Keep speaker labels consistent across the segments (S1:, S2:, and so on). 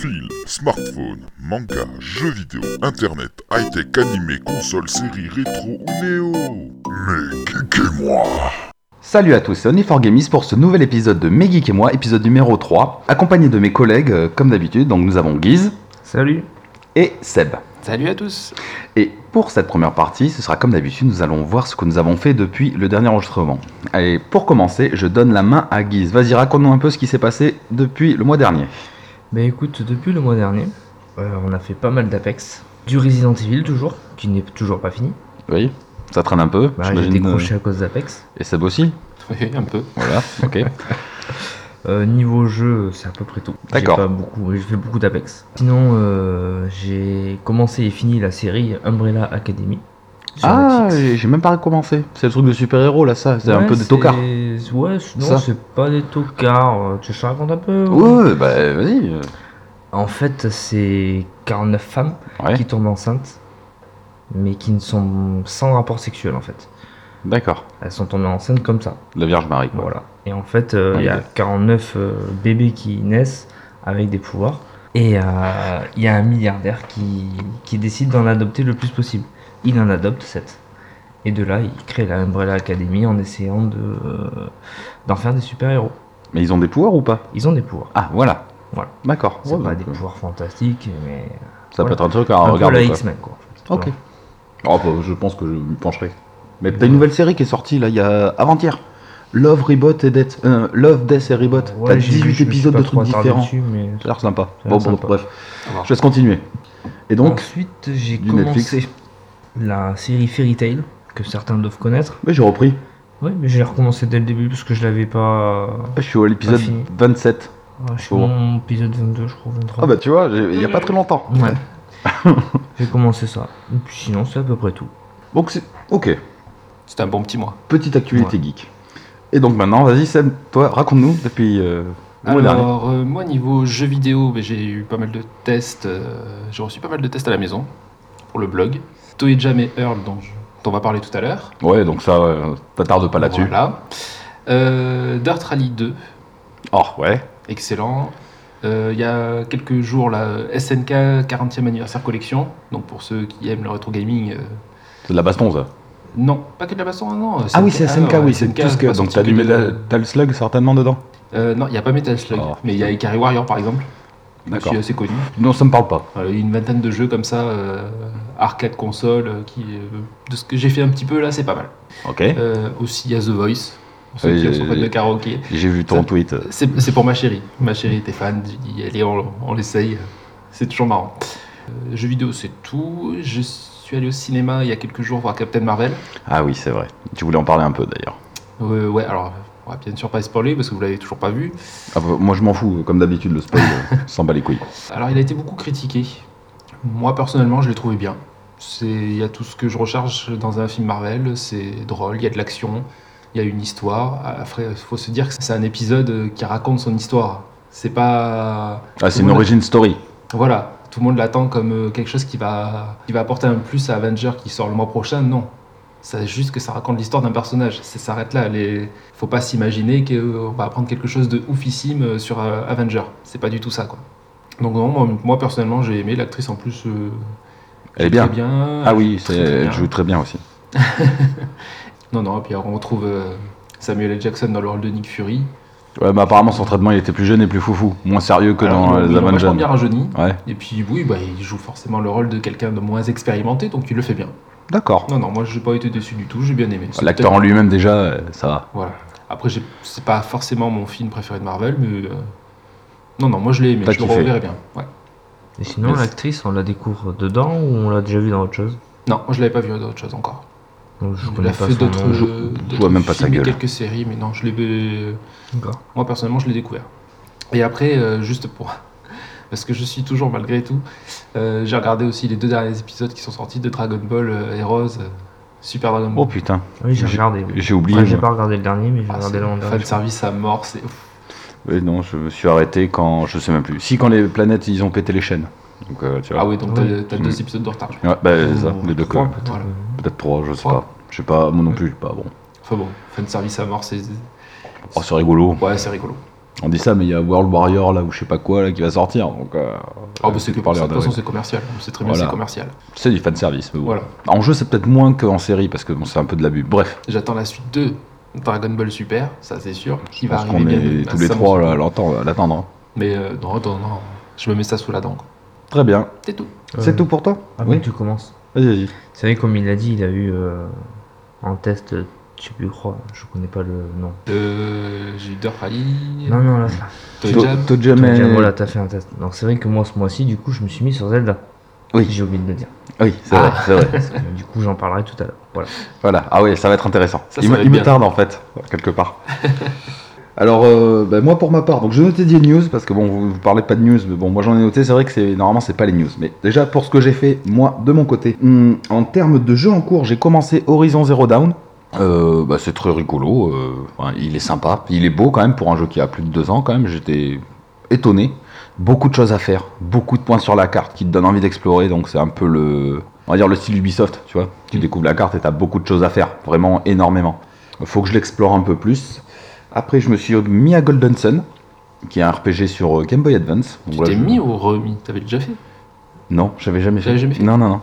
S1: fil, smartphone, manga, jeux vidéo, internet, high-tech, animé, console, série, rétro ou néo. Mais geekez-moi
S2: Salut à tous, c'est Oniforgamis pour ce nouvel épisode de Megeek et moi, épisode numéro 3, accompagné de mes collègues, euh, comme d'habitude. Donc nous avons Guise
S3: Salut.
S2: et Seb.
S3: Salut à tous.
S2: Et pour cette première partie, ce sera comme d'habitude, nous allons voir ce que nous avons fait depuis le dernier enregistrement. Allez, pour commencer, je donne la main à Guise. Vas-y, raconte-nous un peu ce qui s'est passé depuis le mois dernier.
S3: Bah écoute, depuis le mois dernier, euh, on a fait pas mal d'Apex. Du Resident Evil toujours, qui n'est toujours pas fini.
S2: Oui, ça traîne un peu,
S3: Bah, j'ai
S2: j'imagine.
S3: décroché à cause d'Apex.
S2: euh, Et Seb aussi
S4: Oui, un peu.
S2: Voilà, ok.
S3: Euh, niveau jeu, c'est à peu près tout. J'ai
S2: D'accord.
S3: pas beaucoup, j'ai fait beaucoup d'Apex. Sinon, euh, j'ai commencé et fini la série Umbrella Academy. sur
S2: ah,
S3: Netflix.
S2: j'ai j'ai même pas recommencé. C'est le truc de super-héros là, ça. C'est un
S3: Ouais,
S2: peu des
S3: c'est-
S2: tocards.
S3: Ouais, c-
S2: Ça.
S3: non, c'est pas des tocards. Euh, Tu veux que je te raconte un peu ou-
S2: Ouais, ouais, bah vas-y. euh,
S3: En fait, c'est 49 femmes
S2: Ouais,
S3: qui tombent enceintes, mais qui ne sont sans rapport sexuel en fait.
S2: d'accord.
S3: Elles sont tombées enceintes comme ça.
S2: La Vierge Marie, quoi.
S3: Voilà. Et en fait, euh, il y a
S2: Ok.
S3: 49 euh, bébés qui naissent avec des pouvoirs. Et euh, il y a un milliardaire qui, qui décide d'en adopter le plus possible. Il en adopte 7. Et de là, il crée la Umbrella Academy en essayant de euh, d'en faire des super-héros.
S2: Mais ils ont des pouvoirs ou pas
S3: Ils ont des pouvoirs.
S2: Ah, voilà.
S3: Voilà.
S2: D'accord.
S3: C'est
S2: Ouais,
S3: pas
S2: donc,
S3: des
S2: euh,
S3: pouvoirs fantastiques, mais
S2: Ça peut
S3: voilà.
S2: être un truc à
S3: un peu la
S2: regarder. quoi.
S3: X-Men quoi. en fait.
S2: Ok.
S3: Voilà.
S2: Oh, bah, je pense que je me pencherai. Mais t'as une nouvelle série qui est sortie là, il y a euh, avant-hier. Love, Rebot et Death. euh, Love, Death et Rebot.
S3: Ouais,
S2: t'as
S3: j'ai vu,
S2: 18
S3: je me suis
S2: épisodes
S3: pas
S2: de
S3: trop
S2: trucs
S3: attardé
S2: différents.
S3: dessus, mais-
S2: Ça a l'air sympa.
S3: Ça a
S2: Bon,
S3: l'air
S2: bon,
S3: sympa.
S2: bref. Je laisse continuer. Et donc,
S3: Ensuite, j'ai
S2: du
S3: commencé
S2: Netflix.
S3: la série Fairy Tail, que certains doivent connaître.
S2: mais j'ai repris.
S3: Oui, mais j'ai recommencé dès le début parce que je l'avais pas.
S2: Je suis à l'épisode
S3: Pas fini.
S2: 27.
S3: Ah, je suis
S2: Bon.
S3: mon épisode 22, je crois, 23.
S2: Ah bah tu vois, j'ai- il y a pas très longtemps.
S3: Ouais. j'ai commencé ça. Et puis sinon, c'est à peu près tout.
S2: Donc c'est ok.
S4: C'était un bon petit mois.
S2: Petite actualité geek. Et donc maintenant, vas-y Seb, toi, raconte-nous depuis euh, le mois dernier.
S4: Alors, euh, moi, niveau jeux vidéo, ben, j'ai eu pas mal de tests. euh, j'ai reçu pas mal de tests à la maison pour le blog. Toejam et Earl, dont, je- dont on va parler tout à l'heure.
S2: Ouais, donc ça, euh, t'attarde pas là-dessus.
S4: Voilà. Euh, Dirt Rally 2,
S2: Oh ouais.
S4: excellent. Euh, Il y a quelques jours, la SNK 40e anniversaire collection. Donc, pour ceux qui aiment le rétro gaming, euh,
S2: C'est de la baston ça.
S4: non, pas que de la baston, hein, non.
S2: Ah oui, c'est SNK, oui, c'est
S4: SNK,
S2: tout ce que.
S4: pas
S2: Donc
S4: sorti
S2: t'as du
S4: que de-
S2: Metal t'as le Slug certainement dedans
S4: Euh, non, il n'y a pas Metal Slug,
S2: Oh.
S4: mais il y a Ikari Warrior par exemple,
S2: D'accord.
S4: qui est assez connu.
S2: Non, ça me parle pas.
S4: Voilà, il y a une vingtaine de jeux comme ça, euh, arcade console, euh, qui, euh, de ce que j'ai fait un petit peu là, c'est pas mal.
S2: Ok.
S4: Euh, aussi, il y a The Voice, pour ceux
S2: Oui,
S4: qui
S2: j'ai-
S4: sont fans de karaoké.
S2: J'ai vu ton
S4: ça-
S2: tweet. euh,
S4: C'est c'est pour ma chérie. Ma chérie était fan, j'ai dit, allez, on, on l'essaye. C'est toujours marrant. Euh, jeux vidéo, c'est tout. Je suis allé au cinéma il y a quelques jours voir Captain Marvel.
S2: Ah oui, c'est vrai. Tu voulais en parler un peu d'ailleurs.
S4: Euh, ouais, alors, on va bien sûr pas spoiler parce que vous l'avez toujours pas vu.
S2: Ah, bah, moi je m'en fous, comme d'habitude, le spoil euh, s'en bat les couilles.
S4: Alors, il a été beaucoup critiqué. Moi, personnellement, je l'ai trouvé bien. C'est- Il y a tout ce que je recherche dans un film Marvel. C'est drôle, il y a de l'action, il y a une histoire. Après, il faut se dire que c'est un épisode qui raconte son histoire. C'est
S2: Ah,
S4: pas. Tout
S2: c'est
S4: le
S2: une
S4: monde-
S2: origin story.
S4: Voilà, tout le monde l'attend comme euh, quelque chose qui va, qui va apporter un plus à Avenger qui sort le mois prochain. Non. C'est juste que ça raconte l'histoire d'un personnage. Ça s'arrête là. Les... Faut pas s'imaginer qu'on va apprendre quelque chose de oufissime euh, sur euh, Avenger. C'est pas du tout ça, quoi. Donc, non, moi, moi, personnellement, j'ai aimé l'actrice en plus. euh,
S2: Elle est
S4: joue
S2: bien.
S4: très bien.
S2: Ah oui, c'est-
S4: Très, très
S2: elle
S4: bien.
S2: joue très bien aussi.
S4: Non, non, et puis on retrouve euh, Samuel L. Jackson dans le rôle de Nick Fury.
S2: Ouais, bah apparemment son traitement il était plus jeune et plus foufou, moins sérieux que
S4: Alors,
S2: dans
S4: ils l'ont-
S2: euh,
S4: ils
S2: les
S4: l'ont vachement bien
S2: Avengers.
S4: rajeuni.
S2: Ouais,
S4: Et puis, oui, bah, il joue forcément le rôle de quelqu'un de moins expérimenté, donc il le fait bien.
S2: d'accord.
S4: Non, non, moi j'ai pas été déçu du tout, j'ai bien aimé. C'est
S2: L'acteur en
S4: peut-être-
S2: lui-même déjà, euh, ça va.
S4: Voilà. Après, j'ai- c'est pas forcément mon film préféré de Marvel, mais. euh, Non, non, moi je l'ai aimé,
S2: T'as
S4: je le
S2: kiffé.
S4: reverrai bien. Ouais.
S3: Et sinon,
S2: Yes.
S3: l'actrice, on la découvre dedans ou on l'a déjà vue dans autre chose
S4: Non, moi je l'avais pas vu d'autres choses encore.
S3: Donc, Je
S4: il
S3: connais
S4: a
S3: pas
S4: fait
S3: son
S4: d'autres
S3: nom.
S2: je-
S4: euh,
S2: je
S4: d'autres
S2: vois même pas sa
S4: films et
S2: gueule.
S4: quelques séries, mais non, je l'ai.
S3: D'accord.
S4: Moi personnellement, je l'ai découvert. Et après, euh, juste pour. Parce que je suis toujours, malgré tout, euh, j'ai regardé aussi les deux derniers épisodes qui sont sortis de Dragon Ball euh, Heroes, euh, Super Dragon Ball.
S2: Oh putain,
S3: Ah Oui, j'ai
S2: J'ai-
S3: regardé.
S2: j'ai oublié.
S3: Après, j'ai
S2: moi.
S3: pas regardé le dernier, mais j'ai
S4: Ah,
S3: regardé l'an
S2: hein,
S4: c'est fan
S3: dernier.
S4: service à mort, c'est
S2: Oui, non, je me suis arrêté quand. Je sais même plus. Si, quand les planètes, ils ont pété les chaînes. Donc, euh, tu vois.
S4: Ah oui, donc t'as-
S3: Oui.
S4: t'as
S2: Mm.
S4: deux épisodes de retard. je
S2: Ouais, bah, ça,
S3: Ou
S2: les deux
S3: trois,
S2: quoi.
S3: peut-être.
S4: Voilà.
S2: Peut-être trois, je sais
S4: Trois.
S2: pas. Je sais pas, moi non plus, je sais pas bon.
S4: Enfin bon, fan service à mort, c'est.
S2: Oh, c'est rigolo.
S4: Ouais, c'est rigolo.
S2: On dit ça, mais il y a World Warrior là ou je sais pas quoi là qui va sortir. Donc, euh,
S4: Ah, bah, c'est que
S2: Parler
S4: pour ça. De toute
S2: d'un-
S4: façon, c'est commercial. C'est très bien,
S2: Voilà.
S4: c'est commercial.
S2: c'est du fan service. mais bon.
S4: Voilà.
S2: En jeu, c'est peut-être moins qu'en série parce que bon, c'est un peu de l'abus. Bref,
S4: J'attends la suite 2. Dragon Ball Super, ça c'est sûr. Qui
S2: je
S4: va
S2: pense
S4: arriver
S2: qu'on
S4: bien.
S2: est
S4: Ah,
S2: tous les
S4: ça,
S2: trois
S4: bon,
S2: là, à l'entendre- à l'attendre. hein.
S4: Mais euh, non, attends, non. Je me mets ça sous la dent. quoi.
S2: Très bien.
S4: C'est tout.
S2: C'est
S3: Euh,
S2: tout pour toi
S3: Avant
S2: Oui.
S3: que tu commences.
S2: Vas-y, vas-y.
S3: C'est vrai, comme il l'a dit, il a eu euh, en test, euh, je sais plus quoi, je connais pas le nom.
S4: Euh, J'ai eu Dirt Rally,
S3: Non, non, là, là.
S4: Toe
S2: To-
S4: Jam.
S2: Toe Jam,
S3: Toi,
S2: euh,
S3: Jam, voilà, t'as fait un test. Donc c'est vrai que moi, ce mois-ci, du coup, je me suis mis sur Zelda.
S2: Oui.
S3: J'ai oublié de le dire.
S2: Ah Oui, c'est vrai,
S4: Ah.
S2: c'est vrai.
S3: Parce que, du coup, j'en parlerai tout à l'heure. Voilà.
S2: Voilà. Ah oui, ça va être intéressant.
S4: Ça,
S2: il
S4: ça
S2: me-
S4: va
S2: il
S4: être
S2: me
S4: bien.
S2: tarde en fait, quelque part. Alors, euh, bah, moi pour ma part, donc je notais des news parce que bon, vous, vous parlez pas de news, mais bon, moi j'en ai noté. C'est vrai que c'est normalement c'est pas les news, mais déjà pour ce que j'ai fait moi de mon côté, hum, en termes de jeu en cours, j'ai commencé Horizon Zero Down. Euh, bah, c'est très rigolo. euh, enfin, il est sympa, il est beau quand même pour un jeu qui a plus de deux ans quand même. J'étais étonné. Beaucoup de choses à faire, beaucoup de points sur la carte qui te donnent envie d'explorer. Donc c'est un peu le, on va dire le style Ubisoft, tu vois. Tu
S4: Mm.
S2: découvres la carte et t'as beaucoup de choses à faire, vraiment énormément. Faut que je l'explore un peu plus. Après, je me suis mis à Golden Sun, qui est un RPG sur euh, Game Boy Advance. Donc
S4: Tu
S2: voilà,
S4: t'es
S2: je-
S4: mis ou remis T'avais déjà fait
S2: Non, j'avais jamais fait.
S4: T'avais jamais fait
S2: Non, non, non.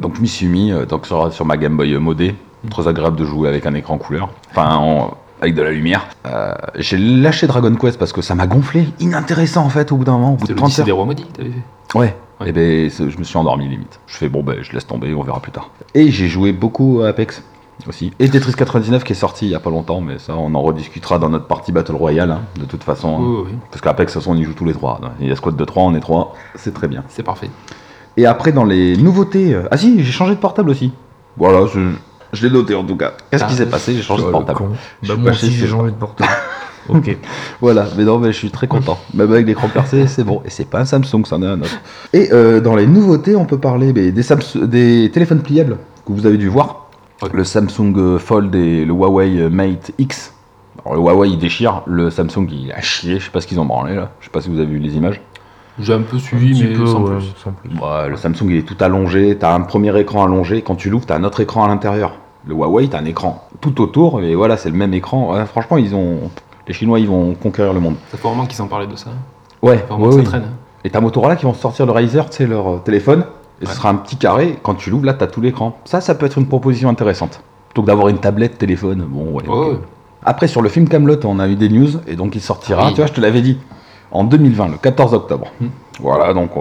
S2: Donc je m'y suis mis euh, donc sur, sur ma Game Boy euh, modée.
S4: Mm.
S2: Très agréable de jouer avec un écran couleur. Enfin, en- avec de la lumière. Euh, j'ai lâché Dragon Quest parce que ça m'a gonflé. Inintéressant en fait au bout d'un moment, au bout de
S4: C'était
S2: 30
S4: l'Odyssée
S2: heures.
S4: des rois maudits, t'avais fait
S2: Ouais.
S4: Ouais.
S2: Et ben, c'est- je me suis endormi limite. Je fais bon ben, je laisse tomber, on verra plus tard. Et j'ai joué beaucoup à Apex aussi. Et Tetris 99 qui est sorti il y a pas longtemps, mais ça on en rediscutera dans notre partie Battle Royale hein, de toute façon. hein.
S4: Oui, oui, oui,
S2: Parce qu'Apex, de toute façon, on y joue tous les trois. Il y a squad de 3, on est 3, c'est très bien.
S4: c'est parfait.
S2: Et après, dans les nouveautés. euh, Ah si, j'ai changé de portable aussi. Voilà, je, je l'ai noté en tout cas. Qu'est-ce qui
S4: Ah,
S2: s'est passé J'ai changé de
S3: Oh, le
S2: portable.
S3: con.
S2: Je
S3: Bah,
S2: suis
S3: moi
S2: pas chez
S3: aussi, j'ai
S2: Phil.
S3: changé de portable. ok.
S2: Voilà, mais non, mais je suis très content. Même avec l'écran percé, c'est bon. Et c'est pas un Samsung, c'en est un autre. Et euh, dans les nouveautés, on peut parler mais, des, Samsu- des téléphones pliables que vous avez dû voir.
S4: Ouais.
S2: Le Samsung euh, Fold et le Huawei euh, Mate X. Alors, le Huawei, il déchire. Le Samsung, il a chié. Je sais pas ce qu'ils ont branlé, là. Je sais pas si vous avez vu les images.
S4: J'ai un peu suivi,
S3: Un petit
S4: mais
S3: peu, euh,
S4: sans
S3: ouais,
S4: plus.
S3: sans plus.
S2: Bah, le Samsung il est tout allongé, t'as un premier écran allongé, quand tu l'ouvres, t'as un autre écran à l'intérieur. Le Huawei, t'as un écran tout autour, et voilà, c'est le même écran. Ouais, franchement, ils ont. Les Chinois, ils vont conquérir le monde.
S4: Ça fait vraiment qu'ils s'en parlaient de ça.
S2: Ouais,
S4: Ça fait vraiment
S2: ouais,
S4: que
S2: oui.
S4: ça traîne. hein.
S2: Et t'as Motorola qui vont sortir le Razer, tu sais, leur euh, téléphone, et ce
S4: Ouais.
S2: sera un petit carré, quand tu l'ouvres, là, t'as tout l'écran. Ça, ça peut être une proposition intéressante. Plutôt que d'avoir une tablette, téléphone, bon, ouais.
S4: Ouais,
S2: ok.
S4: ouais.
S2: Après, sur le film Camelot, on a eu des news et donc il sortira,
S4: Ah Oui.
S2: tu vois, je te l'avais dit, en 2020, le 14 octobre.
S4: Hmm.
S2: Voilà, donc euh,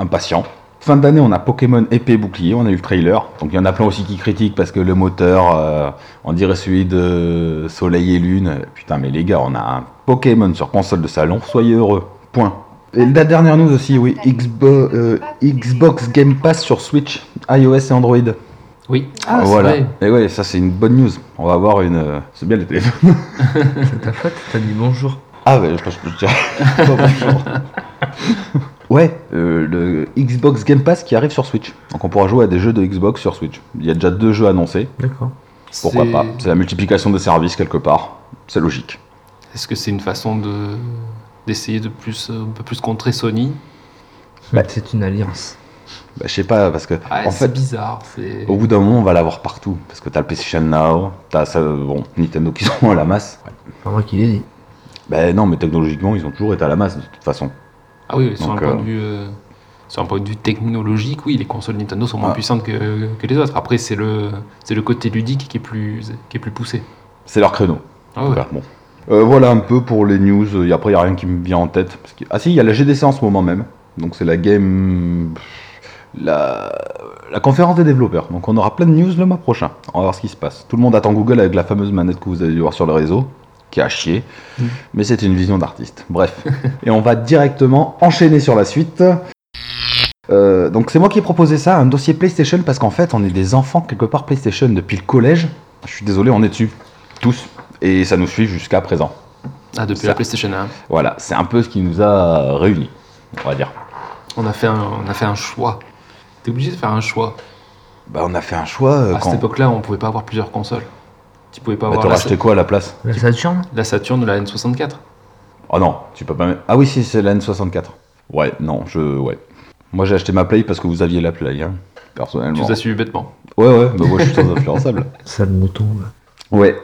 S2: impatient. Fin d'année, on a Pokémon épée et bouclier, on a eu le trailer. Donc il y en a plein aussi qui critiquent parce que le moteur, euh, on dirait celui de Soleil et Lune. Putain, mais les gars, on a un Pokémon sur console de salon, soyez heureux. Point. Et la dernière news aussi, oui, Xbo- euh, Xbox Game Pass sur Switch, iOS et Android.
S4: Oui. Ah, c'est
S2: voilà.
S4: vrai.
S2: Et ouais, ça c'est une bonne news. On va avoir une. euh, C'est bien les téléphones.
S3: C'est ta faute, t'as dit bonjour.
S2: Ah ouais, je pense que je dirais pas bonjour. Ouais, euh, le Xbox Game Pass qui arrive sur Switch. Donc on pourra jouer à des jeux de Xbox sur Switch. Il y a déjà deux jeux annoncés.
S3: D'accord.
S2: Pourquoi
S4: C'est-
S2: pas C'est la multiplication des services quelque part. C'est logique.
S4: Est-ce que c'est une façon de d'essayer de plus euh, un peu plus contrer Sony
S2: Ouais.
S3: Bah, C'est une alliance.
S2: Bah, je sais pas, parce que
S4: Ah,
S2: en
S4: C'est
S2: fait, Oh,
S4: bizarre. C'est
S2: au bout d'un moment, on va l'avoir partout. Parce que t'as le PlayStation Now, t'as ça, bon, Nintendo qui sont à la masse.
S3: Pas moi qui l'ai dit.
S2: Ben non, mais technologiquement, ils ont toujours été à la masse de toute façon.
S4: Ah oui, oui, sur
S2: Donc,
S4: un point
S2: euh,
S4: de vue. euh, Sur un point de vue technologique, oui, les consoles Nintendo sont moins
S2: Ah.
S4: puissantes que, que les autres. Après, c'est le, c'est le côté ludique qui est plus, qui est plus poussé.
S2: C'est leur créneau.
S4: Ah
S2: En tout
S4: ouais.
S2: cas, bon. Euh, voilà un peu pour les news. Euh, Et après, il n'y a rien qui me vient en tête. Parce que- Ah si, il y a la GDC en ce moment même. Donc c'est la game... La... la conférence des développeurs. Donc on aura plein de news le mois prochain. On va voir ce qui se passe. Tout le monde attend Google avec la fameuse manette que vous avez dû voir sur le réseau. Qui a chier.
S4: Mm.
S2: Mais c'est une vision d'artiste. Bref. et on va directement enchaîner sur la suite. Euh, donc c'est moi qui ai proposé ça, un dossier PlayStation, parce qu'en fait on est des enfants quelque part PlayStation depuis le collège. Je suis désolé, on est dessus. Tous et ça nous suit jusqu'à présent.
S4: Ah, depuis
S2: Ça-
S4: la PlayStation 1.
S2: Voilà, c'est un peu ce qui nous a réunis, on va dire.
S4: On a fait un, on a fait un choix. T'es obligé de faire un choix.
S2: Bah, on a fait un choix euh,
S4: à
S2: quand.
S4: cette époque-là, on pouvait pas avoir plusieurs consoles. Tu pouvais pas
S2: Bah,
S4: avoir
S2: t'aurais
S4: la,
S2: acheté quoi à la place
S3: La Saturne
S4: la Saturn ou la N64.
S2: Oh non, tu peux pas. mettre- Ah oui, si, c'est la N64. Ouais, non, je. Ouais. Moi, j'ai acheté ma Play parce que vous aviez la Play, hein,
S4: Tu
S2: personnellement.
S4: nous as suivi bêtement.
S2: Ouais, ouais, bah, moi, je suis très influençable.
S3: Sale mouton, là.
S2: Ouais.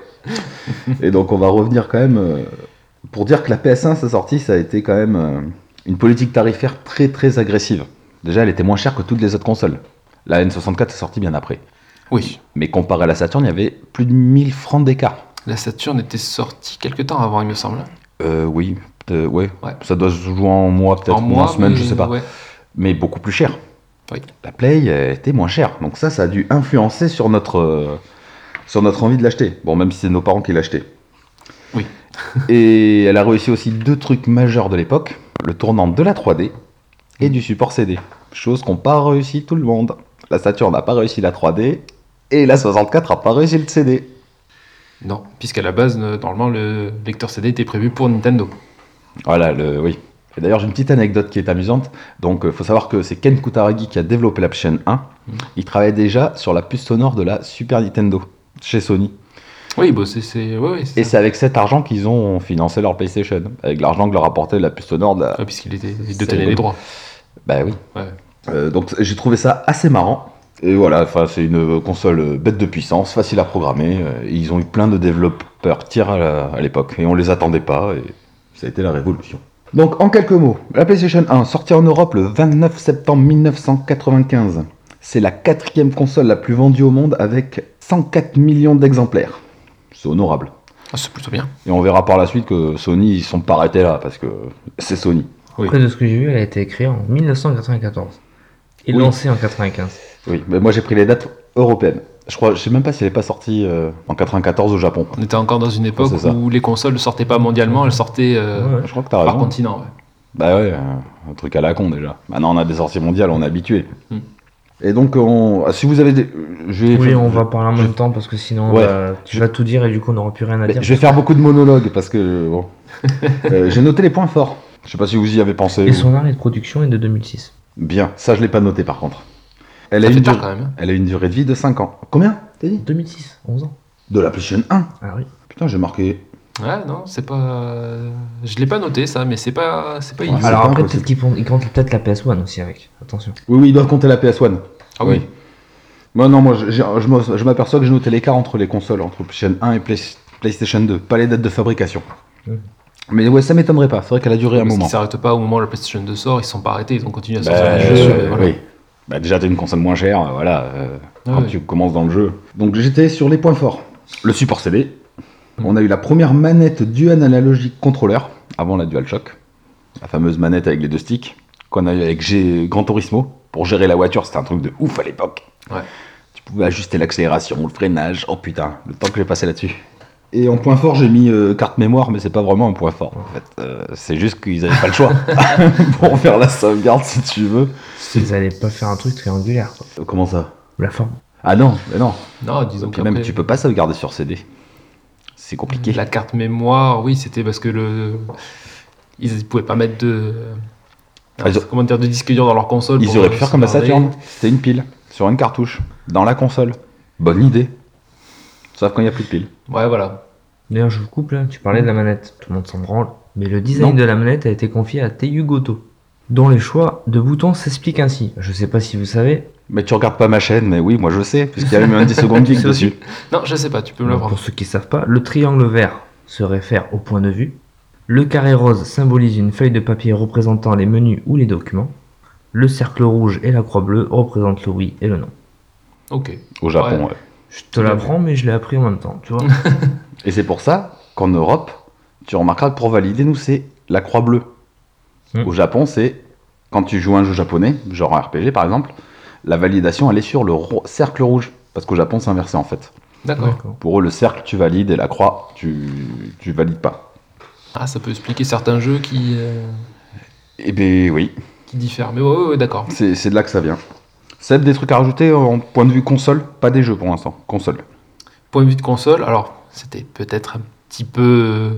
S2: Et donc on va revenir quand même euh, pour dire que la PS1, sa sortie, ça a été quand même euh, une politique tarifaire très très agressive. Déjà, elle était moins chère que toutes les autres consoles. La N64 est sortie bien après.
S4: Oui.
S2: Mais comparé à la Saturn, il y avait plus de 1000 francs d'écart.
S4: La Saturn était sortie quelques temps avant, il me semble.
S2: Euh, oui, euh, ouais.
S4: Ouais.
S2: Ça doit se jouer en mois, peut-être, ou en semaine, je
S4: mais
S2: sais pas.
S4: ouais.
S2: Mais beaucoup plus cher.
S4: Oui.
S2: La Play euh, était moins chère. Donc ça, ça a dû influencer sur notre, euh, sur notre envie de l'acheter. Bon, même si c'est nos parents qui l'achetaient.
S4: Oui.
S2: et elle a réussi aussi deux trucs majeurs de l'époque. Le tournant de la 3D et du support CD. Chose qu'ont pas réussi tout le monde. La Saturn n'a pas réussi la 3D et la 64 n'a pas réussi le CD.
S4: Non, puisqu'à la base, euh, normalement, le lecteur CD était prévu pour Nintendo.
S2: Voilà, le, oui. Et d'ailleurs, j'ai une petite anecdote qui est amusante. Donc, il faut savoir que c'est Ken Kutaragi qui a développé la PlayStation 1.
S4: Mm.
S2: Il travaillait déjà sur la puce sonore de la Super Nintendo chez Sony.
S4: Oui, bah, c'est- c'est. Ouais, ouais, c'est
S2: Et
S4: ça.
S2: c'est avec cet argent qu'ils ont financé leur PlayStation. Avec l'argent que leur apportait la puce sonore de la.
S4: Ouais, puisqu'il était. Il
S2: C'est
S4: détenait les
S2: bon.
S4: droits.
S2: Bah oui.
S4: Ouais.
S2: Euh, donc, j'ai trouvé ça assez marrant. Et voilà, enfin, c'est une console euh, bête de puissance, facile à programmer. Euh, Ils ont eu plein de développeurs tiers à la- à l'époque et on les attendait pas. Et ça a été la révolution. Donc, en quelques mots, la PlayStation 1, sortie en Europe le 29 septembre 1995, c'est la quatrième console la plus vendue au monde avec 104 millions d'exemplaires. C'est honorable.
S4: Ah, c'est plutôt bien.
S2: Et on verra par la suite que Sony, ils sont pas arrêtés là, parce que c'est Sony.
S4: Oui.
S3: Après de ce que j'ai vu, elle a été créée en 1994 et
S2: Oui.
S3: lancée en 95.
S2: Oui, mais moi j'ai pris les dates européennes. Je crois, je sais même pas si elle est pas sortie euh, en 94 au Japon.
S4: On était encore dans une époque
S2: C'est ça.
S4: où les consoles ne sortaient pas mondialement, elles sortaient euh,
S3: Ouais.
S2: Je crois que t'as
S4: par
S2: raison.
S4: continent. ouais.
S2: Bah ouais, euh, un truc à la con déjà. Maintenant on a des sorties mondiales, on est habitué.
S4: Hmm.
S2: Et donc on, ah, si vous avez des, je vais,
S3: Oui,
S2: faire-
S3: on va parler en même temps parce que sinon
S2: Ouais.
S3: bah, tu vas tout dire et du coup on n'aura plus rien à
S2: mais
S3: dire.
S2: je vais faire beaucoup de monologues parce que bon. Euh, j'ai noté les points forts. Je sais pas si vous y avez pensé.
S3: Et
S2: ou-
S3: son année de production est de 2006.
S2: Bien, ça je l'ai pas noté par contre. Elle a,
S4: Ça
S2: une
S4: fait tard
S2: durée-
S4: quand même. hein.
S2: elle a une durée de vie de 5 ans. Combien T'as dit
S3: 2006, 11 ans.
S2: De la PlayStation 1.
S3: Ah oui.
S2: Putain, j'ai marqué
S4: Ouais, non, c'est pas. euh, Je l'ai pas noté ça, mais c'est pas, Ah, c'est pas idiot.
S2: sais
S3: Alors
S2: pas,
S3: après
S2: moi,
S3: peut-être
S2: c'est-
S3: qu'ils pon- ils comptent peut-être la PS1 aussi avec. Attention.
S2: Oui, oui, ils doivent compter la PS1.
S4: Ah oui.
S2: Moi, non, moi, j'ai- je m'aperçois je m'aperçois que j'ai noté l'écart entre les consoles, entre PlayStation 1 et Play- PlayStation 2, pas les dates de fabrication.
S3: Mhm.
S2: Mais ouais, ça m'étonnerait pas, c'est vrai qu'elle a duré un
S4: Parce qu'ils
S2: moment.
S4: s'arrêtent pas au moment où la PlayStation 2 sort, ils sont pas arrêtés, ils ont continué à
S2: Bah,
S4: sortir des
S2: euh,
S4: jeux. et voilà.
S2: oui. Bah, déjà, t'as une console moins chère, euh, voilà, euh,
S4: Ah
S2: quand
S4: oui.
S2: tu commences dans le jeu. Donc, j'étais sur les points forts. Le support CD. On a eu la première manette dual analogique contrôleur, avant la DualShock. La fameuse manette avec les deux sticks, qu'on a eu avec G... Gran Turismo. Pour gérer la voiture, c'était un truc de ouf à l'époque.
S4: Ouais.
S2: Tu pouvais ajuster l'accélération, le freinage. Oh putain, le temps que j'ai passé là-dessus. Et en point fort, j'ai mis euh, carte mémoire, mais c'est pas vraiment un point fort. En fait, Euh, c'est juste qu'ils avaient pas le choix pour faire la sauvegarde si tu veux.
S3: Ils allaient pas faire un truc triangulaire. quoi.
S2: Euh, Comment ça
S3: La forme.
S2: Ah non, mais non.
S4: Non, disons
S2: Puis
S4: que
S2: même, tu peux pas sauvegarder sur CD. C'est compliqué.
S4: La carte mémoire, oui, c'était parce que le. Ils pouvaient pas mettre de.
S2: Ah, ils-
S4: Comment dire, de disque dur dans leur console.
S2: Ils
S4: pour
S2: auraient pu faire comme la
S4: sauvegarder.
S2: Saturn. C'était une pile sur une cartouche dans la console. Bonne idée. Sauf quand il y a plus de pile.
S4: Ouais, voilà.
S3: D'ailleurs, je vous coupe là, tu parlais de la manette, tout le monde s'en branle, mais le design
S2: Non.
S3: de la manette a été confié à Teyu Goto, dont les choix de boutons s'expliquent ainsi. Je sais pas si vous savez,
S2: Mais tu regardes pas ma chaîne, mais oui, moi je sais, puisqu'il y a même un 10 secondes clic
S4: C'est
S2: dessus.
S4: Non, je sais pas, tu peux me
S3: donc,
S4: l'avoir.
S3: pour ceux qui savent pas, le triangle vert se réfère au point de vue, le carré rose symbolise une feuille de papier représentant les menus ou les documents, le cercle rouge et la croix bleue représentent le oui et le non.
S4: Ok.
S2: Au Japon.
S4: Ouais.
S2: ouais.
S3: Je te l'apprends, mais je l'ai appris en même temps, tu vois.
S2: Et c'est pour ça qu'en Europe, tu remarqueras que pour valider, nous, c'est la croix bleue.
S4: Mm.
S3: Hmm.
S2: Au Japon, c'est quand tu joues à un jeu japonais, genre un RPG par exemple, la validation, elle est sur le ro- cercle rouge. Parce qu'au Japon, c'est inversé en fait.
S4: D'accord.
S2: Pour eux, le cercle, tu valides et la croix, tu, tu valides pas.
S4: Ah, ça peut expliquer certains jeux qui, euh,
S2: Eh bien, oui,
S4: qui diffèrent. Mais ouais, ouais, ouais, d'accord.
S2: c'est c'est de là que ça vient. Seb, des trucs à rajouter en point de vue console Pas des jeux pour l'instant, console.
S4: Point de vue de console, alors c'était peut-être un petit peu euh,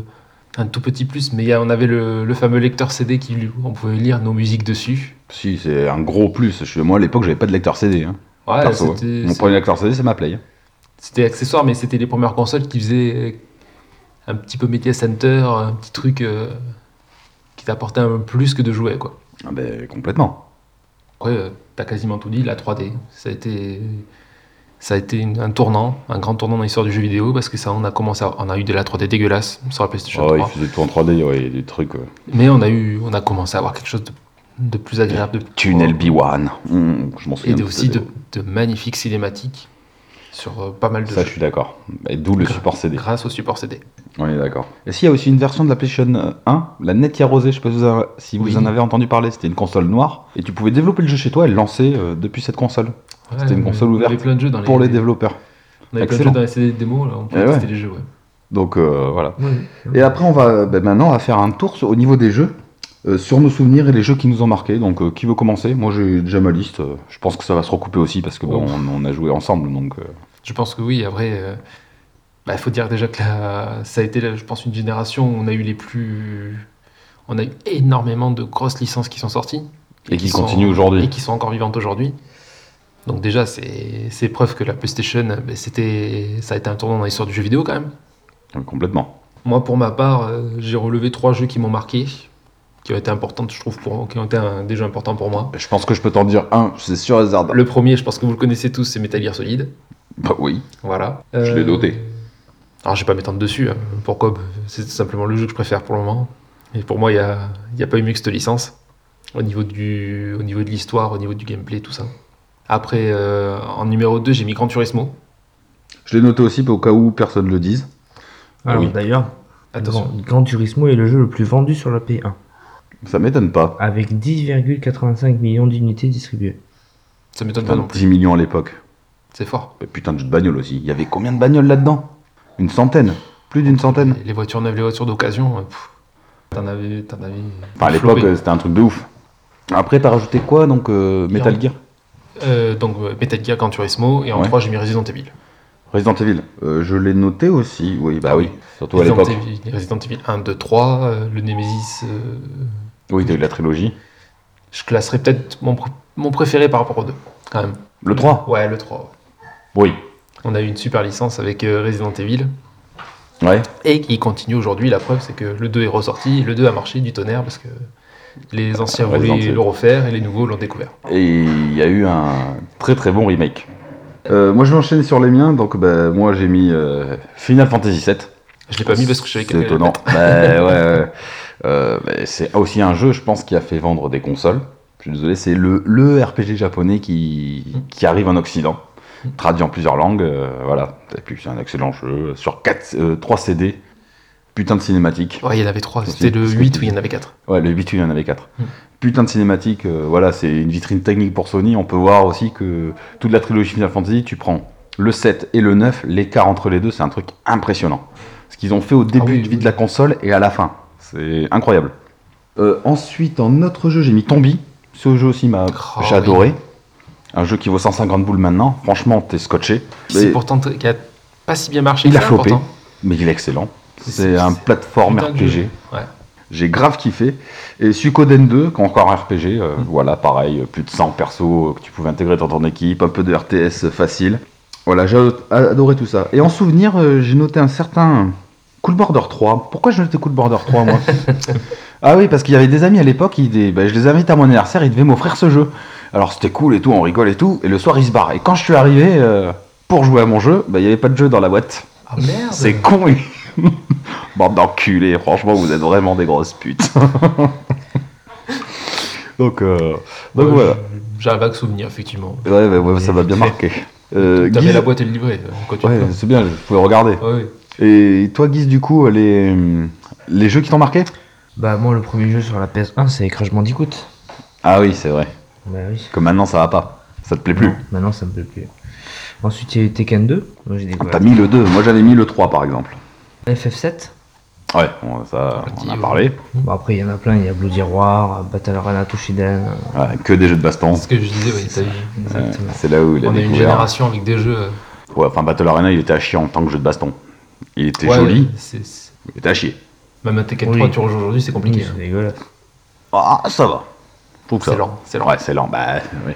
S4: un tout petit plus, mais il y a- on avait le, le fameux lecteur CD qui lui- on pouvait lire nos musiques dessus.
S2: Si, c'est un gros plus. Je- moi, à l'époque, j'avais pas de lecteur CD. hein,
S4: Ouais,
S2: perso, hein.
S4: Ah, c'était-
S2: Mon premier lecteur CD, c'est ma Play.
S4: c'était accessoire, mais c'était les premières consoles qui faisaient euh, un petit peu Media Center, un petit truc euh, qui t'apportait un plus que de jouer quoi.
S2: Ah ben, complètement.
S4: Après, euh, t'as quasiment tout dit, la 3D, ça a été ça a été une- un tournant, un grand tournant dans l'histoire du jeu vidéo parce que ça, on a commencé, à- on a eu de la 3D dégueulasse sur la PlayStation
S2: Oh,
S5: Ah ouais,
S4: 3.
S5: il faisait tout en 3D, ouais, il y a des trucs.
S2: euh,
S5: ouais.
S4: Mais on a eu, on a commencé à avoir quelque chose de, de plus agréable, de
S2: Tunnel B1. Hum, oh. je m'en
S4: et
S2: souviens.
S4: de- aussi de,
S2: cette-
S4: de magnifiques cinématiques sur euh, pas mal de
S5: Ça, je
S4: jeux,
S5: suis d'accord. Et D'où le support CD.
S4: grâce au support CD.
S5: On est d'accord.
S2: Et s'il y a aussi une version de la PlayStation 1, la Netia Rosé, je sais pas si vous, en- si vous
S4: Oui.
S2: en avez entendu parler, c'était une console noire, et tu pouvais développer le jeu chez toi et le lancer euh, depuis cette console,
S4: Ouais,
S2: une
S4: on
S2: console
S4: avait
S2: ouverte
S4: plein de jeux dans
S2: pour les développeurs.
S4: On avait plein de
S2: Excellent.
S4: jeux dans les CD démos, là, on pouvait
S2: Eh
S4: tester
S2: ouais.
S4: les jeux. ouais.
S2: Donc euh, voilà. Et après, on va ben, maintenant on va faire un tour sur- au niveau des jeux, euh, sur nos souvenirs et les jeux qui nous ont marqués. Donc euh, qui veut commencer Moi j'ai déjà ma liste, euh, je pense que ça va se recouper aussi parce que ben,
S4: Oh.
S2: on, on a joué ensemble, donc... euh,
S4: Je pense que oui, après, il faut dire déjà que la- ça a été, là, je pense, une génération où on a eu les plus. On a eu énormément de grosses licences qui sont sorties.
S5: Et qui
S4: sont-
S5: continue
S4: Et
S5: aujourd'hui.
S4: qui sont encore vivantes aujourd'hui. Donc, déjà, c'est c'est preuve que la PlayStation, euh, ben, c'était ça a été un tournant dans l'histoire du jeu vidéo quand même.
S2: euh, complètement.
S4: Moi, pour ma part, euh, j'ai relevé trois jeux qui m'ont marqué, qui ont été importantes, je trouve, pour, qui ont été un- des jeux importants pour moi.
S2: Je pense que je peux t'en dire un, c'est sûr hasard.
S4: Le premier, je pense que vous le connaissez tous, c'est Metal Gear Solid.
S2: Bah oui.
S4: Voilà.
S2: Je l'ai noté.
S4: Euh, Alors, je vais pas m'étendre dessus. hein. Pourquoi Bah, C'est simplement le jeu que je préfère pour le moment. Et pour moi, il n'y a, il y a pas eu mieux que cette licence. Au niveau, du, au niveau de l'histoire, au niveau du gameplay, tout ça. Après, euh, en numéro 2, j'ai mis Gran Turismo.
S2: Je l'ai noté aussi au cas où personne le dise.
S3: Alors
S2: Oui.
S3: Ah, d'ailleurs,
S4: Attention.
S3: Gran- Gran Turismo est le jeu le plus vendu sur la P1,
S2: Ça m'étonne pas.
S3: avec 10,85 millions d'unités distribuées.
S4: Ça m'étonne pas non plus.
S2: 10 millions à l'époque.
S4: C'est fort.
S2: Bah, putain de jeu de bagnole aussi. Il y avait combien de bagnoles là-dedans Une centaine. Plus d'une centaine.
S4: Les voitures neuves, les voitures d'occasion. euh, pff, T'en avais. T'en avais
S5: Enfin, à
S4: flopé.
S5: l'époque, euh, c'était un truc de ouf.
S2: Après, t'as rajouté quoi donc euh, Metal Gear
S4: Euh, donc, euh, Metal Gear, Gran Turismo. Et en
S2: Ouais.
S4: 3, j'ai mis Resident Evil.
S2: Resident Evil. Euh, je l'ai noté aussi. Oui, bah oui. Surtout à
S4: Resident
S2: l'époque.
S4: Evil, Resident Evil 1, 2, 3. euh, le Nemesis. euh,
S5: Oui, t'as eu la trilogie.
S4: Je classerais peut-être mon, pr- mon préféré par rapport aux deux, quand même.
S2: Le 3
S4: Ouais, le 3.
S5: Oui.
S4: On a eu une super licence avec euh, Resident Evil
S2: Ouais.
S4: et qui continue aujourd'hui. La preuve, c'est que le 2 est ressorti, le 2 a marché du tonnerre parce que les anciens
S2: Ah,
S5: Resident
S4: voulaient
S5: Evil.
S4: le refaire et les nouveaux l'ont découvert.
S5: Et il y a eu un très très bon remake.
S2: Euh, moi, je vais enchaîner sur les miens. Donc, bah, moi, j'ai mis euh, Final Fantasy VII.
S4: Je l'ai pas mis parce que je savais
S2: C'est
S4: qu'elle allait
S2: étonnant. Bah, ouais, ouais. Euh, bah, c'est aussi un jeu, je pense, qui a fait vendre des consoles. Je suis désolé, c'est le, le RPG japonais qui, qui arrive en Occident, traduit en plusieurs langues. euh, voilà. Et puis c'est un excellent jeu sur euh, 4, 3 CD. Putain de cinématique.
S4: mettre. Ouais, il y en avait 3.
S2: Aussi,
S4: C'était le
S2: parce que
S4: 8
S2: tu-
S4: où il y en avait 4.
S2: Ouais, le 8, il y en avait 4.
S4: Mm.
S2: Putain de cinématique, euh, voilà, c'est une vitrine technique pour Sony. On peut voir aussi que toute la trilogie Final Fantasy, tu prends le 7 et le 9, l'écart entre les deux, c'est un truc impressionnant. Ce qu'ils ont fait au début
S4: oui,
S2: de vie
S4: oui.
S2: de la console et à la fin, c'est incroyable. Euh, ensuite, en autre jeu, j'ai mis Tombi. Ce jeu aussi m'a
S4: Oh,
S2: j'ai
S4: oui.
S2: adoré. Un jeu qui vaut 150 boules maintenant. Franchement, t'es scotché.
S4: C'est
S2: Mais-
S4: pourtant t- qui a pas si bien marché.
S2: Il
S4: que
S2: a
S4: ça,
S2: flopé.
S4: pourtant.
S2: Mais il est excellent.
S4: C'est-
S2: C'est un
S4: c'est-
S2: plateforme
S4: Putain de jeu.
S2: RPG.
S4: Ouais.
S2: J'ai grave kiffé. Et Suikoden 2, qui est encore un RPG, euh, voilà, pareil, euh, plus de 100 persos euh, que tu pouvais intégrer dans ton équipe, un peu de RTS euh, facile. Voilà, j'ai ad- adoré tout ça. Et en souvenir, euh, j'ai noté un certain Cool Border 3. Pourquoi j'ai noté Cool Border 3, moi Ah oui, parce qu'il y avait des amis à l'époque, ils disaient, bah, je les invite à mon anniversaire, ils devaient m'offrir ce jeu. Alors c'était cool et tout, on rigole et tout, et le soir ils se barrent. Et quand je suis arrivé euh, pour jouer à mon jeu, bah, il n'y avait pas de jeu dans la boîte.
S4: Ah merde
S2: C'est con. il- Bande d'enculés, franchement, vous êtes vraiment des grosses putes. donc, euh, donc
S4: Ouais,
S2: voilà.
S4: je- J'ai un vague souvenir, effectivement.
S2: Ouais, ouais, ouais, ça m'a bien marqué. Euh,
S4: T'avais
S2: Guise-
S4: la boîte et le livret euh, quand tu
S2: Ouais,
S4: le
S2: c'est bien, je pouvais regarder.
S4: prends. Ouais, ouais.
S2: Et toi, Guise, du coup, les, hum, les jeux qui t'ont marqué
S3: Bah moi le premier jeu sur la PS1 c'est Crash Bandicoot.
S2: Ah oui, c'est vrai.
S3: Bah oui.
S2: Que maintenant, ça va pas. Ça te plaît plus.
S3: Maintenant ça me plaît plus. Ensuite il y a eu Tekken 2. Moi j'ai
S2: Ah, T'as mis
S3: découvert.
S2: le 2, moi j'avais mis le 3 par exemple.
S3: FF7.
S2: Ouais, on-
S4: Ah,
S2: ça, on en a parlé.
S3: Bon, après il y en a plein, il y a Bloody Roar, Battle Arena Toshiden. euh,
S2: Ouais, que des jeux de baston.
S4: C'est ce que je disais, ouais, t'as eu-
S3: Exactement.
S2: C'est là où il a
S4: On a une
S2: découvert.
S4: génération avec des jeux. euh,
S2: Ouais, enfin, Battle Arena, il était à chier en tant que jeu de baston. Il était
S4: ouais,
S2: joli,
S4: c'est- c'est-
S2: il était à chier.
S4: Même un Tekken
S3: Oui.
S4: 3, tu rejoues aujourd'hui, c'est compliqué.
S3: Oui,
S4: hein.
S3: c'est dégueulasse.
S2: Ah, ça va. Je trouve que ça
S4: C'est
S2: va.
S4: lent, c'est lent.
S2: Ouais, c'est lent. Bah, oui.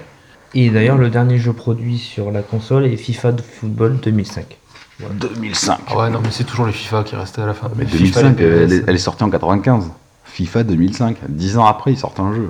S3: Et d'ailleurs le dernier jeu produit sur la console est FIFA de Football 2005.
S2: 2005.
S4: Ah ouais, non, mais c'est toujours le FIFA qui reste à la fin.
S2: Mais
S4: FIFA, euh,
S2: 2005,
S4: les PES,
S2: elle, est- elle est sortie en 95. FIFA 2005. 10 ans après, ils sortent un jeu.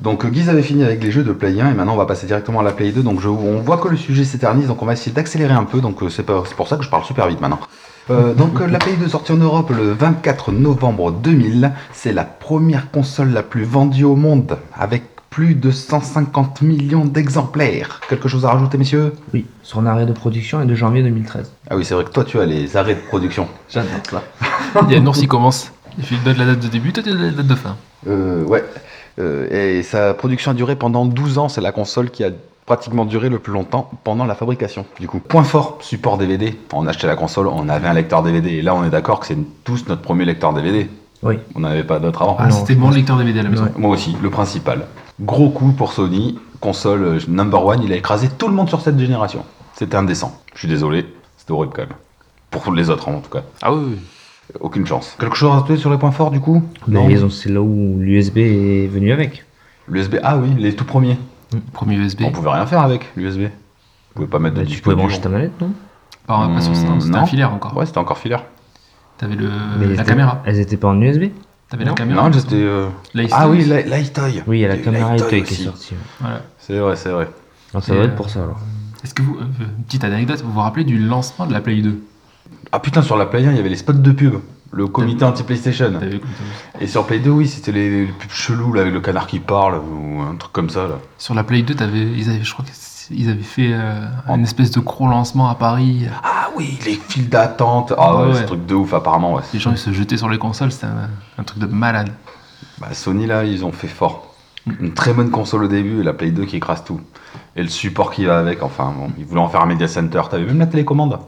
S2: Donc euh, Guise avait fini avec les jeux de Play 1 et maintenant on va passer directement à la Play 2. Donc je- on voit que le sujet s'éternise donc on va essayer d'accélérer un peu. Donc euh, c'est pas- c'est pour ça que je parle super vite maintenant. Euh, donc euh, la Play 2 sortie en Europe le 24 novembre 2000. C'est la première console la plus vendue au monde avec plus de 150 millions d'exemplaires. Quelque chose à rajouter messieurs
S3: Oui, son arrêt de production est de janvier 2013.
S2: Ah oui c'est vrai que toi tu as les arrêts de production. J'adore ça.
S4: Il y a Nours qui commence. Ah, Il fait- il donne la date de début, toi tu donnes la date de fin.
S2: Euh, ouais. Euh, et sa production a duré pendant 12 ans. C'est la console qui a pratiquement duré le plus longtemps pendant la fabrication. Du coup, point fort, support DVD. On achetait la console, on avait un lecteur DVD. Et là, on est d'accord que c'est tous notre premier lecteur DVD.
S3: Oui.
S2: On n'avait pas d'autre avant.
S4: Ah,
S3: non,
S4: c'était
S3: je
S4: bon
S3: pense-
S4: le lecteur DVD à la maison.
S3: Ouais.
S2: Moi aussi, le principal. Gros coup pour Sony, console euh, number one, il a écrasé tout le monde sur cette génération. C'était indécent. Je suis désolé, c'était horrible quand même. Pour les autres hein, en tout cas.
S4: Ah oui, oui.
S2: Aucune chance. Quelque chose à rajouter sur les points forts du coup
S3: Mais ils ont- c'est là où l'USB est venu avec.
S2: L'USB, ah oui, les tout premiers.
S4: Premier USB.
S2: On pouvait rien faire avec l'USB. Vous pouvez pas mettre de
S3: Bah, tu
S2: disque
S3: pouvais
S2: dur.
S3: brancher ta manette, non
S4: Par impression, c'était un- c'était
S2: mm, Non.
S4: un filaire encore.
S2: Ouais, c'était encore filaire.
S4: T'avais le,
S3: Mais elles
S4: Euh, la
S3: étaient-
S4: caméra.
S3: Elles étaient pas en USB
S4: T'avais la caméra.
S2: Non, c'était. euh,
S4: Là, il
S2: Ah
S4: se-
S2: oui, la- Lightoy.
S3: Oui, il y a la
S2: Et
S3: caméra
S2: Lightoy
S3: Etoy qui est
S2: aussi.
S3: sortie. ouais.
S4: Voilà.
S2: C'est vrai, c'est vrai.
S3: Alors ça
S4: Et,
S3: doit
S4: euh,
S3: être pour ça alors.
S4: Est-ce que vous. euh, petite anecdote, vous vous rappelez du lancement de la Play 2
S2: Ah putain, sur la Play 1, il y avait les spots de pub. Le comité anti-PlayStation.
S4: T'avais-
S2: Et sur Play 2, oui, c'était les, les pubs chelous, là, avec le canard qui parle, ou un truc comme ça, là.
S4: Sur la Play 2, t'avais- ils avaient, je crois qu'ils avaient fait euh,
S2: En-
S4: une espèce de gros lancement à Paris.
S2: Ah oui, les files d'attente. Ah
S4: Ouais,
S2: ouais,
S4: ouais.
S2: ce truc de ouf, apparemment. ouais.
S4: Les gens, ils se jetaient sur les consoles, c'était un, un truc de malade.
S2: Bah, Sony, là, ils ont fait fort. Une très bonne console au début, et la Play 2 qui écrase tout. Et le support qui va avec, enfin bon, ils voulaient en faire un Media Center. T'avais même la télécommande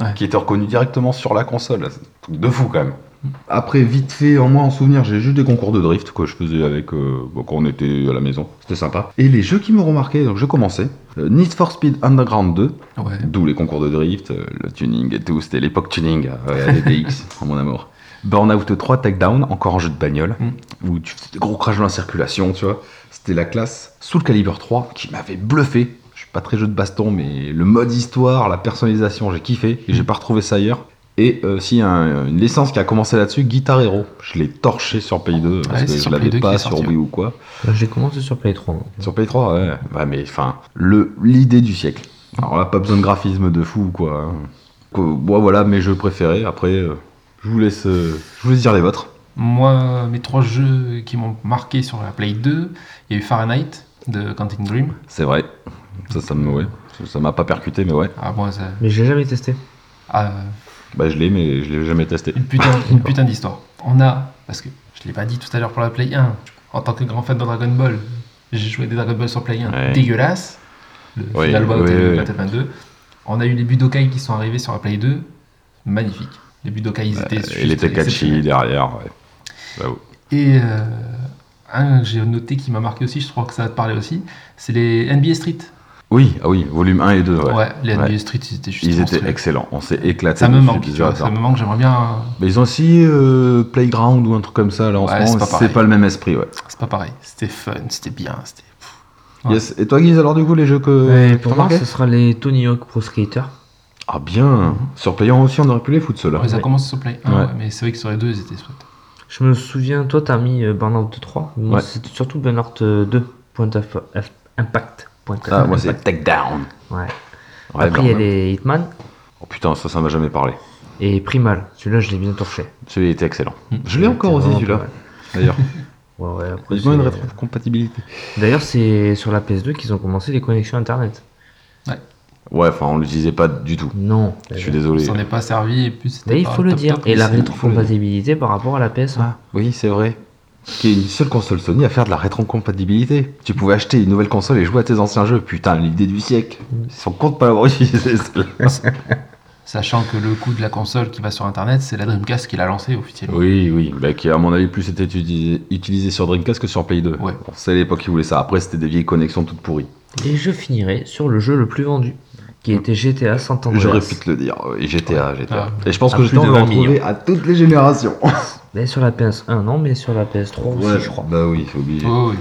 S4: Ouais.
S2: qui était reconnue directement sur la console. C'est un truc de fou quand même. Après, vite fait, en moi en souvenir, j'ai juste des concours de drift que je faisais avec euh, bon, quand on était à la maison. C'était sympa. Et les jeux qui m'auront marqué, donc je commençais euh, Need for Speed Underground 2,
S4: Ouais.
S2: D'où les concours de drift, euh, le tuning et tout. C'était l'époque tuning euh, à la DTX, mon amour. Burnout 3 Takedown, encore un jeu de bagnole,
S4: Mm.
S2: où tu faisais des gros crashs dans la circulation, tu vois. C'était la classe. Soul Calibur 3, qui m'avait bluffé. Je suis pas très jeu de baston, mais le mode histoire, la personnalisation, j'ai kiffé.
S4: Mm.
S2: Et j'ai pas retrouvé ça ailleurs. Et euh, si un- une licence qui a commencé là-dessus, Guitar Hero. Je l'ai torché sur Play 2, parce
S4: Ouais,
S2: que
S4: c'est
S2: je
S4: sur Play
S2: l'avais
S4: 2 qu'il
S2: pas
S4: est
S2: sur
S4: sorti,
S2: Wii ou quoi.
S3: Bah, J'ai commencé sur Play 3. moi.
S2: Sur Play 3, ouais. Ouais, mais enfin, le l'idée du siècle. Alors là, pas besoin de graphisme de fou, quoi. hein. Quoi, Moi, voilà mes jeux préférés. Après, euh, je vous laisse, euh, je vous laisse dire les vôtres.
S4: Moi, mes trois jeux qui m'ont marqué sur la Play 2, il y a eu Fahrenheit de Quantic Dream.
S2: C'est vrai. Ça, ça me, ouais. Ça- Ça m'a pas percuté, mais ouais.
S4: Ah, moi, ça.
S3: Mais j'ai jamais testé.
S4: ah,
S2: Bah, je l'ai, mais je l'ai jamais testé.
S4: une putain, une putain d'histoire. On a, parce que je l'ai pas dit tout à l'heure pour la Play 1, en tant que grand fan de Dragon Ball, j'ai joué des Dragon Ball sur Play 1
S2: Ouais.
S4: dégueulasse, le
S2: Oui,
S4: Final Bout
S2: oui,
S4: et le
S2: oui.
S4: Battle 22. On a eu les Budokai qui sont arrivés sur la Play 2, magnifique. Les Budokai, ils étaient
S2: Bah, Et les
S4: juste
S2: Tekachi
S4: exceptionnels.
S2: derrière, ouais. J'avoue.
S4: Et euh, un que j'ai noté qui m'a marqué aussi, je crois que ça va te parler aussi, c'est les NBA Street.
S2: Oui, ah oui, volume 1 et 2,
S4: Ouais,
S2: ouais.
S4: les NBA
S2: Ouais.
S4: Street, ils étaient juste
S2: Ils étaient
S4: monstrueux.
S2: excellents. On s'est éclaté.
S4: Ça me
S2: dessus,
S4: manque,
S2: puis
S4: tu vois,
S2: ça.
S4: ça me manque, j'aimerais bien.
S2: Mais ils ont aussi euh, Playground ou un truc comme ça, là, en
S4: Ouais,
S2: ce moment.
S4: c'est pas
S2: C'est
S4: pareil.
S2: pas le même esprit, ouais.
S4: C'est pas pareil, c'était fun, c'était bien, c'était. Ouais.
S2: Yes. Et toi, Guise, alors du coup, les jeux que
S3: Euh,
S2: t'as
S3: pour moi,
S2: marqués
S3: ce sera les Tony Hawk Pro Skater.
S2: Ah bien Sur Payant aussi, on aurait pu les foutre ceux-là.
S4: Ouais, ça
S3: Ouais.
S4: commence sur Play 1,
S2: Ouais.
S4: ouais, mais c'est vrai que sur les deux, ils étaient chouettes.
S3: Je me souviens, toi, t'as mis euh, Burnout 3. Moi,
S2: Ouais.
S3: c'était surtout Burnout euh, 2. Point of of- Impact. Point of
S2: Ah, moi, c'est
S3: Impact.
S2: Takedown.
S3: Ouais.
S2: Ouais,
S3: Après,
S2: quand
S3: il y a
S2: même.
S3: les Hitman
S2: Oh putain, ça, ça m'a jamais parlé.
S3: et Primal. Celui-là, je l'ai bien torché.
S2: Celui-là était excellent.
S4: Mm.
S2: Je l'ai encore
S3: C'était
S2: aussi, celui-là,
S3: vraiment pas mal.
S2: d'ailleurs.
S3: Ouais, ouais, après,
S2: Ils ont une
S3: c'est-
S2: rétrocompatibilité.
S3: D'ailleurs, c'est sur la PS2 qu'ils ont commencé les connexions Internet.
S2: Ouais, enfin, on l'utilisait pas du tout.
S3: Non.
S2: Je suis désolé.
S4: s'en est pas servi et puis c'était.
S3: Mais il
S4: pas
S3: faut le
S4: top,
S3: dire.
S4: top,
S3: Et
S4: mais
S3: la
S4: c'est-
S3: rétrocompatibilité par rapport à la PS1.
S2: Ah, oui, c'est vrai. Qui est une seule console Sony à faire de la rétrocompatibilité. Tu pouvais acheter une nouvelle console et jouer à tes anciens jeux. Putain, l'idée du siècle.
S3: Mm.
S2: Ils sont contents de pas l'avoir utilisé, celle-là.
S4: Sachant que le coût de la console qui va sur internet, c'est la Dreamcast qui l'a lancée officiellement.
S2: Oui, oui, bah, qui à mon avis plus était utilisé, utilisé sur Dreamcast que sur Play 2.
S4: Ouais.
S2: Bon, c'est à l'époque qui voulait ça. Après, c'était des vieilles connexions toutes pourries.
S3: Et je finirai sur le jeu le plus vendu, qui était GTA San Andreas.
S2: J'aurais pu te le dire. oui, GTA, GTA. Et je pense
S3: Ah. À
S2: que
S3: plus
S2: GTA, on
S3: de
S2: va
S3: 20
S2: retrouver
S3: millions.
S2: à toutes les générations.
S3: Mais sur la PS1, non, mais sur la PS3 aussi, je crois. Hein.
S2: Bah oui, c'est obligé.
S4: Oh, oui.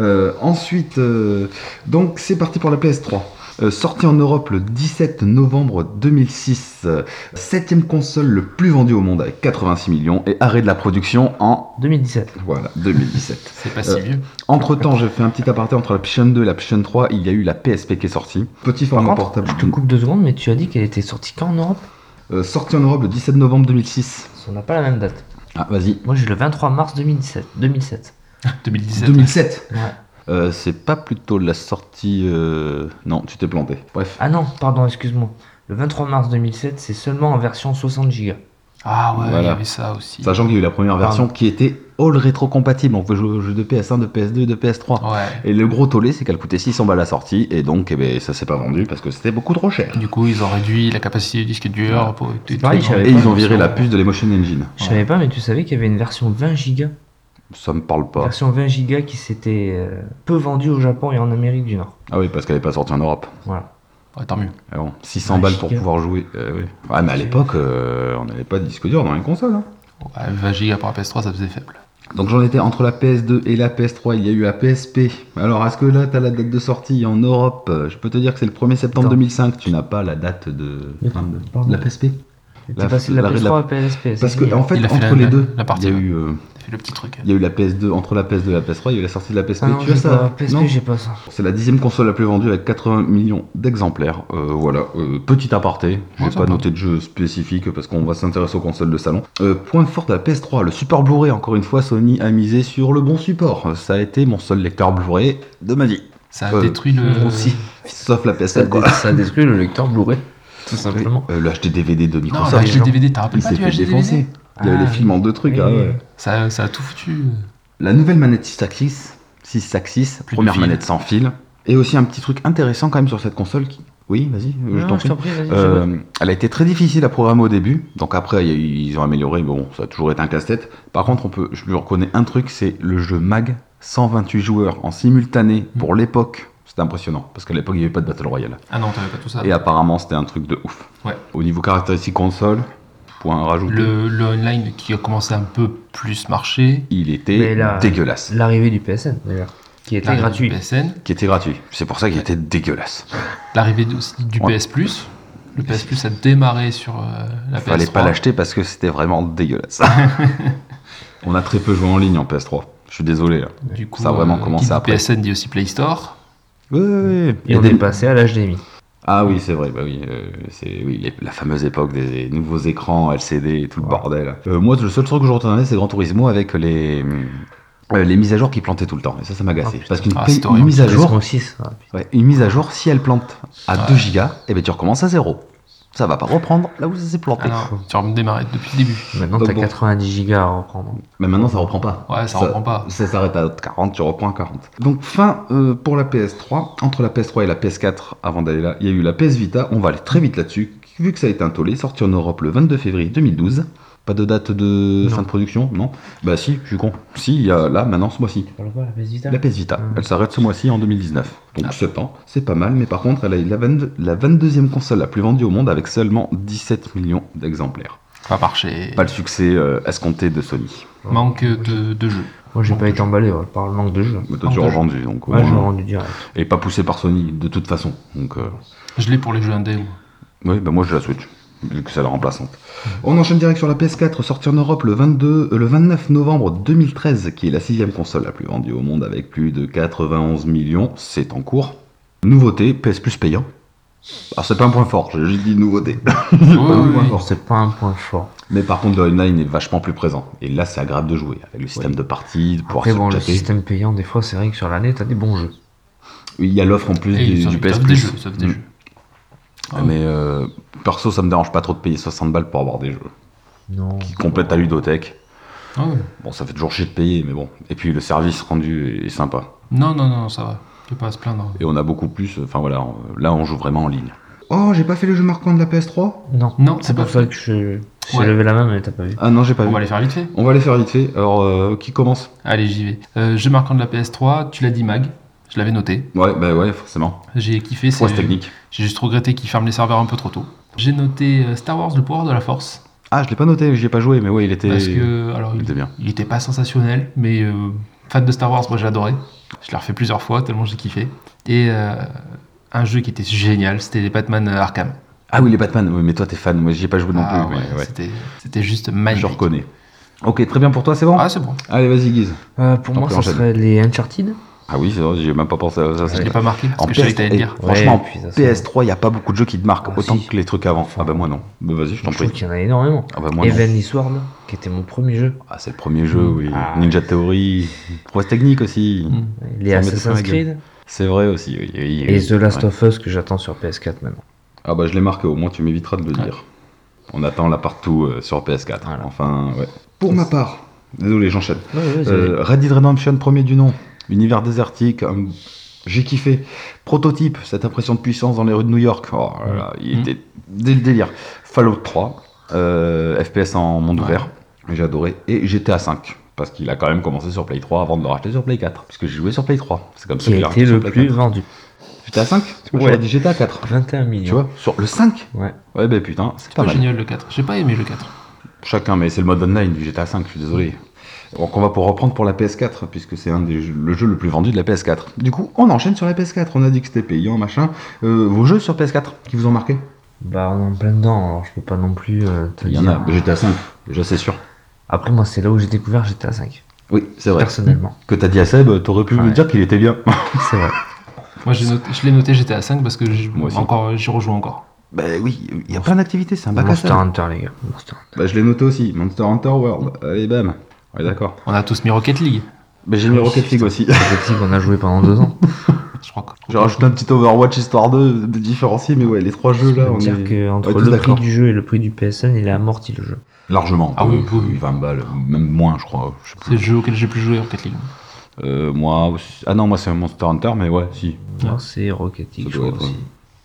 S2: Euh, ensuite, euh, donc c'est parti pour la PS3. Euh, sorti en Europe le 17 novembre 2006, euh, septième console le plus vendue au monde avec 86 millions et arrêt de la production en
S3: 2017.
S2: voilà 2017.
S4: C'est pas si
S2: Euh,
S4: vieux.
S2: Entre temps, j'ai fait un petit aparté entre la PlayStation 2 et la PlayStation 3. Il y a eu la PSP qui est sortie. Petit
S3: Par
S2: format
S3: contre,
S2: portable.
S3: je te coupe deux secondes, mais tu as dit qu'elle était sortie quand en Europe
S2: Euh, sorti en Europe le 17 novembre 2006.
S3: On n'a pas la même date.
S2: Ah, vas-y.
S3: Moi, j'ai le 23 mars 2017. 2007.
S4: 2017.
S2: 2007.
S3: Ouais.
S6: Euh, c'est pas plutôt la sortie. euh, Non, tu t'es planté.
S2: Bref.
S3: Ah non, pardon, excuse-moi. Le 23 mars 2007, c'est seulement en version 60 Go.
S4: Ah ouais, il y
S2: Voilà.
S4: avait ça aussi.
S2: Sachant qu'il y a eu la première version qui était all rétro-compatible. On pouvait jouer aux jeux de PS1, de PS2, de
S3: Oh.
S2: PS3.
S4: Ouais.
S2: Et le gros tollé, c'est qu'elle coûtait 600 balles à la sortie. Et donc, eh ben, ça s'est pas vendu parce que c'était beaucoup trop cher.
S4: Du coup, ils ont réduit la capacité du disque dur. Pour... des
S3: pareil,
S4: trucs.
S3: je savais
S2: Et ils ont viré la puce de l'Emotion Engine.
S3: Je savais pas, mais tu savais qu'il y avait une version 20 Go.
S2: Ça me parle pas.
S3: Version 20 Go qui s'était euh, peu vendue au Japon et en Amérique du Nord.
S2: Ah oui, parce qu'elle est pas sortie en Europe.
S3: Voilà.
S4: Ouais, tant mieux.
S2: Ah bon, 600
S3: Ouais,
S2: balles pour
S3: giga.
S2: pouvoir jouer. euh, oui. Ouais, mais à l'époque, euh, on n'avait pas de disque dur dans les consoles. hein.
S4: Ouais, 20 gigas pour la PS3, ça faisait faible.
S2: Donc j'en étais entre la PS2 et la PS3, il y a eu la PSP. Alors est-ce que là t'as la date de sortie en Europe Euh, Je peux te dire que c'est le 1er septembre
S3: Attends.
S2: 2005, tu n'as pas la date de,
S3: Mais-
S2: enfin, de-
S3: pardon.
S2: de la PSP
S3: T'es
S2: La-
S3: passé de la
S2: la- la-
S3: PS3 à la PSP. c'est
S2: Parce que
S3: fini,
S2: en
S3: hein.
S2: fait
S4: Il a fait
S2: entre
S4: la-
S2: les deux,
S4: la
S2: il
S4: partie,
S2: y a
S4: ouais.
S2: eu euh,
S4: T'as fait le petit truc.
S2: il y a eu la PS2 entre la PS2 et la PS3, il y a eu la sortie de la PSP.
S3: Ah non,
S2: tu as
S3: j'ai
S2: ça
S3: pas, PSP,
S2: Non
S3: j'ai pas ça.
S2: C'est la dixième console la plus vendue avec 80 millions d'exemplaires. Euh, voilà, euh, petit aparté. Je
S4: Ouais,
S2: vais
S4: ça
S2: pas
S4: va.
S2: noté de jeu spécifique parce qu'on va s'intéresser aux consoles de salon. Euh, point fort de la PS3, le support Blu-ray. Encore une fois, Sony a misé sur le bon support. Euh, Ça a été mon seul lecteur Blu-ray de ma vie.
S4: Ça a
S2: Euh,
S4: détruit le.
S2: Aussi. Sauf la PS4.
S7: Ça,
S2: quoi.
S7: dé- ça détruit le lecteur Blu-ray, tout simplement.
S2: Euh, le HD-DVD de
S4: Non,
S2: Microsoft.
S4: bah, Ah, le HD-DVD, t'as rappelé
S2: il
S4: pas
S2: s'est
S4: du
S2: fait
S4: HD-DVD
S2: défoncer. Il y avait
S3: Ah,
S2: les films en deux trucs.
S3: oui,
S2: ah
S3: oui,
S2: ouais.
S3: oui.
S4: ça, ça a tout foutu.
S2: La nouvelle manette 6 axis, 6 axis,
S4: Plus de
S2: première
S4: fil.
S2: manette sans fil. Et aussi un petit truc intéressant quand même sur cette console qui. Oui, vas-y, euh, je
S3: Non,
S2: t'en prie.
S3: vas-y,
S2: Euh, elle a été très difficile à programmer au début, donc après il y a eu- ils ont amélioré, mais bon, ça a toujours été un casse-tête. Par contre, on peut, je lui reconnais un truc, c'est le jeu MAG, 128 joueurs en simultané pour l'époque. C'était impressionnant, parce qu'à l'époque il n'y avait pas de Battle Royale.
S4: Ah non, t'avais pas tout ça.
S2: Et apparemment c'était un truc de ouf.
S4: Ouais.
S2: Au niveau caractéristiques console, point à rajouter,
S4: Le, le online qui a commencé un peu plus marcher.
S2: il
S3: Mais
S2: était
S3: là-
S2: dégueulasse.
S3: L'arrivée du PSN, d'ailleurs, qui était
S4: l'arrivée
S3: gratuit.
S4: Du PSN,
S2: Qui était gratuit. C'est pour ça qu'il était dégueulasse.
S4: l'arrivée du- aussi du
S2: Ouais.
S4: PS Plus. Le PS Plus a démarré sur euh, la PS3.
S2: Fallait pas l'acheter parce que c'était vraiment dégueulasse. on a très peu joué en ligne en PS3. Je suis désolé. là.
S4: Du coup, euh,
S2: Ça a vraiment commencé
S4: qui dit
S2: après.
S4: PSN dit aussi Play Store.
S2: Ouais, ouais, ouais.
S3: Et on est passé à l'HDMI.
S2: Ah oui, c'est vrai, bah oui, euh, c'est oui, les- la fameuse époque des nouveaux écrans LCD et tout le bordel. Euh, moi, le seul truc que je retiendrai, c'est Gran Turismo avec les, euh, les mises à jour qui plantaient tout le temps. Et ça, ça m'a
S3: Ah,
S2: gacé.
S3: putain.
S2: Parce qu'une
S4: Ah,
S2: play-
S4: c'est
S2: une
S4: horrible.
S2: mise à jour,
S3: 6. Ah, putain.
S2: ouais, une mise à jour, si elle plante à
S4: Ouais.
S2: 2 gigas, et ben tu recommences à zéro. Ça va pas reprendre là où ça s'est planté.
S4: Ah non, tu vas me démarrer depuis le début.
S3: Maintenant,
S2: Donc
S3: t'as
S2: bon.
S3: 90 gigas à reprendre.
S2: Mais maintenant, ça reprend pas.
S4: Ouais, ça,
S2: Ça-
S4: reprend pas.
S2: Ça s'arrête à 40, tu reprends à 40. Donc fin euh, pour la PS3. Entre la PS3 et la PS4, avant d'aller là, il y a eu la PS Vita. On va aller très vite là-dessus. Vu que ça a été un tollé, sorti en Europe le 22 février 2012. Pas de date de
S3: Non.
S2: fin de production, non Bah si, je suis con. Si, il y a là, maintenant, ce mois-ci.
S3: Tu parles pas, la PS Vita
S2: La PS Vita,
S3: Ah.
S2: elle s'arrête ce mois-ci en 2019. Donc 7 ans, c'est pas mal, mais par contre, elle est la, 22 la 22e console la plus vendue au monde avec seulement 17 millions d'exemplaires.
S4: Pas marché.
S2: Pas le succès euh, escompté de Sony.
S4: Manque de, de jeux.
S3: Moi, j'ai pas été emballé ouais, par le manque de jeu.
S2: Mais toi, tu as revendu, donc... au
S3: Moi, je l'ai
S2: moins-
S3: rendu direct.
S2: Et pas poussé par Sony de toute façon. Donc, euh,
S4: Je l'ai pour les jeux indés. moi.
S2: oui, bah moi j'ai la Switch, vu que c'est la remplaçante. On enchaîne direct sur la PS4, sortie en Europe le, 22, euh, le 29 novembre 2013, qui est la sixième console la plus vendue au monde avec plus de 91 millions. C'est en cours. Nouveauté, PS Plus payant. Alors c'est pas un point fort, j'ai juste dit nouveauté.
S4: Ouais,
S2: Pas un
S4: ouais,
S2: point
S4: ouais.
S2: fort.
S3: C'est pas un point fort.
S2: Mais par contre, le online est vachement plus présent. Et là, c'est agréable de jouer avec le système de partie, de pouvoir
S3: Après,
S2: se
S3: bon, le
S2: chatter.
S3: système payant, des fois, c'est vrai que sur l'année, t'as des bons jeux.
S2: Il y a l'offre en plus
S4: Et
S2: du,
S4: ça-
S2: du
S4: ça
S2: PS
S4: fait
S2: Plus.
S4: des jeux, ça fait des
S2: Mm.
S4: jeux. Ah
S2: Mais euh, perso, ça me dérange pas trop de payer 60 balles pour avoir des jeux.
S3: Non.
S2: qui complète la ludothèque.
S4: Ah ouais.
S2: Bon, ça fait toujours chier de payer, mais bon. Et puis le service rendu est sympa.
S4: Non, non, non, ça va. Tu peux pas à se plaindre.
S2: Et on a beaucoup plus. Enfin voilà, on- là on joue vraiment en ligne. Oh, j'ai pas fait le jeu marquant de la PS3
S3: Non.
S4: Non,
S3: C'est
S4: c'est
S3: pour
S4: pas-
S3: ça que je. J'ai
S4: Ouais.
S3: levé la main, mais t'as pas vu.
S2: Ah non, j'ai pas
S4: On
S2: vu.
S4: va les faire vite fait.
S2: On va les faire vite fait. Alors, euh, qui commence
S4: Allez, j'y vais. Euh, jeu marquant de la PS3, tu l'as dit, Mag. Je l'avais noté.
S2: Ouais, bah ouais, forcément.
S4: J'ai kiffé. c'est-
S2: Prouesse technique.
S4: J'ai juste regretté qu'ils ferment les serveurs un peu trop tôt. J'ai noté euh, Star Wars, le pouvoir de la force.
S2: Ah, je l'ai pas noté, j'y ai pas joué, mais ouais, il était.
S4: Parce que, alors,
S2: Il
S4: il,
S2: était bien.
S4: il était pas sensationnel, mais euh, fan de Star Wars, moi j'ai adoré. Je l'ai refait plusieurs fois, tellement j'ai kiffé. Et euh, un jeu qui était génial, c'était les Batman euh, Arkham.
S2: Ah oui, les Batman, oui, mais toi t'es fan, moi j'y ai pas joué non
S4: Ah
S2: plus.
S4: ouais,
S2: mais ouais.
S4: C'était, c'était juste magnifique.
S2: Je reconnais. Ok, très bien pour toi, c'est bon
S4: Ah, c'est bon,
S2: Allez, vas-y, Guise.
S3: Euh, pour
S2: On
S3: moi,
S2: peut
S3: ça
S2: enchaîner.
S3: serait les Uncharted.
S2: Ah oui, c'est vrai, j'ai même pas pensé à ça.
S4: je
S2: c'est
S4: l'ai
S2: vrai.
S4: pas marqué parce
S2: En
S4: que je savais que t'allais le
S2: PS3,
S4: dire.
S2: Franchement,
S3: Ouais, puis ça, c'est-
S2: PS3, il n'y a pas beaucoup de jeux qui te marquent
S3: Ah,
S2: autant
S3: si.
S2: que les trucs avant. Ah bah moi non. Bah vas-y, je t'en
S3: Je trouve
S2: prie.
S3: qu'il y en a énormément.
S2: Ah bah moi non.
S3: Heavenly Sword, qui était mon premier jeu.
S2: Ah c'est le premier jeu, oui.
S3: Ah.
S2: Ninja Theory. Prouesse technique aussi.
S4: Mm.
S3: Les
S2: Ça met
S3: Assassin's
S2: plein la gueule.
S3: Creed.
S2: C'est vrai aussi, oui. oui,
S3: Et
S2: oui.
S3: The Last
S2: Ouais.
S3: of Us, que j'attends sur PS4 maintenant.
S2: Ah bah je l'ai marqué, au moins tu m'éviteras de le dire. On attend la partout euh, sur PS4.
S3: Voilà.
S2: Enfin, ouais. Pour ma part. Désolé, j'enchaîne.
S3: Euh,
S2: Euh, Red Dead Redemption, premier du nom. Univers désertique. hum, J'ai kiffé. Prototype, cette impression de puissance dans les rues de New York. Oh là là, il
S4: Mm.
S2: était dès le délire. Fallout 3, euh, FPS en monde ouvert. J'ai adoré. Et GTA 5. Parce qu'il a quand même commencé sur Play 3 avant de le racheter sur Play 4. Puisque j'ai joué sur Play 3. C'est comme ça
S3: qui
S2: qu'il a
S3: a été
S2: racheté sur
S3: le
S2: Play
S3: plus
S2: 4.
S3: vendu.
S2: GTA 5 Moi,
S3: Ouais.
S2: J'aurais dit GTA 4.
S3: 21
S2: Tu
S3: millions.
S2: vois Sur le 5
S3: Ouais.
S2: Ouais, ben putain, c'est
S4: C'est
S2: pas
S4: pas
S2: mal.
S4: génial le 4. J'ai pas aimé le 4.
S2: Chacun, mais c'est le mode online du GTA 5, je suis désolé. Donc on va pour reprendre pour la PS4, puisque c'est un des jeux- le jeu le plus vendu de la PS4. Du coup, on enchaîne sur la PS4, on a dit que c'était payant, machin. Euh, vos jeux sur PS4 qui vous ont marqué
S3: Bah, on est en plein dedans, alors je peux pas non plus euh, te
S2: Il y
S3: dire.
S2: en a, GTA 5, déjà c'est sûr.
S3: Après, moi, c'est là où j'ai découvert GTA V,
S2: Oui, c'est vrai.
S3: personnellement.
S2: Que t'as dit à Seb, t'aurais pu me
S3: Ouais.
S2: dire qu'il était bien.
S3: C'est vrai.
S4: Moi, j'ai noté- je l'ai noté GTA 5 parce que je-
S2: Moi aussi.
S4: encore, j'y rejoue encore.
S2: bah oui, il y a plein d'activités, c'est un bac à
S3: Monster
S2: sable.
S3: Hunter, les gars. Monster Hunter.
S2: Bah je l'ai noté aussi, Monster Hunter World. Allez, bam. Ouais, d'accord.
S4: On a tous mis Rocket League.
S2: Bah j'ai mis Rocket League aussi.
S3: C'est petit qu'on a joué pendant deux ans.
S4: Je crois que.
S2: J'ai rajouté un petit Overwatch Histoire 2 de différencier, mais ouais, les trois jeux là,
S3: Je
S2: on
S3: veux dire
S2: est...
S3: que entre
S2: on est tous
S3: le prix
S2: d'accord.
S3: du jeu et le prix du PSN, il a amorti le jeu.
S2: Largement.
S4: Ah oui, oui, oui.
S2: 20 balles, même moins, je crois. je sais
S4: C'est le
S2: plus.
S4: jeu auquel j'ai plus joué, Rocket League.
S2: Euh, moi, aussi- ah non, moi c'est un Monster Hunter, mais ouais, si.
S3: Non, c'est Rocket League,
S2: Ça
S3: je
S2: doit
S3: crois
S2: être,
S3: aussi.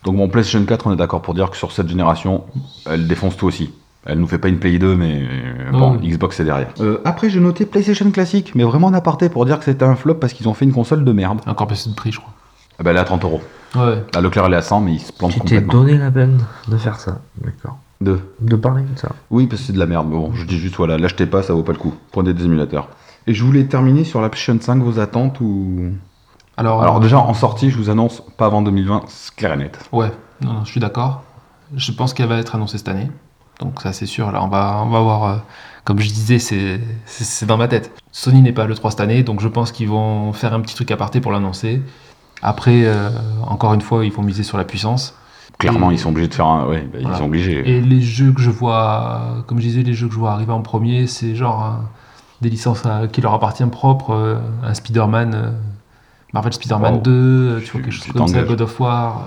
S2: Donc mon PlayStation 4, on est d'accord pour dire que sur cette génération, elle défonce tout aussi. Elle nous fait pas une Play 2, mais euh,
S4: Non,
S2: bon,
S4: oui.
S2: Xbox est derrière. Euh, après, j'ai noté PlayStation classique, mais vraiment en aparté pour dire que c'était un flop parce qu'ils ont fait une console de merde.
S4: Encore plus de prix, je crois.
S2: Ah bah, elle est à 30 euros.
S4: Ouais.
S2: La Leclerc elle est à 100, mais ils se plantent
S3: Tu t'es
S2: complètement.
S3: donné la peine de faire ça. D'accord.
S2: Deux.
S3: De parler de ça.
S2: Oui, parce que c'est de la merde. mais Bon, je dis juste, voilà, l'achetez pas, ça vaut pas le coup. Prenez des émulateurs. Et je voulais terminer sur la PlayStation 5, vos attentes ou.
S4: Alors,
S2: Alors, déjà, en sortie, je vous annonce, pas avant 2020, c'est clair et net.
S4: Ouais, non, non, je suis d'accord. Je pense qu'elle va être annoncée cette année. Donc ça c'est sûr, là on va, on va voir, euh, comme je disais, c'est- c'est c'est dans ma tête. Sony n'est pas le 3 cette année, donc je pense qu'ils vont faire un petit truc à parté pour l'annoncer. Après, euh, encore une fois, ils vont miser sur la puissance.
S2: Clairement,
S4: Et-
S2: ils sont obligés de faire un. Ouais, bah, ils
S4: Voilà.
S2: sont obligés.
S4: Et les jeux que je vois, comme je disais, les jeux que je vois arriver en premier, c'est genre un- des licences à- qui leur appartiennent propre, euh, un Spider-Man, euh, Marvel Spider-Man
S2: Wow.
S4: 2, euh, tu
S2: Tu-
S4: vois, quelque chose
S2: tu
S4: comme ça,
S2: t'engages.
S4: God of War.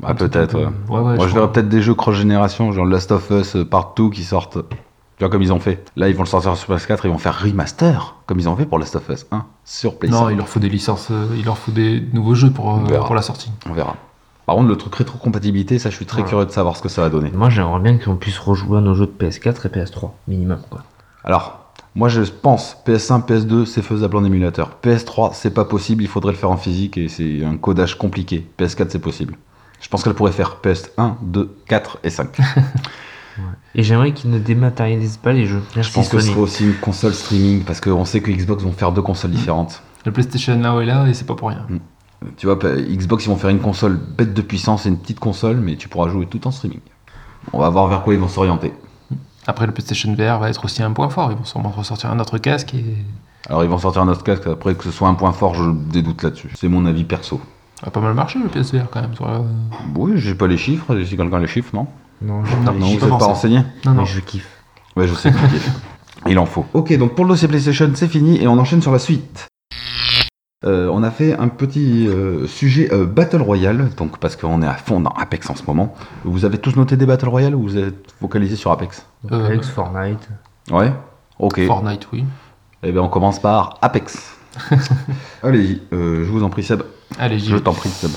S4: euh,
S2: Ah, peut-être, ouais.
S4: Ouais, ouais,
S2: Moi,
S4: je
S2: je verrais
S4: crois.
S2: peut-être des jeux cross-génération, genre Last of Us euh, partout qui sortent. Tu vois, comme ils ont fait. Là, ils vont le sortir sur PS4, ils vont faire remaster, comme ils ont fait pour Last of Us 1, sur PS4.
S4: Non, il leur faut des licences, euh, il leur faut des nouveaux jeux pour, euh,
S2: On verra.
S4: pour la sortie.
S2: On verra. Par contre, le truc rétro-compatibilité, ça, je suis très
S3: Ouais.
S2: curieux de savoir ce que ça va donner.
S3: Moi, j'aimerais bien qu'on puisse rejouer à nos jeux de PS4 et PS3, minimum, quoi.
S2: Alors, moi je pense PS1, PS2, c'est faisable en émulateur. PS3, c'est pas possible, il faudrait le faire en physique et c'est un codage compliqué. PS4, c'est possible. Je pense qu'elle pourrait faire PS1, 2, 4 et 5.
S3: Et j'aimerais qu'ils ne dématérialisent pas les jeux. Merci
S2: Je pense que ce
S3: Sony.
S2: serait aussi une console streaming parce qu'on sait que Xbox vont faire deux consoles différentes.
S4: Le PlayStation là où est là et c'est pas pour rien.
S2: Tu vois, pa- Xbox, ils vont faire une console bête de puissance et une petite console, mais tu pourras jouer tout en streaming. On va voir vers quoi ils vont s'orienter.
S4: Après le PlayStation VR va être aussi un point fort, ils vont sûrement ressortir un autre casque et
S2: Alors ils vont sortir un autre casque, après que ce soit un point fort, je dédoute là-dessus. C'est mon avis perso.
S4: ça va pas mal marcher le PSVR quand même. sur la-
S2: Oui, j'ai pas les chiffres, si quelqu'un a les chiffres, non
S3: Non, je
S4: Non,
S3: mais
S2: Ah, Non,
S4: j'y
S2: vous êtes
S4: ai pas
S2: pas
S4: pensé.
S2: renseigné
S4: Non non.
S3: je kiffe.
S2: Ouais, je sais. Il en faut. Ok, donc pour le dossier PlayStation, c'est fini et on enchaîne sur la suite. Euh, on a fait un petit euh, sujet euh, Battle Royale, donc parce qu'on est à fond dans Apex en ce moment. Vous avez tous noté des Battle Royale ou vous êtes focalisé sur Apex
S3: Donc,
S4: Euh,
S3: Alex, Fortnite.
S2: Ouais. Ok.
S4: Fortnite oui.
S2: Eh bien, on commence par Apex. Allez-y, euh, je vous en prie, Seb.
S4: Allez j'y
S2: Je
S4: vais.
S2: t'en prie, Seb.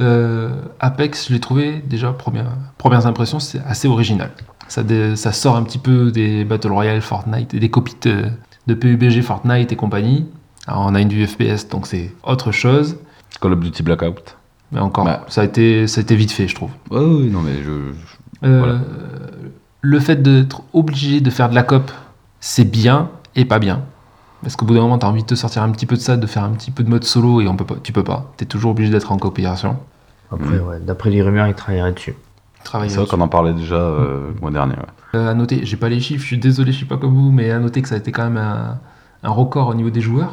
S4: Euh, Apex je l'ai trouvé déjà première premières impressions c'est assez original. Ça, dé- ça sort un petit peu des Battle Royale Fortnite et des copies de, de PUBG Fortnite et compagnie. Alors, on a une vue FPS donc c'est autre chose.
S2: Call of Duty Blackout.
S4: Mais encore,
S2: Bah.
S4: ça, a été, ça a été vite fait, je trouve.
S2: Ouais, oui, non, mais je. je-
S4: Euh,
S2: Voilà.
S4: Le fait d'être obligé de faire de la cop, c'est bien et pas bien. Parce qu'au bout d'un moment, t'as envie de te sortir un petit peu de ça, de faire un petit peu de mode solo et on peut pas, tu peux pas. T'es toujours obligé d'être en coopération.
S3: Après, ouais, d'après les rumeurs, ils travailleraient dessus.
S4: Travailler
S2: C'est vrai qu'on en parlait déjà euh, le mois dernier. ouais.
S4: Euh, à noter, j'ai pas les chiffres, je suis désolé, je suis pas comme vous, mais à noter que ça a été quand même un, un record au niveau des joueurs.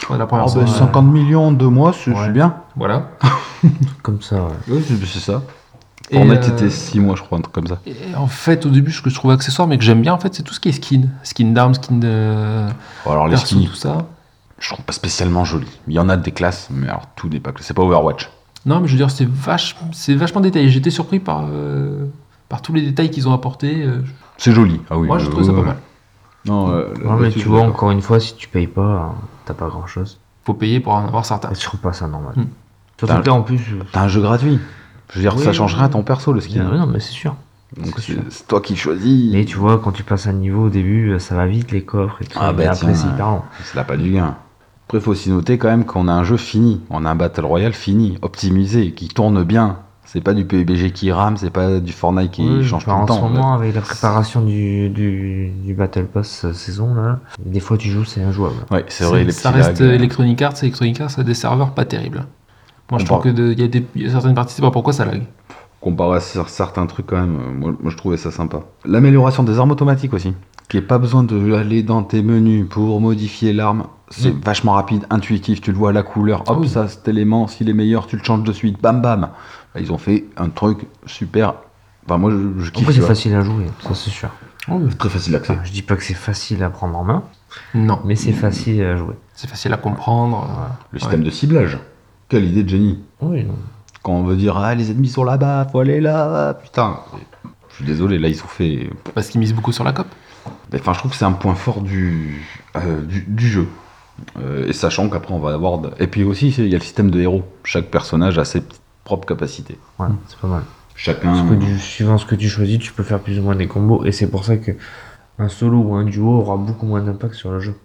S4: Je crois, la première
S8: Ah,
S4: fois,
S8: bah,
S4: euh,
S8: 50 millions de mois, c'est
S4: Ouais.
S8: c'est bien.
S4: Voilà.
S3: Comme ça, ouais.
S2: Oui, c'est c'est ça.
S4: Et,
S2: En
S4: euh,
S2: net, c'était 6 mois, je crois, un truc comme ça.
S4: et en fait, au début, ce que je trouve accessoire, mais que j'aime bien, en fait, c'est tout ce qui est skin. Skin d'armes, skin de
S2: Bon, alors, les
S4: perso,
S2: skins,
S4: tout ça.
S2: je trouve pas spécialement joli. Il y en a des classes, mais alors tout n'est pas classe. C'est pas Overwatch.
S4: Non, mais je veux dire, c'est vache, c'est vachement détaillé. J'étais surpris par, euh, par tous les détails qu'ils ont apportés. euh, je-
S2: C'est joli. Ah oui.
S4: Moi, je
S2: euh,
S4: trouve ça
S2: ouais,
S4: pas
S2: ouais.
S4: mal.
S2: Non, euh,
S3: Non, mais
S2: là-dessus,
S3: tu
S2: je
S3: vois,
S2: suis
S3: encore une fois, si tu payes pas, euh, t'as pas grand chose.
S4: Faut payer pour en avoir certains.
S3: Je trouve pas ça normal.
S4: Hmm.
S3: Surtout
S2: T'as-
S3: que là, en plus. euh,
S2: T'as un jeu gratuit. Je veux dire,
S3: Oui,
S2: ça change
S3: oui.
S2: rien à ton perso, le
S3: il y en a-
S2: skin.
S3: Non, mais c'est sûr.
S2: Donc,
S3: c'est
S2: c'est
S3: sûr.
S2: c'est toi qui choisis.
S3: Mais tu vois, quand tu passes un niveau au début, euh, ça va vite, les coffres et tout.
S2: Ah, bah,
S3: et
S2: tiens,
S3: après, c'est
S2: ouais.
S3: hyper lent.
S2: C'est la pas du gain. Après, il faut aussi noter quand même qu'on a un jeu fini. On a un Battle Royale fini, optimisé, qui tourne bien. C'est pas du PUBG qui rame, c'est pas du Fortnite qui
S3: Oui,
S2: change tout
S3: enfin,
S2: le temps.
S3: En ce
S2: en fait.
S3: moment, avec la préparation du, du, du Battle Pass euh, saison, là, des fois tu joues, c'est injouable.
S2: Ouais, c'est vrai, les petits
S4: ça reste
S2: lags, euh,
S4: Electronic Arts, et Electronic Arts, ça a des serveurs pas terribles. Moi, je
S2: On
S4: trouve
S2: parle-
S4: qu'il y, a des- y a certaines parties, c'est pas pourquoi ça lag.
S2: comparé à cer- certains trucs quand même, euh, moi, moi, je trouvais ça sympa. L'amélioration des armes automatiques aussi, qui est pas besoin d'aller dans tes menus pour modifier l'arme, c'est
S4: Mm.
S2: vachement rapide, intuitif, tu le vois à la couleur, hop
S4: Ah oui.
S2: ça cet élément, s'il est meilleur, tu le changes de suite, bam bam. Là, ils ont fait un truc super, enfin moi je, je kiffe.
S3: Après,
S2: tu
S3: c'est
S2: vois.
S3: facile à jouer, ça c'est sûr.
S2: Très facile d'accès.
S3: Enfin, je dis pas que c'est facile à prendre en main,
S4: Non,
S3: mais
S2: Hmm.
S3: c'est facile à jouer.
S4: c'est facile à comprendre. euh,
S2: Le système de ciblage, quelle idée de génie.
S3: Oui,
S2: Quand on veut dire, ah les ennemis sont là-bas, faut aller là, putain. Je suis désolé, là ils ont fait
S4: euh, Parce qu'ils misent beaucoup sur la COP.
S2: Ben, Enfin, je trouve que c'est un point fort du, euh, du, du jeu. Euh, et sachant qu'après, on va avoir. de- Et puis aussi, c'est- il y a le système de héros. Chaque personnage a ses petites propres capacités.
S3: ouais, c'est pas mal. Parce
S2: Chacun.
S3: que du- suivant ce que tu choisis, tu peux faire plus ou moins des combos, et c'est pour ça que un solo ou un duo aura beaucoup moins d'impact sur le jeu.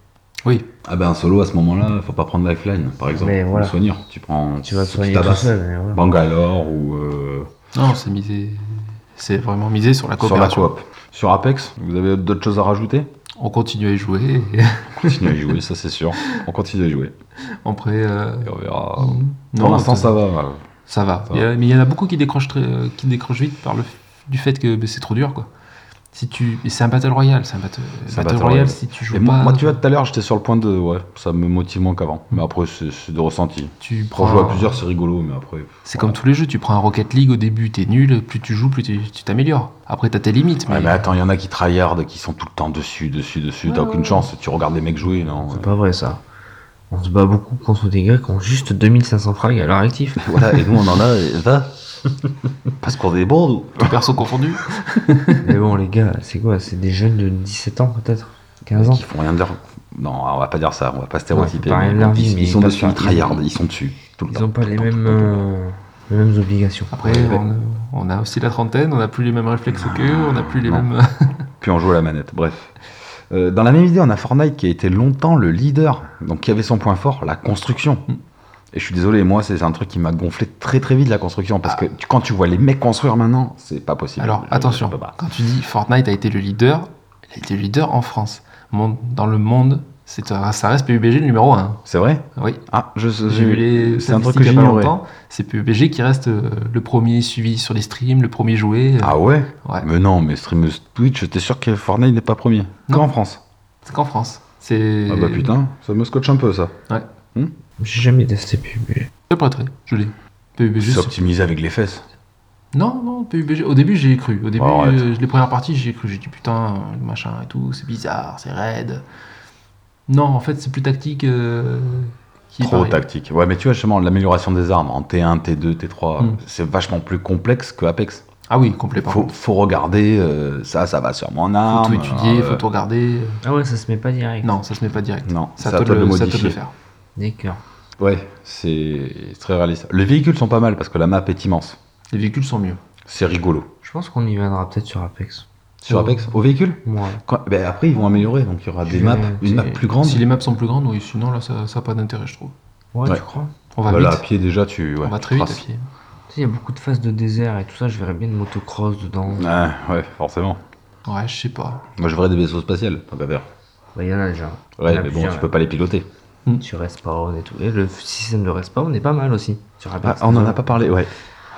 S2: Ah ben, un solo à ce moment-là, faut pas prendre Lifeline, par exemple.
S3: Mais
S2: Faut
S3: voilà.
S2: le soigner. Tu prends.
S3: Tu vas te
S2: tu
S3: soigner tout
S2: tabasses
S3: seul. et voilà.
S2: Bangalore ou. euh,
S4: Non, c'est misé. C'est vraiment misé sur la
S2: sur la
S4: coopération.
S2: coop. Sur Apex, vous avez d'autres choses à rajouter
S4: on continue à y jouer. et
S2: On continue à y jouer, ça c'est sûr. On continue à y jouer.
S4: Après, euh,
S2: Et on verra.
S4: non,
S2: Pour l'instant,
S4: ça,
S2: ça va.
S4: ça va.
S2: ça
S4: Il y a- mais il y en a beaucoup qui décrochent, très- euh, qui décrochent vite par le f- du fait que ben, c'est trop dur, quoi. Si tu, et c'est un battle royale, c'est un battle,
S2: C'est un
S4: battle,
S2: battle
S4: royale,
S2: royale.
S4: Si tu joues
S2: Et moi,
S4: pas,
S2: moi, tu vois, tout à l'heure, j'étais sur le point de. Ouais, ça me motive moins qu'avant. Mais après, c'est c'est de ressenti.
S4: tu
S2: Pour
S4: prends.
S2: jouer à plusieurs, c'est rigolo, mais après.
S4: C'est comme tous les jeux. Tu prends un Rocket League au début, t'es nul. Plus tu joues, plus t'es- tu t'améliores. Après, t'as tes limites. Mais,
S2: Ouais, mais attends, il y en a qui tryhard, qui sont tout le temps dessus, dessus, dessus. T'as aucune chance. Tu regardes les mecs jouer, non euh,
S3: C'est pas vrai ça. On se bat beaucoup contre des gars qui ont juste 2500 frags à leur actif.
S2: Voilà, et nous, on en a, et va Parce qu'on est bon,
S4: tout perso confondu.
S3: Mais bon, les gars, c'est quoi C'est des jeunes de 17 ans peut-être 15
S2: nous.
S3: ans
S2: Qui font rien de leur. Non, on va pas dire ça, on va pas stéréotyper.
S3: Ouais, faut pas rien de leur vie,
S2: ils,
S3: mais
S2: ils sont
S3: ils
S2: dessus,
S3: passent
S2: ils
S3: pas-
S2: tryhard, ils sont dessus. Tout le
S3: Ils
S2: temps,
S3: ont pas
S2: tout le
S3: les
S2: temps, tout
S3: mêmes,
S2: le temps, tout le temps.
S3: euh, les mêmes obligations.
S4: Après, on, on a aussi la trentaine. On a plus les mêmes réflexes qu'eux. On a plus les
S2: Non.
S4: mêmes. euh,
S2: Puis on joue à la manette, bref. Euh, dans la même idée, on a Fortnite qui a été longtemps le leader, donc qui avait son point fort, la construction.
S4: Mm.
S2: Et je suis désolé, moi, c'est c'est un truc qui m'a gonflé très très vite la construction,
S3: Ah.
S2: parce que tu- quand tu vois les mecs construire maintenant, c'est pas possible.
S4: Alors
S2: Je-
S4: attention,
S2: je peux pas.
S4: quand tu dis Fortnite a été le leader, il a été le leader en France. Mon- Dans le monde, c'est un- ça reste PUBG le numéro 1.
S2: C'est vrai
S4: Oui,
S2: Ah, je, je-
S4: j'ai vu les
S2: C'est un truc
S4: statistiques
S2: que
S4: il y a pas
S2: j'ignorais.
S4: longtemps. C'est PUBG qui reste euh, le premier suivi sur les streams, le premier joué. euh,
S2: Ah ouais,
S4: Ouais.
S2: Mais non, mais streameuse Twitch, j'étais sûr que Fortnite n'est pas premier.
S4: Non.
S2: Qu'en France
S4: C'est qu'en France. C'est.
S2: Ah bah putain, ça me scotche un peu ça.
S3: J'ai jamais testé PUBG.
S4: Je le prêterai, je l'ai. PUBG.
S2: C'est
S4: c'est-
S2: optimisé avec les fesses.
S4: Non, non, PUBG. Au début, j'y ai cru. Au début,
S2: Oh, arrête.
S4: euh, les premières parties, j'y ai cru. J'ai dit putain, le machin et tout, c'est bizarre, c'est raide. Non, en fait, c'est plus tactique. euh, qui
S2: Trop
S4: paraît.
S2: tactique. Ouais, mais tu vois, justement, l'amélioration des armes en T1, T2, T3,
S4: Mm.
S2: c'est vachement plus complexe que Apex.
S4: Ah oui, complètement.
S2: Faut, faut regarder, euh, ça, ça va sur mon
S4: Faut
S2: arme.
S4: tout étudier,
S2: euh,
S4: faut tout regarder.
S3: Ah ouais, ça se met pas direct.
S4: Non, ça se met pas direct.
S2: Non, Mm. c'est
S4: Ça
S2: à
S4: te
S2: toi de le
S4: ça te
S2: modifier.
S4: le faire.
S3: D'accord.
S2: Ouais, c'est c'est très réaliste. Les véhicules sont pas mal parce que la map est immense.
S4: Les véhicules sont mieux.
S2: C'est rigolo.
S3: Je pense qu'on y viendra peut-être sur Apex.
S2: Sur
S4: Oh.
S2: Apex, aux véhicules
S3: Moi.
S2: Quand- ben Après, ils vont améliorer, donc il y aura
S3: Je
S2: des
S3: vais-
S2: maps, une
S4: Si-
S2: map plus grande.
S4: Si les maps sont plus grandes, oui. Sinon, là, ça n'a pas d'intérêt, je trouve.
S3: Ouais,
S2: Ouais.
S3: tu crois
S4: On va
S2: Voilà, à
S4: vite.
S2: pied déjà, tu. ouais,
S4: On va
S2: tu
S4: très vite à
S2: traces.
S4: pied.
S3: Tu sais, il y a beaucoup de phases de désert et tout ça, je verrais bien de motocross dedans. Bah,
S2: Ah, ouais, forcément.
S4: Ouais, je sais pas.
S2: Moi, je voudrais des vaisseaux spatiaux, tant qu'à faire.
S3: Il y en a déjà. Il y
S2: Ouais,
S3: en a
S2: mais bon,
S3: plusieurs,
S2: tu
S3: là.
S2: peux pas les piloter. Ah,
S3: Tu respawn et tout. Et le système de respawn est pas mal aussi. Sur Apex.
S2: on en a pas parlé, ouais.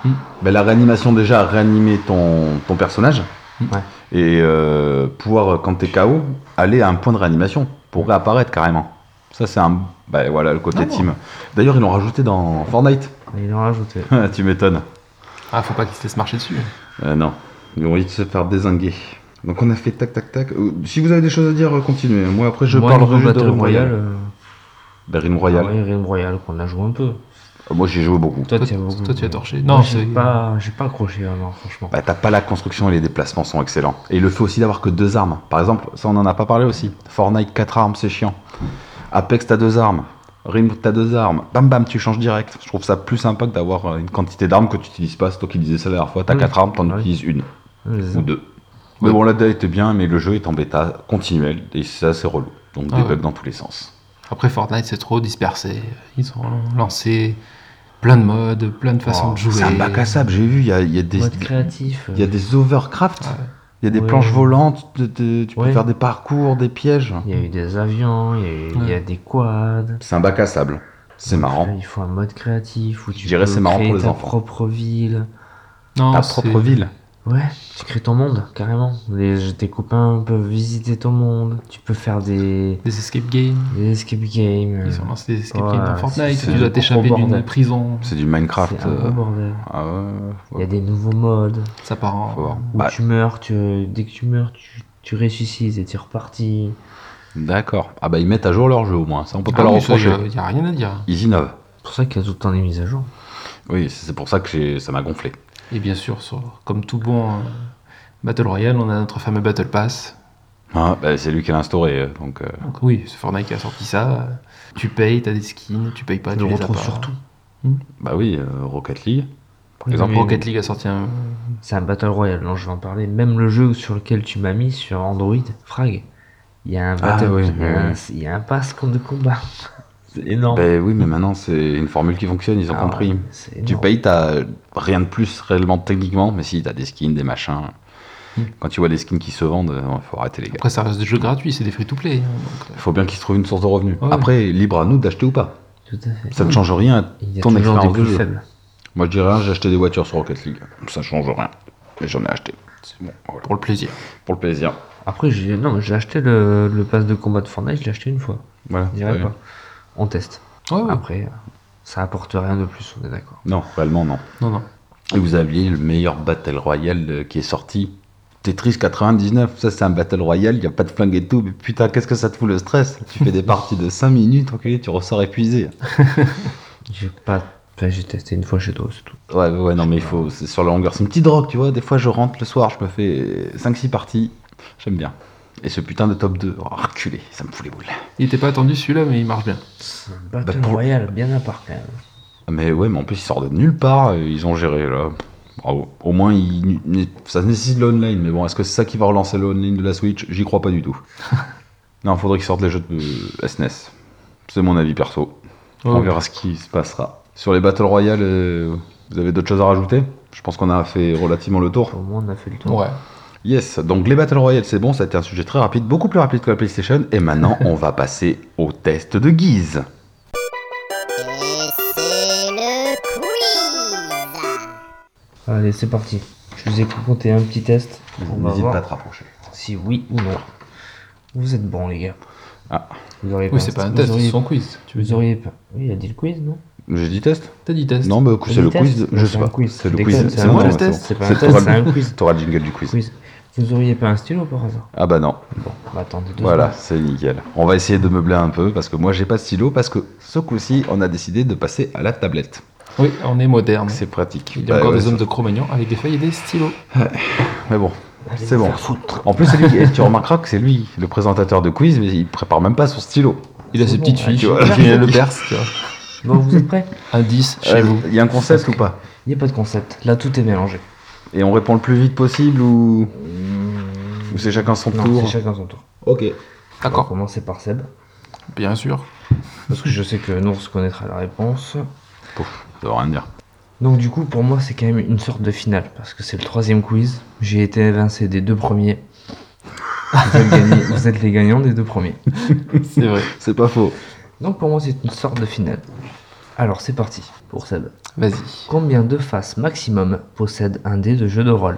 S4: Mm.
S2: Ben, la réanimation, déjà, réanimer ton, ton personnage.
S4: Mm.
S2: Et euh, pouvoir, quand t'es KO, aller à un point de réanimation pour réapparaître carrément. Ça, c'est un. Ben voilà, le côté
S4: Non, non.
S2: team. D'ailleurs, ils l'ont rajouté dans Fortnite.
S3: Il en rajouté.
S2: tu m'étonnes.
S4: Ah, faut pas qu'ils se laissent marcher dessus.
S2: Euh, non. Ils ont envie de se faire désinguer. Donc, on a fait tac tac tac. Euh, Si vous avez des choses à dire, euh, continuez. Moi, après, je
S3: Moi,
S2: parlerai
S3: niveau
S2: juste de
S3: Battle
S2: Realm
S3: Royale.
S2: Royale.
S3: euh,
S2: Ben, Realm Royale.
S3: ah ouais, Realm Royale, qu'on a joué un peu.
S2: Euh, Moi, j'y ai joué beaucoup.
S3: Toi,
S4: Toi,
S3: tu as beaucoup.
S4: toi, tu as torché.
S3: Non,
S4: Non,
S3: j'ai
S4: c'est-
S3: pas, j'ai pas accroché vraiment, franchement.
S2: Bah, t'as pas la construction et les déplacements sont excellents. Et le fait aussi d'avoir que deux armes. Par exemple, ça on en a pas parlé aussi. Fortnite, quatre armes, c'est chiant. Apex, t'as deux armes. Rim, t'as deux armes. Bam bam, tu changes direct. Je trouve ça plus sympa que d'avoir euh, une quantité d'armes que tu utilises pas. C'est toi qui disais ça la dernière fois. T'as
S3: Oui. Ah
S2: quatre armes, t'en
S3: Oui.
S2: utilises une ou
S3: Ouais,
S2: deux. Mais
S4: Ouais.
S2: bon, la DA était bien, mais le jeu est en bêta continuelle et ça c'est relou. Donc
S4: Ah
S2: des
S4: ouais.
S2: bugs dans tous les sens.
S4: Après, Fortnite, c'est trop dispersé. Ils ont lancé plein de modes, plein de façons
S2: Oh,
S4: de jouer.
S2: C'est un bac à sable, j'ai vu. Il y a, il y a des.
S3: Mode créatif.
S2: Il y a des overcraft,
S4: Ouais.
S2: il y a des
S3: Ouais.
S2: planches volantes, de- de- tu peux
S3: Ouais.
S2: faire des parcours, des pièges.
S3: Il y a eu des avions, il y a, eu- il y a des quads.
S2: C'est un bac à sable. C'est
S3: Là,
S2: marrant.
S3: il faut un mode créatif où tu
S2: Je dirais
S3: peux
S2: c'est marrant pour
S3: créer
S2: les
S3: ta
S2: enfants.
S3: propre ville.
S4: Non,
S2: Ta
S4: c'est-
S2: propre ville.
S3: Ouais, tu crées ton monde, carrément. Les, tes copains peuvent visiter ton monde. Tu peux faire des,
S4: Des escape games.
S3: des escape games. euh,
S4: Ils ont lancé des escape
S3: Ouais,
S4: games dans Fortnite.
S2: c'est-
S4: Tu
S2: c'est
S4: dois
S2: un
S4: t'échapper
S2: gros
S4: d'une
S2: bordel.
S4: prison.
S2: C'est du Minecraft.
S3: C'est un gros
S2: euh,
S3: bordel.
S2: Ah ouais,
S3: Il y
S2: ouais.
S3: a des nouveaux modes.
S4: Ça part en.
S2: Faut voir.
S3: Où
S2: Bah,
S3: tu meurs, tu, dès que tu meurs, tu, tu ressuscites et tu es reparti.
S2: D'accord. Ah bah ils mettent à jour leur jeu au moins. Ça on peut pas
S4: Ah
S2: leur
S4: oui, ça, y
S2: reprocher.
S4: a- y a rien à dire.
S2: Ils innovent.
S3: C'est pour ça qu'il y a tout le temps des mises à jour.
S2: Oui, c'est pour ça que j'ai- ça m'a gonflé.
S4: Et bien sûr, sur- comme tout bon euh, Battle Royale, on a notre fameux Battle Pass.
S2: Hein, bah, c'est lui qui l'a instauré. euh, Donc, euh,
S4: Donc oui, c'est Fortnite qui a sorti ça. Tu payes, t'as des skins, tu payes pas, tu
S3: le
S4: les as
S3: retrouve
S4: pas.
S3: surtout.
S2: bah oui, euh, Rocket League.
S4: Par exemple,
S3: Mais-
S4: Rocket League a sorti un.
S3: C'est un Battle Royale, non, je vais en parler. Même le jeu sur lequel tu m'as mis sur Android, Frag, il y a un Battle
S2: Ah oui,
S3: il y a un-
S2: oui.
S3: il y a un pass contre de combat. C'est énorme.
S2: Bah oui, mais maintenant c'est une formule qui fonctionne. Ils ont
S3: Ah
S2: compris.
S3: ouais, c'est
S2: Tu
S3: énorme.
S2: payes, t'as rien de plus réellement techniquement, mais si t'as des skins, des machins.
S4: Hmm.
S2: Quand tu vois des skins qui se vendent, euh, faut arrêter les gars.
S4: Après, ça reste des jeux gratuits, c'est des free-to-play. hein, donc,
S2: Faut bien qu'ils se trouvent une source de revenus.
S4: Ouais. Hmm.
S2: Après, libre à nous d'acheter ou pas.
S3: Tout à fait.
S2: Ça ne change rien à
S3: Il y a
S2: ton
S3: toujours des
S2: expérience de
S3: plus
S2: jeu.
S3: faibles.
S2: Moi je dirais, j'ai acheté des voitures sur Rocket League. Ça change rien. Et j'en ai acheté. C'est bon,
S4: euh,
S2: voilà.
S4: Pour le plaisir.
S2: Pour le plaisir.
S3: Après, j'ai non, j'ai acheté le, le pass de combat de Fortnite, je l'ai acheté une fois.
S2: Voilà.
S3: Je dirais
S2: Ouais.
S3: pas. On teste.
S2: Ah
S4: Ouais, ouais.
S3: Après, euh, ça apporte rien de plus, on est d'accord.
S2: Non, réellement non.
S4: Non, non.
S2: Et vous aviez le meilleur Battle Royale euh, qui est sorti. Tetris 99, ça c'est un Battle Royale, il n'y a pas de flingue et tout, mais putain, qu'est-ce que ça te fout le stress Tu fais des parties de 5 minutes, enculé, tu ressors épuisé.
S3: J'ai pas. enfin, j'ai testé une fois chez toi, c'est tout.
S2: Ouais, ouais, non, mais il faut, c'est sur la longueur. C'est une petite drogue, tu vois. Des fois, je rentre le soir, je me fais 5-6 parties. J'aime bien. Et ce putain de top 2, oh, reculé, ça me fout les boules.
S4: Il était pas attendu celui-là, mais il marche bien.
S3: C'est un Battle
S2: Bah, pour-
S3: Royale, bien à part quand même.
S2: Mais ouais, mais en plus, il sort de nulle part, et ils ont géré, là. Bravo. Au moins, il- il- ça nécessite de l'online, mais bon, est-ce que c'est ça qui va relancer le online de la Switch J'y crois pas du tout. non, faudrait qu'ils sortent les jeux de euh, SNES. C'est mon avis perso. On
S4: Ouais.
S2: verra ce qui se passera. Sur les Battle Royale, euh, vous avez d'autres choses à rajouter Je pense qu'on a fait relativement le tour.
S3: Au moins, on a fait le tour.
S4: Ouais.
S2: Yes, donc les Battle Royale, c'est bon, ça a été un sujet très rapide, beaucoup plus rapide que la PlayStation. Et maintenant, on va passer au test de Guise.
S9: Et c'est le quiz
S3: Allez, c'est parti. Je vous ai présenté un petit test. On va
S2: N'hésite
S3: voir
S2: pas à te rapprocher.
S3: si oui ou non. Vous êtes bons, les gars.
S2: Ah.
S3: Vous auriez
S4: Oui, c'est pas un test,
S3: Vous
S4: c'est
S3: auriez,
S4: son quiz. Tu veux
S3: vous
S4: dire
S3: auriez pas. Oui, il a dit le quiz, non
S2: J'ai dit test
S4: T'as dit test
S2: Non, bah
S3: Il
S2: c'est
S3: a
S2: le
S3: dit test
S2: quiz, je
S3: C'est
S2: sais
S3: un
S2: pas.
S3: quiz.
S2: C'est le
S3: Déconne,
S2: quiz.
S3: C'est moi le test. C'est pas un test, c'est un quiz.
S2: T'auras le jingle du quiz.
S3: Quiz. Vous auriez pas un stylo par hasard
S2: Ah bah non,
S3: Bon, bah attendez deux
S2: voilà, c'est nickel. On va essayer de meubler un peu parce que moi j'ai pas de stylo parce que ce coup-ci on a décidé de passer à la tablette.
S4: Oui, on est moderne.
S2: C'est pratique.
S4: Il y a
S2: Bah,
S4: encore
S2: ouais,
S4: des hommes de Cro-Magnon avec des feuilles et des stylos.
S2: Mais bon,
S3: secondes. Allez
S2: c'est
S3: vous
S2: bon.
S3: faire foutre.
S2: En plus, c'est lui, qui- tu remarqueras que c'est lui, le présentateur de quiz, mais il prépare même pas son stylo.
S4: Il a
S3: C'est
S4: ses
S3: bon,
S4: petites
S3: hein,
S4: fiches.
S2: tu vois.
S4: Il le perce, tu vois.
S3: Bon, vous êtes prêts
S4: Un 10 chez
S2: Euh,
S4: vous.
S2: Il y a un concept ou pas
S3: Il n'y a pas de concept. Là, tout est mélangé.
S2: Et on répond le plus vite possible ou,
S3: Mmh.
S2: ou c'est chacun son
S3: Non,
S2: tour
S3: c'est chacun son tour.
S2: Ok.
S3: On va
S4: D'accord,
S3: commencer par Seb.
S4: bien sûr.
S3: Parce que je sais que Nours connaîtra la réponse.
S2: Ça veut rien dire.
S3: Donc du coup, pour moi, c'est quand même une sorte de finale, parce que c'est le troisième quiz. J'ai été évincé des deux premiers. Vous êtes, gagnés- vous êtes les gagnants des deux premiers.
S4: C'est vrai.
S2: C'est pas faux.
S3: Donc pour moi, c'est une sorte de finale. Alors c'est parti pour Seb.
S4: Vas-y.
S3: Combien de faces maximum possède un dé de jeu de rôle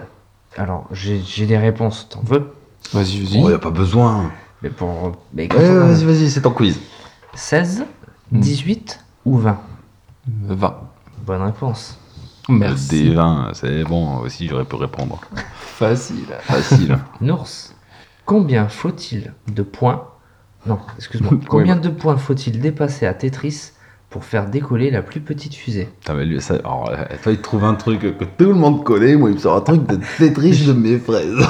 S3: Alors j'ai j'ai des réponses, t'en veux
S4: Vas-y,
S2: Oh, y a pas besoin.
S3: Mais pour. Mais quand
S2: Ouais,
S3: on a-
S2: Eh, Euh, vas-y, vas-y, c'est ton quiz.
S3: 16,
S4: Hmm.
S3: 18 ou 20
S4: 20.
S3: Bonne réponse.
S4: Merci.
S2: Des 20, c'est bon, aussi j'aurais pu répondre.
S4: Facile.
S2: Facile.
S3: Nours, combien faut-il de points Non, excuse-moi. Combien
S2: bah.
S3: de points faut-il dépasser à Tetris pour faire décoller la plus petite fusée
S2: Putain, mais lui, ça. alors, euh, toi, il trouve un truc que tout le monde connaît. Moi, il me sort un truc de Tetris de mes fraises.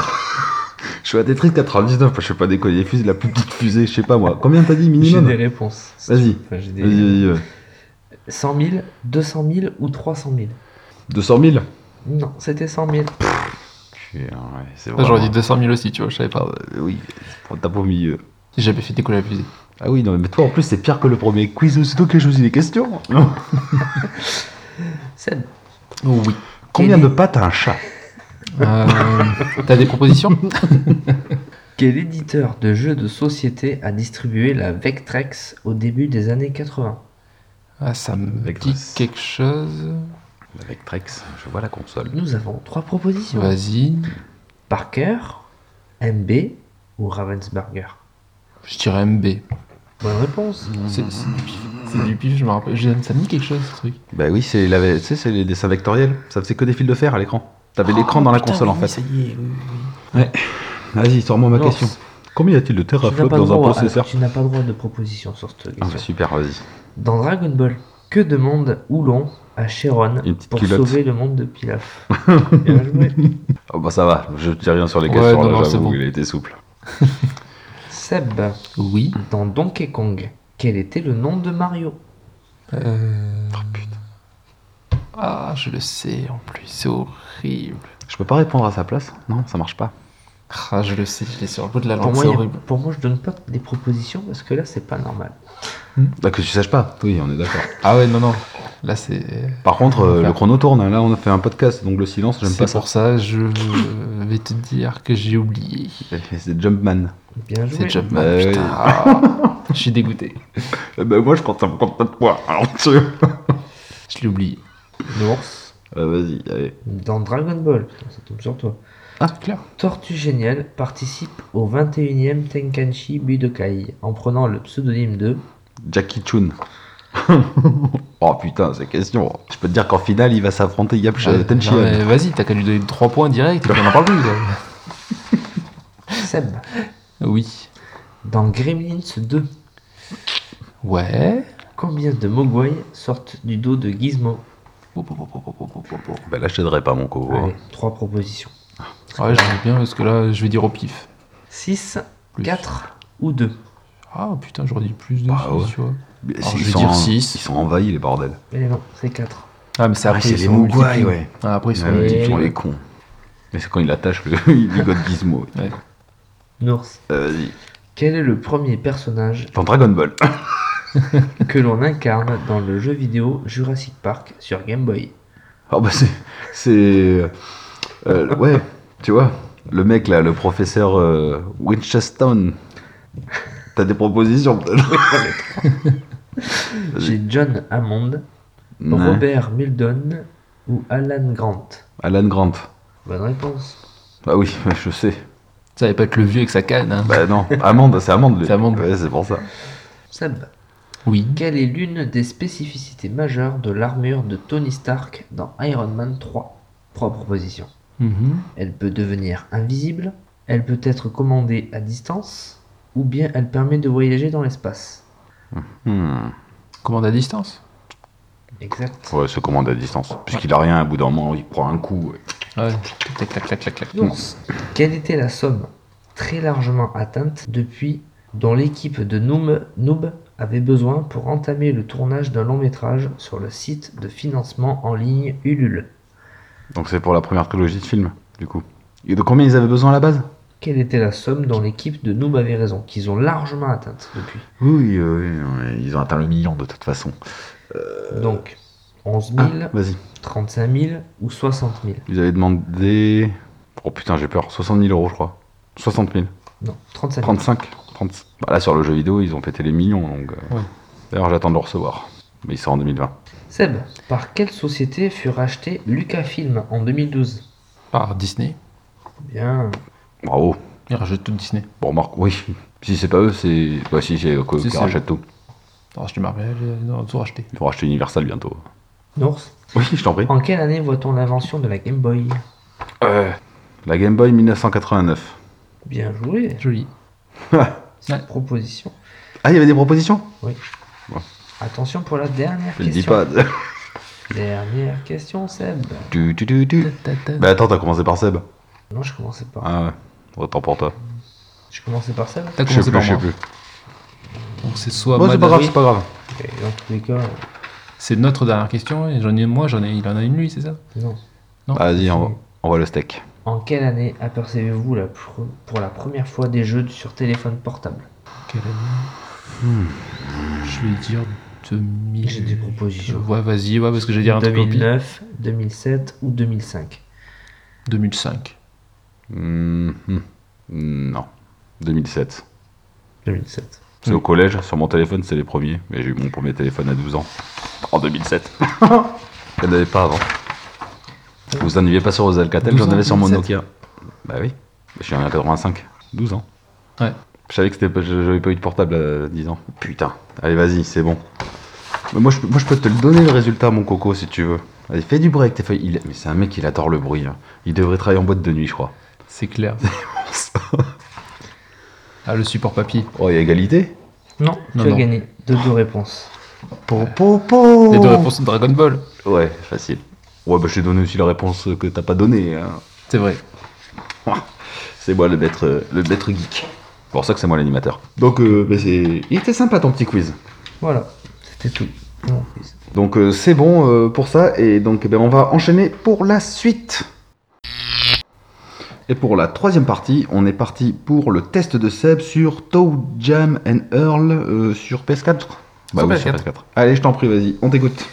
S2: je suis à Tetris 99, je sais pas déconner. Les fusées, la plus petite fusée, je sais pas moi. Combien t'as dit
S3: J'ai des
S2: minimum
S3: réponses.
S2: Vas-y.
S3: Enfin, j'ai des-
S2: Vas-y, vas-y. euh,
S3: 100 000, 200 000 ou 300 000
S2: 200 000
S3: Non, c'était 100 000.
S2: Putain, ouais, c'est
S4: Ça,
S2: vrai.
S4: J'aurais dit 200 000 aussi, tu vois, je savais pas.
S2: Ah, Oui, t'as pas au milieu.
S4: J'ai jamais fait décoller la fusée.
S2: Ah oui, non, mais toi en plus, c'est pire que le premier quiz où c'est toi qui as choisi les questions.
S3: Seb,
S4: Oui.
S2: Combien de pattes a un chat
S4: Euh, T'as des propositions
S3: quel éditeur de jeux de société a distribué la Vectrex au début des années 80
S4: ah, Ça me
S2: Avec
S4: dit
S2: Trace.
S4: quelque chose.
S2: Avec Trex, je vois la console.
S3: Nous avons trois propositions.
S4: Vas-y.
S3: Parker, MB ou Ravensburger
S4: Je dirais MB.
S3: Bonne réponse.
S2: Mhm.
S4: C'est c'est du pif. C'est du pif, je me rappelle. Je- Ça me dit quelque chose, ce truc.
S2: Bah oui, c'est la- tu sais, c'est les dessins vectoriels. Ça faisait que des fils de fer à l'écran.
S4: Oh,
S2: T'avais l'écran dans la console en fait. Vas-y, sors-moi ma
S3: Non,
S2: question. Combien y a-t-il de
S3: Tu n'as
S2: teraflops
S3: pas, le
S2: dans un
S3: droit,
S2: processeur
S3: alors, tu n'as pas le droit de proposition sur cette
S2: Ah,
S3: question.
S2: bah, Super, vas-y.
S3: Dans Dragon Ball, que demande Oulon à Sharon
S2: Une petite
S3: pour
S2: culotte.
S3: sauver le monde de Pilaf Bien joué.
S2: Oh, bah ça va, je dis rien sur les
S4: Ouais,
S2: questions,
S4: non,
S2: là,
S4: non, c'est
S2: j'avoue,
S4: bon.
S2: il a été souple.
S3: Seb,
S4: Oui.
S3: dans Donkey Kong, quel était le nom de Mario
S4: Euh... Ah, je le sais en plus, c'est horrible.
S2: Je peux pas répondre à sa place Non, ça marche pas.
S4: Ah, je le sais, il est sur Ah, le bout de la
S3: pour
S4: langue,
S3: moi,
S4: c'est
S3: il y a-
S4: horrible.
S3: pour moi, je donne pas des propositions parce que là, c'est pas normal.
S2: Bah que tu saches pas, oui, on est d'accord.
S4: Ah ouais, non, non. Là, c'est.
S2: Par contre, euh, le chrono tourne, hein. là on a fait un podcast, donc le silence, j'aime pas
S4: C'est
S2: ça.
S4: pour ça, je vais te dire que j'ai oublié.
S2: C'est Jumpman.
S3: Bien joué.
S4: C'est Jumpman,
S2: Bah oui.
S4: putain. Ah, je suis dégoûté.
S2: Eh ben moi je compte, ça me compte pas de poids, alors tu...
S4: Je l'ai oublié.
S3: Nours,
S2: Euh, vas-y, allez.
S3: dans Dragon Ball, putain, ça tombe sur toi.
S4: Ah, clair.
S3: Tortue Géniale participe au 21e Tenkanchi Budokai en prenant le pseudonyme de
S2: Jackie Chun. oh putain, c'est question. Je peux te dire qu'en finale, il va s'affronter Yapcha
S4: Euh,
S2: Tenchi.
S4: non, mais Vas-y, t'as qu'à lui donner 3 points direct, on en parle plus. quoi.
S3: Seb.
S4: Oui.
S3: Dans Gremlins 2,
S4: Ouais.
S3: combien de Mogwai sortent du dos de Gizmo
S2: Ben là, je t'aiderai pas, mon hein. covo.
S3: Allez, trois propositions.
S4: Ouais, j'en ai bien parce que là, je vais dire au pif.
S3: 6,
S4: Plus.
S3: 4 ou 2
S4: Ah putain, j'aurais dit plus de
S2: Bah
S4: six,
S2: ouais.
S4: tu vois.
S2: Mais
S4: Alors,
S2: c'est-
S4: Oh, je
S2: ils
S4: vais
S2: sont
S4: dire
S2: en-
S4: six.
S2: Ils sont envahis, les bordels.
S3: Mais non, c'est 4.
S4: Ah, mais c'est
S2: Ah,
S4: après,
S2: c'est
S4: ils
S2: les
S4: sont
S2: Mogwai,
S4: multipliés.
S2: ouais.
S4: Ah, après, ils sont
S2: Ah oui,
S4: multipliés.
S2: ils sont les cons. Mais c'est quand il attache le il bigote Gizmo.
S3: Nours,
S2: Euh, Vas-y.
S3: quel est le premier personnage
S2: Dans Dragon Ball.
S3: que l'on incarne dans le jeu vidéo Jurassic Park sur Game Boy
S2: Oh bah c'est. C'est. euh, ouais, tu vois. Le mec là, le professeur euh, Wincheston. T'as des propositions peut-être Vas-y.
S3: J'ai John Hammond,
S2: Non.
S3: Robert Muldoon ou Alan Grant
S2: Alan Grant.
S3: Bonne réponse.
S2: Ah oui, je sais.
S4: Ça va pas être le vieux avec sa canne. Hein.
S2: Bah non, Amande, c'est Amande. lui.
S4: C'est Amande.
S2: Ouais, c'est pour ça.
S3: Seb,
S4: Oui.
S3: quelle est l'une des spécificités majeures de l'armure de Tony Stark dans Iron Man 3 Trois propositions.
S4: Mhm.
S3: Elle peut devenir invisible, elle peut être commandée à distance, ou bien elle permet de voyager dans l'espace.
S2: Hmm.
S4: Commande à distance
S3: Exact.
S2: Ouais, se commande à distance. Puisqu'il a rien, à bout d'un moment, il prend un coup.
S4: Ouais. Clac, clac, clac, clac, clac.
S3: Ours, quelle était la somme très largement atteinte depuis dont l'équipe de Noob, Noob avait besoin pour entamer le tournage d'un long métrage sur le site de financement en ligne Ulule
S2: Donc c'est pour la première trilogie de film, du coup. Et de combien ils avaient besoin à la base
S3: Quelle était la somme dont l'équipe de Noob avait raison, qu'ils ont largement atteinte depuis
S2: Oui, euh, oui, oui, ils ont atteint le million de toute façon.
S3: Donc, 11
S2: Ah,
S3: 000,
S2: vas-y.
S3: 35 000 ou 60 000
S2: Ils avaient demandé. Oh putain, j'ai peur. 60 000 euros, je crois. 60 000.
S3: Non, 35 000.
S2: 35. 30... Bah là, sur le jeu vidéo, ils ont pété les millions. Donc, euh,
S4: Ouais.
S2: D'ailleurs, j'attends de le recevoir. Mais il sort en 2020.
S3: Seb, par quelle société fut racheté Lucasfilm en 2012
S4: Par Ah, Disney.
S3: Bien.
S2: Bravo.
S4: Ils rachètent tout Disney.
S2: Bon, Marc, oui. Si c'est pas eux, c'est. Ouais, si, c'est Coco
S4: Si,
S2: qui
S4: c'est
S2: rachète tout.
S4: Ils ont racheté Marvel, ils ont tout racheté.
S2: Ils vont racheter Universal bientôt.
S3: Nours,
S2: Oui, je t'en prie.
S3: en quelle année voit-on l'invention de la Game Boy
S2: Euh, La Game Boy 1989.
S3: Bien joué,
S4: Joli.
S3: cette
S4: Ouais.
S3: proposition.
S2: Ah, il y avait des propositions
S3: Attention pour la dernière
S2: Je le dis
S3: question.
S2: pas.
S3: Dernière question, Seb.
S2: Tu, tu, tu, tu.
S4: Bah,
S2: Bah attends, t'as commencé par Seb.
S3: Non, je commençais par.
S2: Ah ouais. Autant pour toi.
S3: Je commençais par Seb.
S4: T'as
S2: Je sais plus,
S4: commencé par
S2: je sais
S4: moi.
S2: plus.
S4: Donc c'est soit
S2: Bon, c'est pas
S4: Madame-
S2: grave, c'est pas grave.
S3: Et dans tous les cas, euh,
S4: C'est notre dernière question et j'en ai moi, j'en ai, il en a une lui, c'est ça
S3: non.
S4: Non.
S2: Vas-y, on va- on voit le steak.
S3: En quelle année apercevez-vous la pr- pour la première fois des jeux sur téléphone portable
S4: Quelle année Hmm. Je vais dire 2000.
S3: J'ai des propositions.
S4: Ouais, vas-y, ouais, parce que j'allais dire un truc au pif.
S3: 2009, 2007 ou 2005
S4: 2005.
S2: Hmm, hmm. Non. 2007.
S3: 2007.
S2: C'est
S4: Hmm.
S2: au collège, sur mon téléphone, c'est les premiers. Mais j'ai eu mon premier téléphone à 12 ans. En 2007. J'en avais pas avant. Vous en aviez pas sur vos Alcatel,
S4: 12
S2: j'en
S4: ans,
S2: avais sur mon
S4: 2007.
S2: Nokia. Bah oui. Je suis en 85. 12 ans.
S4: Ouais.
S2: Je savais que c'était pas- j'avais pas eu de portable à 10 ans. Putain. Allez, vas-y, c'est bon. Mais moi, je, peux- moi, je peux te le donner le résultat, mon coco, si tu veux. Allez, fais du bruit avec tes feuilles. Il- mais c'est un mec, il adore le bruit. hein. Il devrait travailler en boîte de nuit, je crois.
S4: C'est clair. ah, le support papier.
S2: Oh, il y a égalité
S3: Non,
S4: Non,
S3: tu as
S4: non.
S3: gagné. Deux, deux réponses.
S4: Les deux réponses de Dragon Ball.
S2: Ouais, facile. Ouais, bah je t'ai donné aussi la réponse que t'as pas donnée. hein.
S4: C'est vrai.
S2: C'est moi le maître, euh, le maître geek. C'est pour ça que c'est moi l'animateur. Donc, euh, bah, c'est... il était sympa ton petit quiz.
S3: Voilà, c'était tout. Bon.
S2: Donc, euh, c'est bon euh, pour ça. Et donc, eh ben, on va enchaîner pour la suite. Et pour la troisième partie, on est parti pour le test de Seb sur Toe Jam and Earl euh, sur PS4. Bah
S4: Sur
S2: oui,
S4: PS4.
S2: sur PS4. Allez, je t'en prie, vas-y, on t'écoute.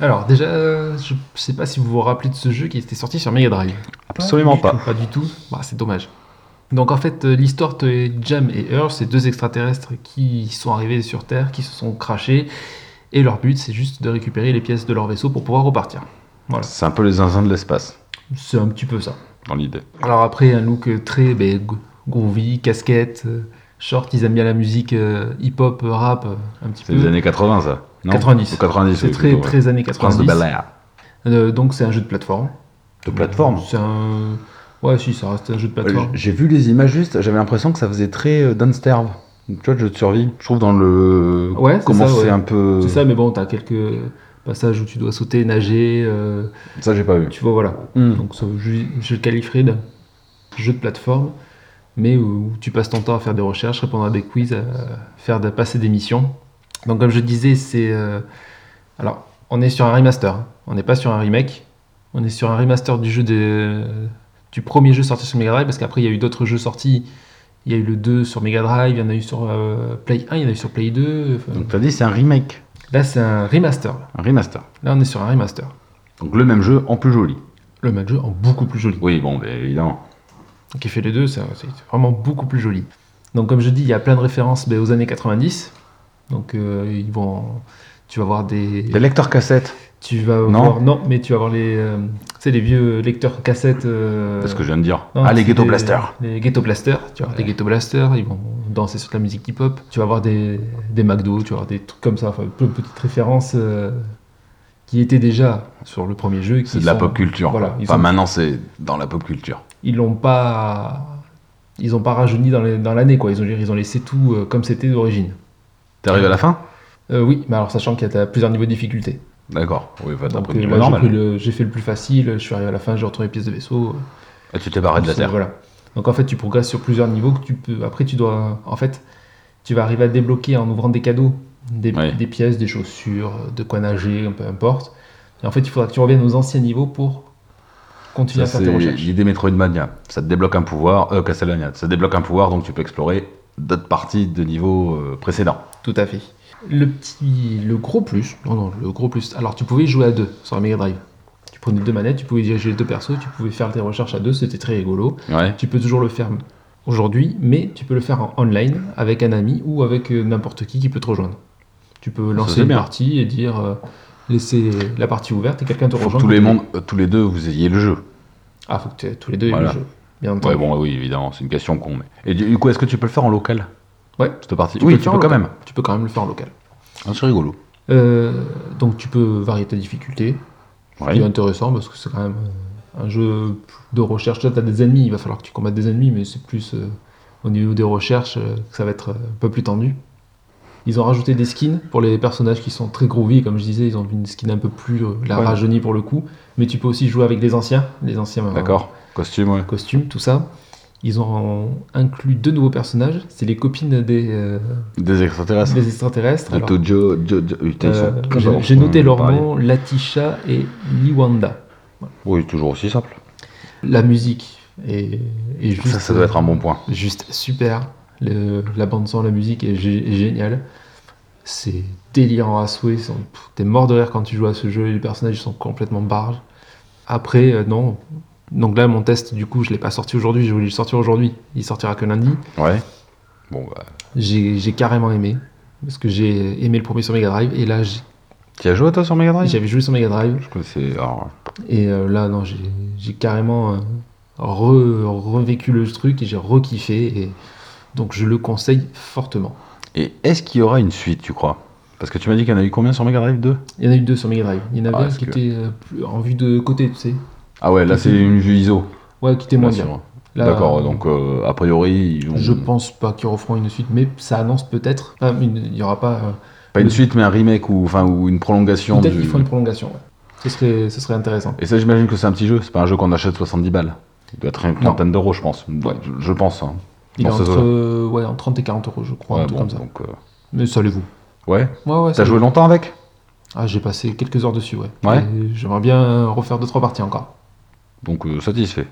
S4: Alors, déjà, euh, je sais pas si vous vous rappelez de ce jeu qui était sorti sur Mega Drive.
S2: Absolument pas.
S4: Pas du tout. Bah, c'est dommage. Donc en fait, euh, l'histoire de Jam et Earl, c'est deux extraterrestres qui sont arrivés sur Terre, qui se sont crachés, et leur but, c'est juste de récupérer les pièces de leur vaisseau pour pouvoir repartir.
S2: C'est un peu les zinzins de l'espace,
S4: C'est un petit peu ça.
S2: dans l'idée.
S4: Alors après, un look euh, très ben, go- groovy, casquette, euh, short, ils aiment bien la musique euh, hip-hop, rap, euh, un petit
S2: C'est
S4: peu.
S2: des années 80, ça non
S4: 90.
S2: Ou 90,
S4: C'est
S2: oui,
S4: très,
S2: plutôt, ouais.
S4: très années
S2: Prince
S4: 90.
S2: de Bel Air.
S4: Euh, donc c'est un jeu de plateforme.
S2: De plateforme
S4: C'est un... Ouais, si, ça reste un jeu de plateforme.
S2: Euh, J'ai vu les images juste, j'avais l'impression que ça faisait très euh, Dunsterve. Tu vois, le jeu de survie. Je trouve dans le.
S4: Ouais, c'est
S2: Comment
S4: ça,
S2: c'est
S4: ouais.
S2: un peu.
S4: C'est ça, mais bon, t'as quelques passages où tu dois sauter, nager, euh,
S2: Ça, j'ai pas vu.
S4: tu vois, voilà.
S2: Hmm.
S4: Donc ça, je, je le qualifierais d'un jeu de plateforme, mais où, tu passes ton temps à faire des recherches, répondre à des quiz, à faire de, passer des missions. Donc comme je disais, c'est... euh, alors, on est sur un remaster, hein. on n'est pas sur un remake, on est sur un remaster du jeu de, du premier jeu sorti sur Mega Drive, parce qu'après il y a eu d'autres jeux sortis. Il y a eu le 2 sur Mega Drive, il y en a eu sur euh, Play 1, il y en a eu sur Play 2. enfin,
S2: Donc, t'as dit, c'est un remake,
S4: là, c'est un remaster.
S2: un remaster.
S4: Là, on est sur un remaster.
S2: Donc, le même jeu en plus joli.
S4: Le même jeu en beaucoup plus joli.
S2: Oui, bon, mais évidemment.
S4: qui fait les deux, ça- c'est vraiment beaucoup plus joli. Donc comme je dis, il y a plein de références ben, aux années 90. Donc euh, ils vont, tu vas voir des,
S2: Des lecteurs cassettes.
S4: tu vas
S2: Non.
S4: voir, non, mais tu vas voir les, euh, tu sais, les vieux lecteurs cassettes. euh,
S2: C'est ce que je viens de dire.
S4: non,
S2: ah, les
S4: c'est
S2: Ghetto
S4: des-
S2: Blasters.
S4: Les Ghetto Blasters, tu vois, des Ghetto Blasters, ils vont danser sur de la musique hip-hop. Tu vas voir des, des McDo, tu vas voir des trucs comme ça, enfin plein de petites références euh, qui étaient déjà sur le premier jeu. et qui
S2: C'est de la
S4: sont-
S2: pop culture.
S4: Voilà,
S2: quoi.
S4: ils
S2: Enfin,
S4: ont-
S2: maintenant, c'est dans la pop culture.
S4: ils l'ont pas ils ont pas rajeuni dans les- dans l'année quoi ils ont ils ont laissé tout euh, comme c'était d'origine
S2: T'arrives à la fin
S4: Euh, oui mais alors sachant qu'il y a t'as plusieurs niveaux de difficulté
S2: D'accord. Oui, va t'as
S4: donc
S2: pris le
S4: euh,
S2: niveau
S4: là, j'ai
S2: normal.
S4: pris le- j'ai fait le plus facile je suis arrivé à la fin j'ai retrouvé les pièces de vaisseau
S2: Et tu t'es barré de la
S4: C'est-
S2: terre.
S4: voilà donc en fait tu progresses sur plusieurs niveaux que tu peux après tu dois en fait tu vas arriver à débloquer en ouvrant des cadeaux des,
S2: Ouais.
S4: des pièces des chaussures de quoi nager peu importe et en fait il faudra que tu reviennes aux anciens niveaux pour continuer
S2: Ça,
S4: à
S2: c'est
S4: faire tes recherches
S2: l'idée Metroidvania. Ça te débloque un pouvoir, euh, Castlevania. Ça te débloque un pouvoir, donc tu peux explorer d'autres parties de niveau euh, précédent.
S4: Tout à fait. Le petit, le gros plus, non, non, le gros plus. Alors, tu pouvais jouer à deux sur la Mega Drive. Tu prenais deux manettes, tu pouvais diriger les deux persos, tu pouvais faire tes recherches à deux, c'était très rigolo.
S2: Ouais.
S4: Tu peux toujours le faire aujourd'hui, mais tu peux le faire en online avec un ami ou avec euh, n'importe qui qui peut te rejoindre. Tu Tu peux
S2: Ça,
S4: lancer
S2: c'est
S4: une
S2: bien.
S4: partie et dire euh, laisser la partie ouverte et quelqu'un te
S2: Faut que
S4: rejoint.
S2: tous les, mondes, euh, tous les deux, vous ayez le jeu.
S4: Ah, faut que tu- tous les deux aient
S2: Voilà.
S4: le jeu. Bien
S2: Ouais,
S4: entendu.
S2: bon, oui, évidemment, c'est une question con. Mais... Et du du coup, est-ce que tu peux le faire en local
S4: Ouais.
S2: Cette partie
S4: Tu
S2: Oui,
S4: peux le
S2: tu
S4: faire
S2: peux
S4: en
S2: quand
S4: local.
S2: même.
S4: Tu peux quand même le faire en local.
S2: Ah, c'est rigolo.
S4: Euh, donc tu peux varier ta difficulté.
S2: Ouais.
S4: qui est intéressant parce que c'est quand même euh, un jeu de recherche. Là, tu as des ennemis, il va falloir que tu combattes des ennemis, mais c'est plus euh, au niveau des recherches euh, que ça va être euh, un peu plus tendu. Ils ont rajouté des skins pour les personnages qui sont très groovy, comme je disais, ils ont une skin un peu plus euh, la
S2: Ouais.
S4: rajeunie pour le coup, mais tu peux aussi jouer avec les anciens, les anciens euh,
S2: D'accord. Costume, ouais.
S4: costumes, tout ça. Ils ont inclus deux nouveaux personnages, c'est les copines des, euh,
S2: Des extraterrestres.
S4: des extraterrestres.
S2: De
S4: Alors,
S2: Tojo, Jo- Jo- putain, ils sont
S4: euh,
S2: tous
S4: j'ai-
S2: avant.
S4: J'ai noté leur
S2: Pareil.
S4: nom, Latisha et Liwanda.
S2: Oui, toujours aussi simple.
S4: La musique est, est juste,
S2: Ça, ça doit être un bon point.
S4: juste super. Le- la bande son, la musique est, gé- est géniale. C'est délirant à souhait. c'est- pff, T'es mort de rire quand tu joues à ce jeu. Les personnages ils sont complètement barges. Après, euh, non. Donc là, mon test, du coup, je l'ai pas sorti aujourd'hui. Je voulais le sortir aujourd'hui. Il sortira que lundi.
S2: Ouais. Bon, bah.
S4: J'ai j'ai carrément aimé. Parce que j'ai aimé le premier sur Mega Drive. Et là, j'ai-
S2: Tu as joué toi sur Mega Drive
S4: j'avais joué sur Mega Drive.
S2: Je connaissais. alors,
S4: Et euh, là, non, j'ai j'ai carrément euh, re- revécu le truc et j'ai rekiffé. Et donc, je le conseille fortement.
S2: Et est-ce qu'il y aura une suite, tu crois Parce que tu m'as dit qu'il y en a eu combien sur Mega Drive 2
S4: Il y en a eu deux sur Mega Drive. Il y en avait
S2: Ah,
S4: un
S2: est-ce
S4: qui
S2: que-
S4: était euh, plus- en vue de côté, tu sais.
S2: Ah ouais, là c'est une vue ISO.
S4: Ouais, qui était moins bien. Là,
S2: D'accord, donc euh, a priori, ils ont-
S4: Je pense pas qu'ils referont une suite, mais ça annonce peut-être. Enfin, une- Il n'y aura pas. euh,
S2: pas une
S4: le-
S2: suite, mais un remake ou, enfin, ou une prolongation.
S4: peut-être
S2: du-
S4: qu'ils feront une prolongation. ouais. Ce, serait, ce serait intéressant.
S2: Et ça, j'imagine que c'est un petit jeu, c'est pas un jeu qu'on achète 70 balles. Il doit être une trentaine d'euros, je pense. Je- Je pense. hein.
S4: Il
S2: Dans
S4: est
S2: ce
S4: entre,
S2: jeu-là.
S4: euh, ouais, entre 30 et 40 euros, je crois,
S2: Ouais,
S4: un truc
S2: bon,
S4: comme ça.
S2: donc, euh,
S4: Mais ça les vaut.
S2: Ouais,
S4: Ouais, ouais, ça
S2: t'as
S4: les
S2: joué longtemps avec
S4: vaut. Ah, j'ai passé quelques heures dessus, ouais.
S2: Ouais.
S4: Et J'aimerais bien refaire 2-3 parties encore.
S2: Donc euh, satisfait.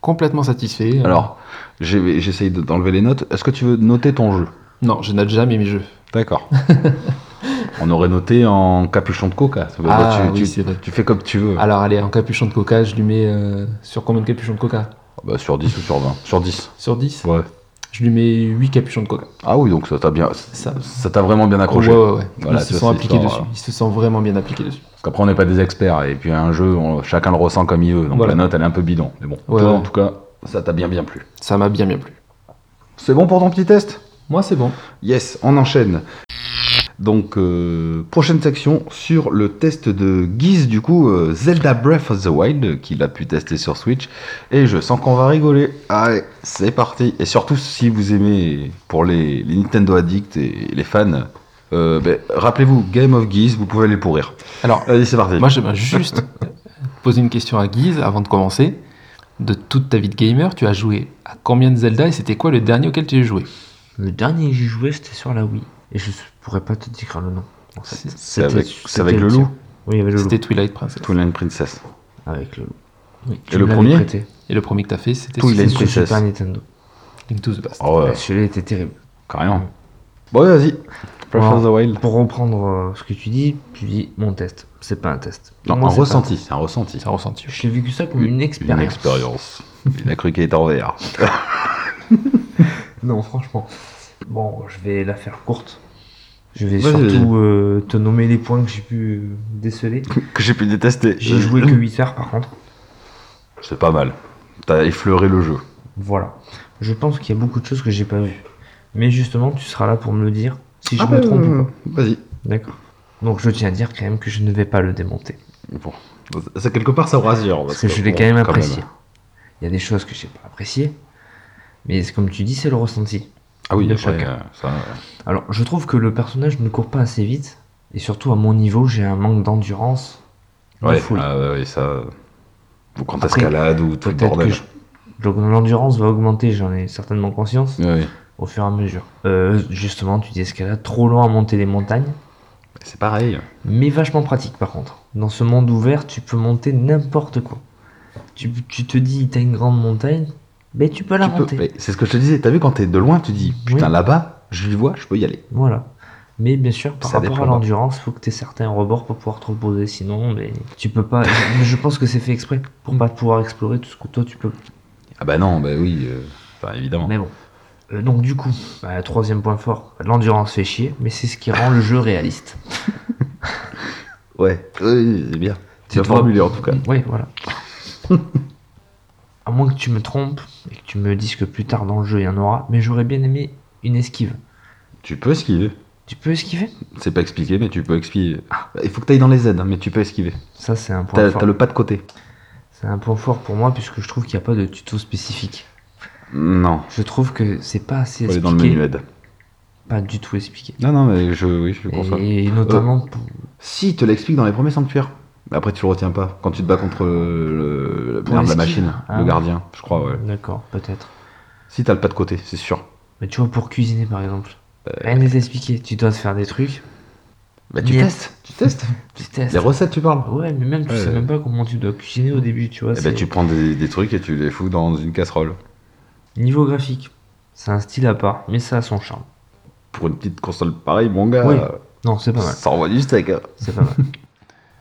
S4: Complètement satisfait. Euh,
S2: Alors, j'ai- j'essaye de- d'enlever les notes. Est-ce que tu veux noter ton jeu
S4: Non, je note jamais mes jeux.
S2: D'accord. On aurait noté en capuchon de coca. Ça veut dire,
S4: Ah,
S2: Bah, tu,
S4: oui,
S2: tu-
S4: c'est vrai.
S2: tu fais comme tu veux.
S4: Alors allez, en capuchon de coca, je lui mets euh, sur combien de capuchons de coca
S2: Bah, sur 10 ou sur 20 Sur 10.
S4: Sur 10
S2: Ouais.
S4: Je lui mets 8 capuchons de coca.
S2: Ah oui, donc ça t'a bien,
S4: Ça.
S2: ça t'a vraiment bien accroché.
S4: Ouais, ouais, ouais.
S2: Voilà,
S4: Ils
S2: tu
S4: se
S2: vois, c'est
S4: sont
S2: hein.
S4: appliqués
S2: l'histoire,
S4: dessus.
S2: voilà.
S4: Ils se sont vraiment bien appliqués dessus.
S2: Parce qu'après, on n'est pas des experts et puis un jeu, on- chacun le ressent comme il veut. Donc
S4: Voilà.
S2: la note, elle est un peu bidon. Mais bon,
S4: Ouais,
S2: toi,
S4: ouais.
S2: en tout cas, ça t'a bien bien plu.
S4: Ça m'a bien bien plu.
S2: C'est bon pour ton petit test
S4: Moi, c'est bon.
S2: Yes, on enchaîne. Donc, euh, prochaine section sur le test de Guise, du coup, euh, Zelda Breath of the Wild, euh, qu'il a pu tester sur Switch. Et je sens qu'on va rigoler. Allez, c'est parti. Et surtout, si vous aimez, pour les, les Nintendo addicts et les fans, euh, ben, rappelez-vous, Game of Guise, vous pouvez aller le pourrir.
S4: Alors,
S2: Allez, c'est parti.
S4: moi, j'aimerais juste poser une question à Guise avant de commencer. De toute ta vie de gamer, tu as joué à combien de Zelda et c'était quoi le dernier auquel tu as joué
S3: Le dernier que j'ai joué, c'était sur la Wii. Et je pourrais pas te dire le nom. en fait.
S4: C'est-
S2: C'est
S3: C'était-
S2: avec, c'est
S3: c'était
S2: avec le loup,
S3: tien. Oui, il y avait le loup.
S4: C'était Twilight Princess.
S2: Twilight Princess.
S3: Avec le loup. Oui,
S2: Et le premier
S4: Et le premier que t'as fait, c'était
S2: Twilight.
S3: Il sur
S2: Princess.
S3: Super Nintendo.
S4: Link to the Past.
S2: Oh ouais,
S3: Celui-là était terrible.
S2: carrément. Bon, ouais, vas-y. Breath of the Wild.
S3: Pour reprendre euh, ce que tu dis, tu dis mon test. C'est pas un test.
S2: Non,
S3: Moi,
S2: un
S3: c'est pas
S2: ressenti, c'est un ressenti.
S4: Ça ressenti.
S3: J'ai vécu ça comme une expérience.
S2: Une expérience. Il a cru qu'il était en VR.
S3: Non, franchement. Bon, je vais la faire courte. Je vais
S2: Vas-y,
S3: surtout euh, te nommer les points que j'ai pu euh, déceler.
S2: que j'ai pu détester.
S3: J'ai joué que 8 heures par contre.
S2: C'est pas mal. T'as effleuré le jeu.
S3: Voilà. Je pense qu'il y a beaucoup de choses que j'ai pas vues. Mais justement, tu seras là pour me le dire si je
S2: Ah bah
S3: me trompe ou pas.
S2: Vas-y.
S3: D'accord. Donc je tiens à dire quand même que je ne vais pas le démonter.
S2: Bon. Ça, quelque part, ça rasure.
S3: Parce que je l'ai quand même apprécié. Il y a des choses que j'ai pas appréciées. Mais c'est- comme tu dis, c'est le ressenti.
S2: Ah oui,
S3: De
S2: après,
S3: chacun.
S2: euh, ça, ouais.
S3: Alors, je trouve que le personnage ne court pas assez vite. Et surtout, à mon niveau, j'ai un manque d'endurance. de
S2: Ouais,
S3: foule.
S2: ah ouais, ça. euh, Ou quand
S3: Après,
S2: t'escalades ou tout le
S3: Peut-être
S2: bordel.
S3: que je- Donc, l'endurance va augmenter, j'en ai certainement conscience,
S2: Ouais, ouais.
S3: au fur et à mesure. Euh, justement, tu dis escalade trop loin à monter les montagnes,
S2: C'est pareil.
S3: mais vachement pratique par contre. Dans ce monde ouvert, tu peux monter n'importe quoi. Tu, tu te dis, t'as une grande montagne, mais tu peux la
S2: Tu peux-
S3: monter.
S2: mais C'est ce que je te disais. T'as vu, quand t'es de loin, tu dis Putain,
S3: Oui.
S2: là-bas, je le vois, je peux y aller.
S3: Voilà. Mais bien sûr, par
S2: Ça
S3: rapport
S2: dépend.
S3: à l'endurance, faut que tu aies certains rebords pour pouvoir te reposer. Sinon, mais tu peux pas. je je pense que c'est fait exprès pour pas pouvoir explorer tout ce que toi tu peux.
S2: Ah bah non, bah oui. euh, Enfin, évidemment.
S3: Mais bon. Euh, donc du coup, bah, troisième point fort, l'endurance fait chier, mais c'est ce qui rend le jeu réaliste.
S2: Ouais, oui, c'est bien.
S3: Tu
S2: Tu
S3: te
S2: as
S3: vois-
S2: formulé en tout cas.
S3: Oui, Mm, voilà. à moins que tu me trompes et que tu me dises que plus tard dans le jeu il y en aura, mais j'aurais bien aimé une esquive.
S2: Tu peux esquiver.
S3: Tu peux esquiver
S2: C'est pas expliqué, mais tu peux esquiver. Ah, Il faut que t'ailles dans les aides, hein, mais tu peux esquiver.
S3: Ça c'est un point
S2: T'as
S3: fort.
S2: t'as le pas de côté.
S3: C'est un point fort pour moi puisque je trouve qu'il n'y a pas de tuto spécifique.
S2: Non.
S3: Je trouve que c'est pas assez
S2: Faut aller
S3: expliqué.
S2: dans le menu aide.
S3: Pas du tout expliqué.
S2: Non, non, mais je, oui, je suis conçois.
S3: Et notamment
S2: Euh,
S3: pour-
S2: Si, il te l'explique dans les premiers sanctuaires. Mais après, tu le retiens pas. Quand tu te bats contre euh, le, le-
S3: Pour
S2: merde, la
S3: l'esquive.
S2: machine,
S3: Ah.
S2: le gardien, je crois, ouais.
S3: D'accord, peut-être.
S2: Si, t'as le pas de côté, c'est sûr.
S3: Mais tu vois, pour cuisiner par exemple, rien n'est expliqué. Tu dois te faire des trucs,
S2: Euh, Bah, tu
S3: Niet.
S2: testes. Tu testes.
S3: tu testes.
S2: Les recettes, tu parles.
S3: Ouais, mais même tu
S2: Ouais.
S3: sais même pas comment tu dois cuisiner au début, tu vois.
S2: Eh
S3: c'est-
S2: ben, tu prends des, des trucs et tu les fous dans une casserole.
S3: Niveau graphique, c'est un style à part, mais ça a son charme.
S2: Pour une petite console pareille, mon gars,
S3: Oui, Non, c'est pas mal.
S2: ça envoie du steak. hein.
S3: C'est pas mal.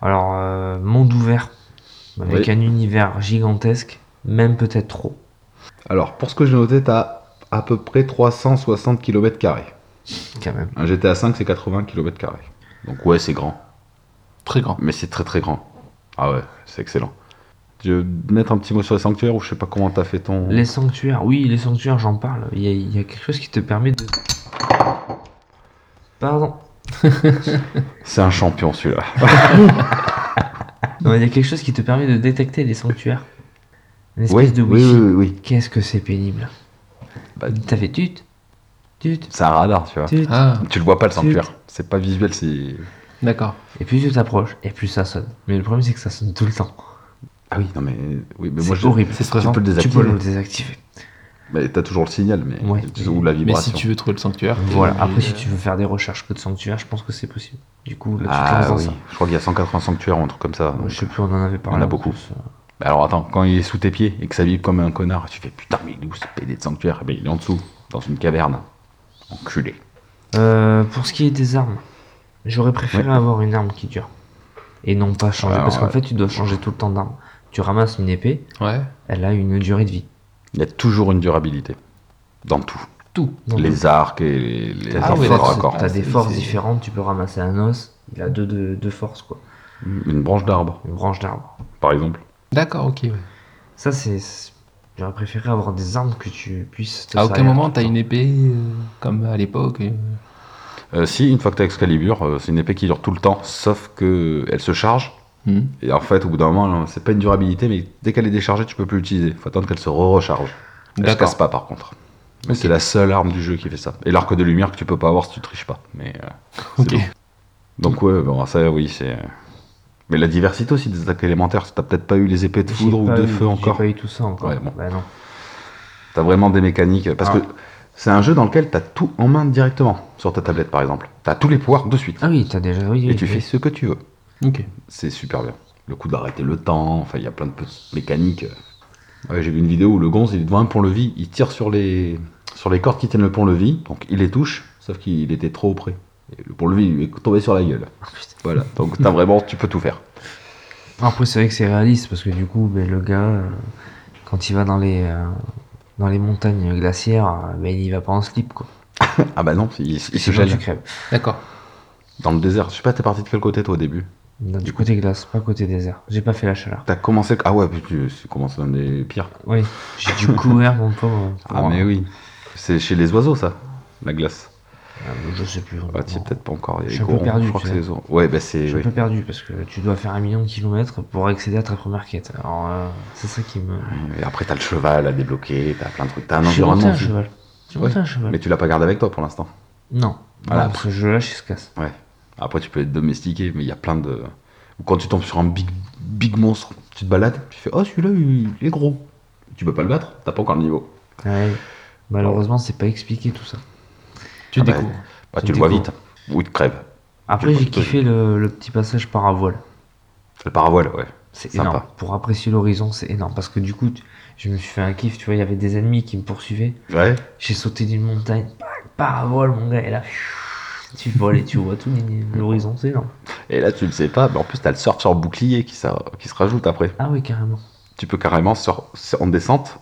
S3: Alors, euh, monde ouvert, avec
S2: Oui.
S3: un univers gigantesque, même peut-être trop.
S2: Alors, pour ce que j'ai noté, t'as à peu près 360 km.
S3: Quand même.
S2: Un GTA 5, c'est 80 km. Donc, ouais, c'est grand.
S4: Très grand.
S2: Mais c'est très très grand. Ah ouais, c'est excellent. Tu veux mettre un petit mot sur les sanctuaires ou je sais pas comment t'as fait ton.
S3: Les sanctuaires, oui, les sanctuaires, j'en parle. Il y, a- il y a quelque chose qui te permet de. Pardon.
S2: C'est un champion celui-là.
S3: Non, il y a quelque chose qui te permet de détecter les sanctuaires. Une espèce
S2: Oui,
S3: de
S2: oui,
S3: wifi.
S2: oui, oui, oui.
S3: Qu'est-ce que c'est pénible.
S2: Bah,
S3: T'as fait tut, tut,
S2: C'est un radar, tu vois.
S3: tut.
S4: Ah,
S2: Tu le vois pas le sanctuaire. C'est pas visuel, c'est.
S4: d'accord.
S3: Et plus tu t'approches, et plus ça sonne. Mais le problème, c'est que ça sonne tout le temps.
S2: Ah oui, non mais. Oui, mais moi
S3: C'est
S2: je.
S3: horrible.
S4: C'est stressant.
S2: Tu peux le
S3: Tu
S2: désactiver.
S3: peux le désactiver.
S2: Mais t'as toujours le signal, mais.
S3: Ouais.
S2: Ou la
S4: Mais si
S2: vibration.
S4: tu veux trouver le sanctuaire. t'es-
S3: Voilà. Après, si tu veux faire des recherches que de sanctuaire, je pense que c'est possible. Du coup, là, tu te
S2: Ah oui,
S3: lances dans ça. Euh,
S2: je crois qu'il y a 180 sanctuaires ou un truc comme ça.
S3: Je sais plus, on en avait parlé.
S2: Il y en a
S3: en
S2: beaucoup.
S3: plus. euh.
S2: Bah alors attends, quand il est sous tes pieds et que ça vibre comme un connard, tu fais putain, mais il est où ce PD de sanctuaire Eh ben, il est en dessous, dans une caverne. Enculé.
S3: Euh, pour ce qui est des armes, j'aurais préféré avoir une arme qui dure. Et non pas changer.
S2: Ouais,
S3: parce qu'en
S2: ouais.
S3: fait, tu dois changer tout le temps d'arme. Tu ramasses une épée,
S4: Ouais.
S3: elle a une durée de vie.
S2: Il y a toujours une durabilité. Dans tout.
S4: Tout.
S3: Donc,
S2: Les arcs et les, les
S4: Ah
S2: armes
S4: oui,
S2: de
S4: d'accord.
S2: raccord.
S3: T'as des
S4: c'est-
S3: forces
S4: c'est-
S3: différentes, tu peux ramasser un os, il a deux, deux, deux forces, quoi.
S2: Une branche d'arbre,
S3: Une branche d'arbre.
S2: par exemple.
S4: D'accord, ok. ouais.
S3: Ça, c'est. c'est- J'aurais préféré avoir des armes que tu puisses. te
S4: À aucun
S3: servir
S4: moment,
S3: tout
S4: t'as
S3: le
S4: une épée euh, comme à l'époque. euh,
S2: Euh, si, une fois que t'as Excalibur, euh, c'est une épée qui dure tout le temps, sauf que elle se charge.
S4: hmm.
S2: Et en fait, au bout d'un moment, euh, c'est pas une durabilité, mais dès qu'elle est déchargée, tu peux plus l'utiliser. Faut attendre qu'elle se re-recharge. Elle se
S4: D'accord.
S2: casse pas, par contre. Mais c'est la seule arme du jeu qui fait ça. Et l'arc de lumière que tu peux pas avoir si tu triches pas. Mais euh, c'est
S4: Ok.
S2: tout. Donc ouais, bon, ça oui, c'est... euh, Mais la diversité aussi des attaques élémentaires, t'as peut-être pas eu les épées de
S3: J'ai
S2: foudre ou
S3: pas
S2: de
S3: eu-
S2: feu encore.
S3: J'ai pas eu tout ça encore.
S2: Ouais, bon.
S3: Bah non.
S2: T'as vraiment des mécaniques. Parce
S3: Ah.
S2: que c'est un jeu dans lequel t'as tout en main directement. Sur ta tablette, par exemple. T'as tous les pouvoirs de suite.
S3: Ah oui, t'as déjà. Oui,
S2: et
S3: oui,
S2: tu
S3: oui.
S2: fais ce que tu veux.
S4: Ok.
S2: C'est super bien. Le coup d'arrêter le temps, enfin, il y a plein de petites mécaniques. Ouais, J'ai vu une vidéo où le gonze, il est devant un pont-levis, il tire sur les, sur les cordes qui tiennent le pont-levis, donc il les touche, sauf qu'il était trop près. Et le pont-levis lui est tombé sur la gueule.
S3: Ah, putain.
S2: Voilà, donc t'as vraiment, tu peux tout faire.
S3: Après, c'est vrai que c'est réaliste parce que du coup, ben, le gars, euh, quand il va dans les, euh, dans les montagnes glaciaires, euh, ben, il y va pas en slip quoi.
S2: Ah bah non, il, il se
S3: Sinon,
S2: gèle
S3: tu crèves.
S4: D'accord.
S2: dans le désert. Je sais pas, t'es parti de quel côté toi au début
S3: Non, Du côté glace, pas côté désert. J'ai pas fait la chaleur.
S2: T'as commencé. Ah ouais, puis tu tu commences dans des pires.
S3: Oui, j'ai dû courir mon pauvre. pour,
S2: Ah mais oui. C'est chez les oiseaux ça, la glace.
S3: euh, je sais plus.
S2: Ah, t'y es
S3: vraiment.
S2: peut-être pas encore. il y a
S3: Je
S2: les
S3: suis un peu
S2: corons,
S3: perdu,
S2: Je crois
S3: tu
S2: que c'est
S3: sais.
S2: les oiseaux. Ouais, bah c'est.
S3: Je suis un
S2: oui.
S3: peu perdu parce que tu dois faire un million de kilomètres pour accéder à ta première quête. Alors, euh, c'est ça qui me.
S2: Et après, t'as le cheval à débloquer, t'as plein de trucs. T'as un
S3: J'ai monté
S2: environnement.
S3: un
S2: aussi.
S3: cheval. J'ai
S2: Ouais.
S3: monté un cheval.
S2: Mais tu l'as pas gardé avec toi pour l'instant.
S3: Non.
S2: Voilà.
S3: Non, parce que ce jeu-là, je se casse.
S2: Après, tu peux être domestiqué, mais il y a plein de. Ou quand tu tombes sur un big, big monstre, tu te balades, tu fais Oh, celui-là, il est gros. Tu peux pas le battre, t'as pas encore le niveau.
S3: Ah Ouais. Malheureusement, c'est pas expliqué tout ça.
S4: Tu
S2: Ah bah,
S4: découvres.
S2: Bah,
S3: Tu
S2: tu le
S3: découvres.
S2: vois vite. Ou il te crève.
S3: Après,
S2: Tu
S3: j'ai
S2: peux te-
S3: kiffé le, le petit passage par à voile.
S2: Le paravoile, ouais.
S3: C'est
S2: Sympa.
S3: énorme. Pour apprécier l'horizon, c'est énorme. Parce que du coup, tu- je me suis fait un kiff. Tu vois, il y avait des ennemis qui me poursuivaient.
S2: Ouais.
S3: J'ai sauté d'une montagne. Par à voile, mon gars. Et là, tu voles et tu vois tout l'horizon. C'est énorme.
S2: Et là, tu le sais pas, mais en plus, t'as le surf sur bouclier qui, ça- qui se rajoute après.
S3: Ah oui, carrément.
S2: Tu peux carrément, sur... en descente,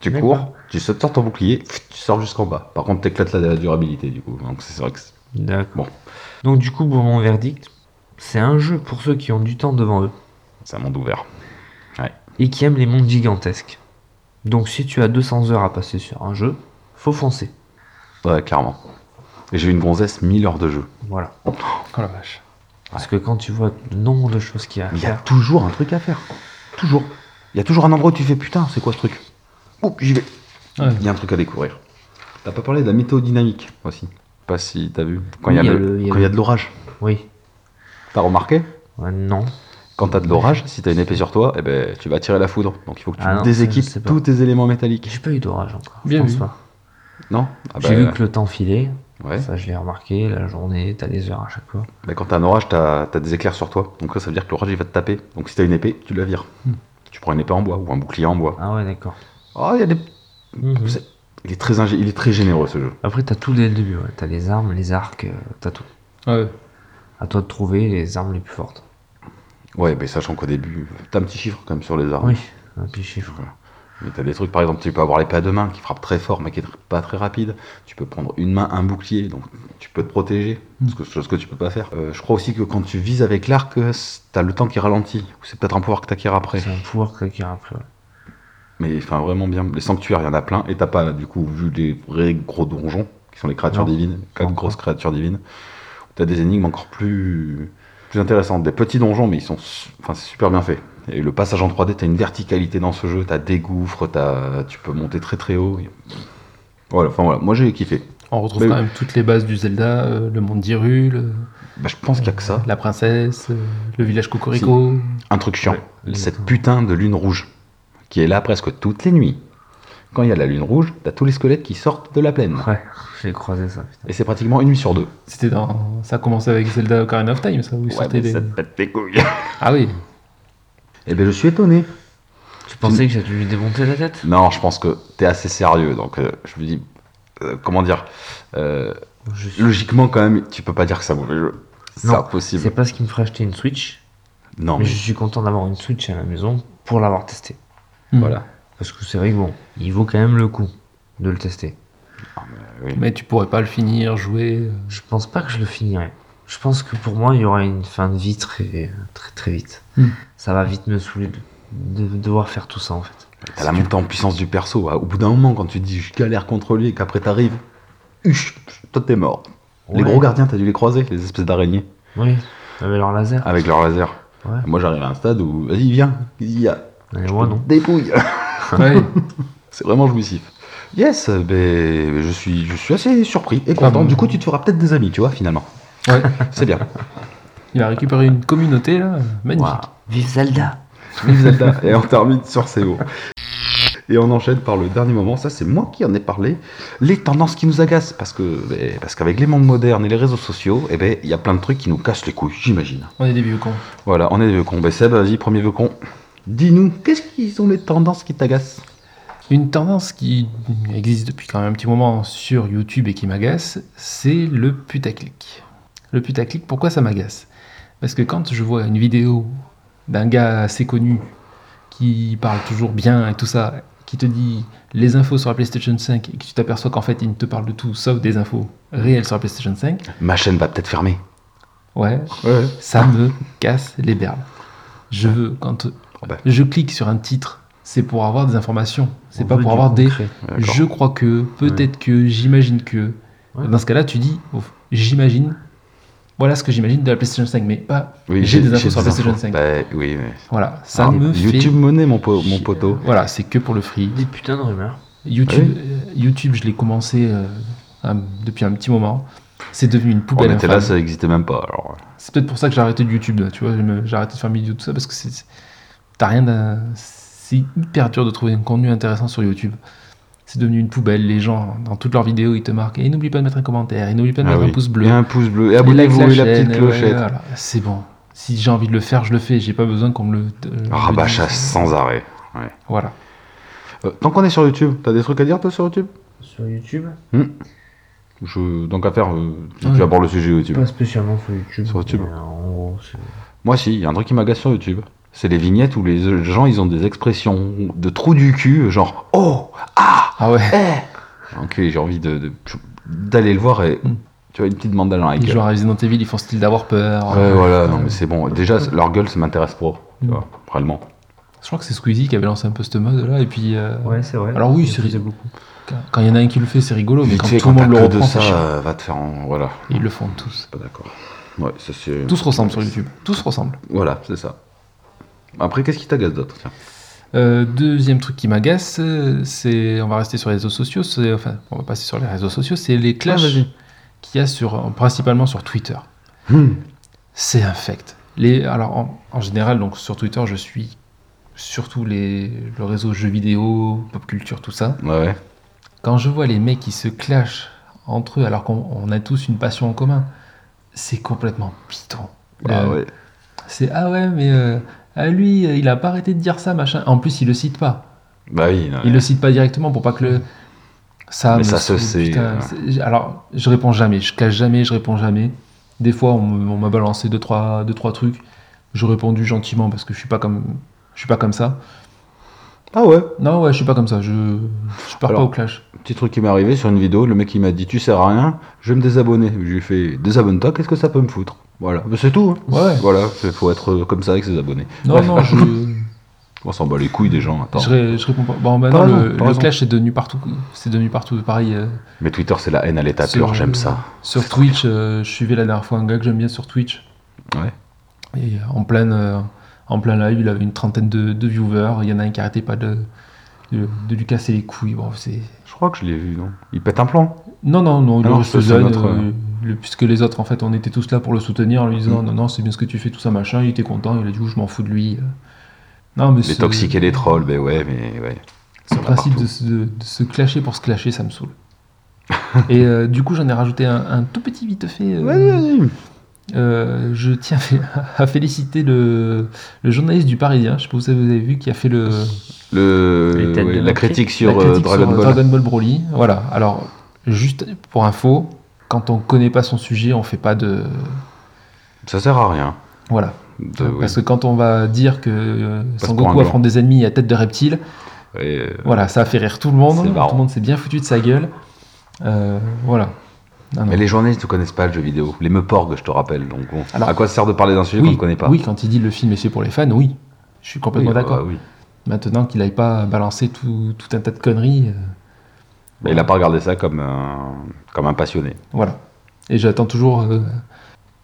S2: Tu
S3: D'accord.
S2: cours, tu sautes sur ton bouclier, tu sors jusqu'en bas. Par contre, t'éclates la, la durabilité du coup. Donc c'est vrai que c'est-
S3: D'accord. Donc du coup, pour mon verdict, c'est un jeu pour ceux qui ont du temps devant eux
S2: c'est un monde ouvert.
S3: et qui aiment les mondes gigantesques. Donc si tu as 200 heures à passer sur un jeu, faut foncer.
S2: Ouais, clairement. Et J'ai eu une gonzesse 1000 heures de jeu.
S3: Voilà.
S10: Oh la vache.
S3: Parce que quand tu vois le nombre de choses qu'il y a à
S2: Il y a
S3: faire,
S2: toujours un truc à faire. Toujours. Il y a toujours un endroit où tu fais putain, c'est quoi ce truc Ouh, j'y vais.
S10: Ouais.
S2: Il y a un truc à découvrir. T'as pas parlé de la météo dynamique aussi. Pas si t'as vu. Quand il
S3: Oui,
S2: y, a
S3: il y a
S2: le-
S3: le- il y a
S2: quand
S3: le-
S2: il y a de l'orage.
S3: oui.
S2: T'as remarqué
S3: Ouais, non.
S2: Quand t'as de l'orage, si t'as une épée sur toi, eh ben, tu vas tirer la foudre. Donc il faut que tu
S3: Ah non, ça, je sais
S2: déséquipes
S3: pas.
S2: tous tes éléments métalliques.
S3: J'ai pas eu d'orage encore. je
S10: Bien
S3: pense
S10: vu.
S3: pas.
S2: Non Ah
S3: J'ai
S2: bah,
S3: vu que le temps filait.
S2: ouais.
S3: Ça, je l'ai remarqué. La journée, t'as des heures à chaque fois.
S2: Bah, quand t'as un orage, t'as t'as des éclairs sur toi. Donc là, ça veut dire que l'orage, il va te taper. Donc si t'as une épée, tu la vires.
S3: Hmm.
S2: Tu prends une épée en bois ou un bouclier en bois.
S3: Ah ouais, d'accord.
S2: Oh, il y a des...
S3: Mhm.
S2: C'est- Il est très, ingé- il est très généreux ce jeu.
S3: Après, t'as tout dès le début. Ouais. T'as les armes, les arcs, euh, t'as tout.
S4: Ouais.
S3: À toi de trouver les armes les plus fortes.
S2: Ouais, mais sachant qu'au début, t'as un petit chiffre quand même sur les armes.
S3: Oui, un petit chiffre.
S2: Mais t'as des trucs, par exemple, tu peux avoir l'épée à deux mains qui frappe très fort mais qui est tr- pas très rapide. Tu peux prendre une main, un bouclier, donc tu peux te protéger,
S3: Hmm.
S2: parce que- chose que tu peux pas faire. Euh, je crois aussi que quand tu vises avec l'arc, euh, c- t'as le temps qui ralentit, ou c'est peut-être un pouvoir que t'acquiers après.
S3: C'est un pouvoir que quelqu'un a après. ouais.
S2: Mais enfin, vraiment bien. Les sanctuaires, il y en a plein, et t'as pas, du coup, vu les vrais gros donjons, qui sont les créatures
S3: Non.
S2: divines, quatre
S3: Non.
S2: grosses créatures divines, t'as des énigmes encore plus, plus intéressantes. Des petits donjons, mais ils sont su- enfin, c'est super bien fait. Et le passage en 3D, t'as une verticalité dans ce jeu, t'as des gouffres, t'as- tu peux monter très très haut. Et- Voilà, enfin voilà, moi j'ai kiffé.
S4: On retrouve
S2: Mais-
S4: quand même toutes les bases du Zelda, euh, le monde d'Irule, euh,
S2: Bah, je pense qu'il y a que ça.
S4: la princesse, euh, le village Cocorico.
S2: Un truc chiant,
S3: Ouais.
S2: cette putain de lune rouge, qui est là presque toutes les nuits. Quand il y a la lune rouge, t'as tous les squelettes qui sortent de la plaine.
S3: Ouais, j'ai croisé ça, putain.
S2: Et c'est pratiquement une nuit sur deux.
S4: C'était dans. Ça a commencé avec Zelda Ocarina of Time, ça, où ils sortaient des.
S2: pète tes couilles.
S4: Ah oui,
S2: Eh ben, je suis étonné.
S3: Tu pensais que j'allais lui démonter la tête
S2: Non, je pense que t'es assez sérieux, donc euh, je me dis, euh, comment dire, euh,
S3: Je suis-
S2: logiquement quand même, tu peux pas dire que c'est un mauvais jeu. C'est
S3: Non,
S2: impossible.
S3: C'est pas ce qui me ferait acheter une Switch,
S2: Non,
S3: mais je suis content d'avoir une Switch à la maison pour l'avoir testé.
S2: voilà.
S3: Parce que c'est vrai que bon, il vaut quand même le coup de le tester.
S4: mais tu pourrais pas le finir, jouer. euh,
S3: Je pense pas que je le finirai. Je pense que pour moi, il y aura une fin de vie très très très vite.
S4: Hmm.
S3: Ça va vite me saouler de, de devoir faire tout ça en fait.
S2: T'as la montée en puissance du perso. hein. Au bout d'un moment, quand tu dis je galère contre lui et qu'après t'arrives, huch, toi t'es mort. Les
S3: Ouais.
S2: gros gardiens, t'as dû les croiser, les espèces d'araignées,
S3: Oui, avec leur laser.
S2: avec leur laser.
S3: Ouais.
S2: Moi j'arrive à un stade où, vas-y, viens, il y a
S3: Mais moi non.
S2: dépouille.
S4: Ouais.
S2: C'est vraiment jouissif. Yes, ben, je, suis, je suis assez surpris et content.
S4: Ah bon.
S2: Du coup, tu te feras peut-être des amis, tu vois, finalement.
S4: Ouais.
S2: C'est bien.
S4: Il a récupéré une communauté, là, magnifique.
S3: Waouh. Vive Zelda
S2: Vive Zelda. Et on termine sur ces mots. Et on enchaîne par le dernier moment, ça c'est moi qui en ai parlé, les tendances qui nous agacent, parce que ben, parce qu'avec les mondes modernes et les réseaux sociaux, eh ben, il y a plein de trucs qui nous cassent les couilles, j'imagine.
S4: On est des vieux cons.
S2: Voilà, on est des vieux cons. Ben, Seb, vas-y, premier vieux con, dis-nous, qu'est-ce qui sont les tendances qui t'agacent
S4: Une tendance qui existe depuis quand même un petit moment sur YouTube et qui m'agace, c'est le putaclic. Le putaclic, pourquoi ça m'agace Parce que quand je vois une vidéo d'un gars assez connu qui parle toujours bien et tout ça, qui te dit les infos sur la PlayStation 5 et que tu t'aperçois qu'en fait il ne te parle de tout sauf des infos réelles sur la PlayStation 5,
S2: Ma chaîne va peut-être fermer.
S4: ouais,
S2: Ouais.
S4: ça me casse les berles. Je veux, quand
S3: Ah
S2: bah.
S4: je clique sur un titre, c'est pour avoir des informations, c'est
S3: On
S4: pas
S3: veut
S4: pour
S3: du
S4: avoir des
S3: concret.
S2: D'accord.
S4: je crois que, peut-être que, j'imagine que.
S3: Ouais.
S4: Dans ce cas-là, tu dis, oh, j'imagine, voilà ce que j'imagine de la PlayStation 5, mais pas,
S2: Oui,
S4: j'ai des infos sur la PlayStation
S2: infos.
S4: 5.
S2: Ben, oui, mais-
S4: voilà, ça
S2: Ah,
S4: me
S2: YouTube
S4: fait...
S2: monnaie, mon, po- mon poteau.
S4: Voilà, c'est que pour le free.
S3: Des putains de rumeurs.
S4: YouTube,
S2: Ah
S4: euh, YouTube je l'ai commencé euh, un- depuis un petit moment. C'est devenu une
S2: On
S4: poubelle
S2: était là,
S4: infâme.
S2: ça n'existait même pas. Alors,
S4: C'est peut-être pour ça que j'ai arrêté de YouTube, là, tu vois, je me- j'ai arrêté de faire mes vidéos, tout ça, parce que c'est... T'as rien d'un- C'est hyper dur de trouver un contenu intéressant sur YouTube. C'est devenu une poubelle, les gens, dans toutes leurs vidéos, ils te marquent, et n'oublie pas de mettre un commentaire, et n'oublie pas de
S2: Ah
S4: mettre
S2: oui.
S4: un pouce bleu.
S2: et un pouce bleu. Et
S4: Et like
S2: abonnez-vous et la
S4: chaîne,
S2: petite
S4: et
S2: clochette.
S4: ouais, voilà. C'est bon. Si j'ai envie de le faire, je le fais. J'ai pas besoin qu'on me le. euh,
S2: Ah,
S4: me dise.
S2: Rabâchasse sans arrêt.
S4: Voilà.
S2: Euh, tant qu'on est sur YouTube, t'as des trucs à dire toi sur YouTube
S3: Sur YouTube
S2: Je- Donc à faire, euh, tu,
S3: Ouais.
S2: tu abordes le sujet YouTube.
S3: Pas spécialement sur YouTube.
S2: Sur YouTube.
S3: mais, euh, en gros, c'est-
S2: Moi si, il y a un truc qui m'agace sur YouTube. C'est les vignettes où les gens, ils ont des expressions de trou du cul, genre Oh Ah
S11: Ah ouais.
S3: Eh.
S2: Ok, j'ai envie de- de- d'aller le voir et
S4: Mm.
S2: tu vois une petite mandale dans la
S4: Ils
S2: gueule.
S4: jouent à Resident Evil, ils font style d'avoir peur.
S2: Ouais, voilà, non mais c'est bon. Déjà, c- leur gueule, ça m'intéresse pas,
S4: Mm.
S2: tu vois, réellement.
S4: Je crois que c'est Squeezie qui avait lancé un peu ce mode là. Et puis, euh,
S3: Ouais, c'est vrai.
S4: Alors oui,
S3: Il
S4: c'est-
S3: faisait beaucoup.
S4: quand- quand il y en a un qui le fait, c'est rigolo, mais
S2: Tu
S4: quand
S2: sais,
S4: tout le
S2: t'as
S4: monde le
S2: que de
S4: reprend, c'est
S2: ça,
S4: chiant.
S2: euh, va te faire en... Voilà,
S4: Ils le font tous.
S2: pas d'accord. Ouais, ça c'est...
S4: Tous ressemblent sur YouTube. Tous ressemblent.
S2: Voilà, c'est ça. Après, qu'est-ce qui t'agace d'autre tiens
S4: Euh, deuxième truc qui m'agace, euh, c'est. On va rester sur les réseaux sociaux. c'est- Enfin, on va passer sur les réseaux sociaux. C'est les clashs qu'il y a sur, euh, principalement sur Twitter. C'est infect. Les, alors, en, en général, donc, sur Twitter, je suis surtout les, le réseau jeux vidéo, pop culture, tout ça.
S2: Ouais, ouais.
S4: Quand je vois les mecs qui se clashent entre eux alors qu'on on a tous une passion en commun, c'est complètement piton.
S2: Ah
S4: Euh,
S2: ouais.
S4: C'est ah ouais, mais euh, ah, lui, euh, il a pas arrêté de dire ça, machin. En plus, il le cite pas.
S2: Bah oui, non,
S4: Il le cite pas directement pour pas que le. Ça
S2: Mais
S4: me
S2: ça se
S4: saoule,
S2: sait,
S4: putain.
S2: euh.
S4: C'est- Alors, je réponds jamais, je cache jamais, je réponds jamais. Des fois, on me- on m'a balancé deux trois, deux, trois trucs. Je répondu gentiment parce que je suis pas comme, je suis pas comme ça.
S2: Ah ouais
S4: Non, ouais, je suis pas comme ça. Je, je pars
S2: Alors,
S4: pas au clash.
S2: Petit truc qui m'est arrivé sur une vidéo, le mec il m'a dit tu sers à rien, je vais me désabonner. J'ai fait désabonne-toi, qu'est-ce que ça peut me foutre Voilà, Bah, c'est tout. hein.
S4: Ouais.
S2: Voilà, c'est- faut être comme ça avec ses abonnés.
S4: Non,
S2: Bref.
S4: non, je,
S2: On s'en bat les couilles des gens, attends.
S4: je, ré- je réponds pas. Bon, maintenant,
S2: T'as raison,
S4: le,
S2: t'as
S4: le
S2: raison.
S4: clash est devenu partout. C'est devenu partout pareil. euh,
S2: Mais Twitter c'est la haine à l'état
S4: Sur-
S2: pur, j'aime ça.
S4: Sur Twitch, euh, je suivais la dernière fois un gars que j'aime bien sur Twitch.
S2: Ouais.
S4: Et en plein, euh, en plein live, il avait une trentaine de, de viewers. Il y en a un qui arrêtait pas de, de, de lui casser les couilles. Bon, c'est...
S2: Je crois que je l'ai vu, non Il pète un plan.
S4: Non, non, non, il
S2: Ah non,
S4: le
S2: ça, c'est
S4: soutient,
S2: notre,
S4: euh, le- puisque les autres, en fait, on était tous là pour le soutenir en lui disant
S2: Mm.
S4: non, non, c'est bien ce que tu fais, tout ça, machin. Il était content, il a dit oh, je m'en fous de lui. Non, mais
S2: Les
S4: c'est-
S2: toxiques et les trolls, ben ouais, mais ouais.
S4: ce
S2: On a
S4: principe
S2: partout.
S4: de, se- de- de se clasher pour se clasher, ça me saoule. et euh, du coup, j'en ai rajouté un, un tout petit vite fait. euh, euh, je tiens à fé- à féliciter le, le journaliste du Parisien, je sais pas si vous avez vu, qui a fait le,
S2: Le...
S3: Les têtes
S2: ouais,
S3: de
S2: la
S3: Matrix.
S2: critique sur
S4: la
S2: euh,
S4: critique
S2: Dragon
S4: sur
S2: Ball.
S4: Dragon Ball Broly. Voilà, alors, juste pour info, quand on connaît pas son sujet, on fait pas de.
S2: Ça sert à rien.
S4: Voilà.
S2: De- Euh, oui.
S4: Parce que quand on va dire que euh,
S2: Passe
S4: Son
S2: pour un
S4: Goku
S2: blanc.
S4: affronte des ennemis à tête de reptile,
S2: Et, euh,
S4: voilà, ça a fait rire tout le monde.
S2: C'est
S4: Tout
S2: marrant.
S4: le monde s'est bien foutu de sa gueule. Euh, voilà. Non, non.
S2: Mais les journalistes ne connaissent pas le jeu vidéo. Les meuporgues, je te rappelle. Donc bon.
S4: Alors-
S2: à quoi sert de parler d'un sujet qu'on ne connaît pas
S4: Oui, quand il dit le film est fait pour les fans, oui. Je suis complètement
S2: Oui, bah
S4: d'accord.
S2: oui.
S4: Maintenant qu'il n'aille pas balancer tout, tout un tas de conneries, euh,
S2: Mais Bah, il n'a pas regardé ça comme un, comme un passionné.
S4: voilà. Et j'attends toujours. euh,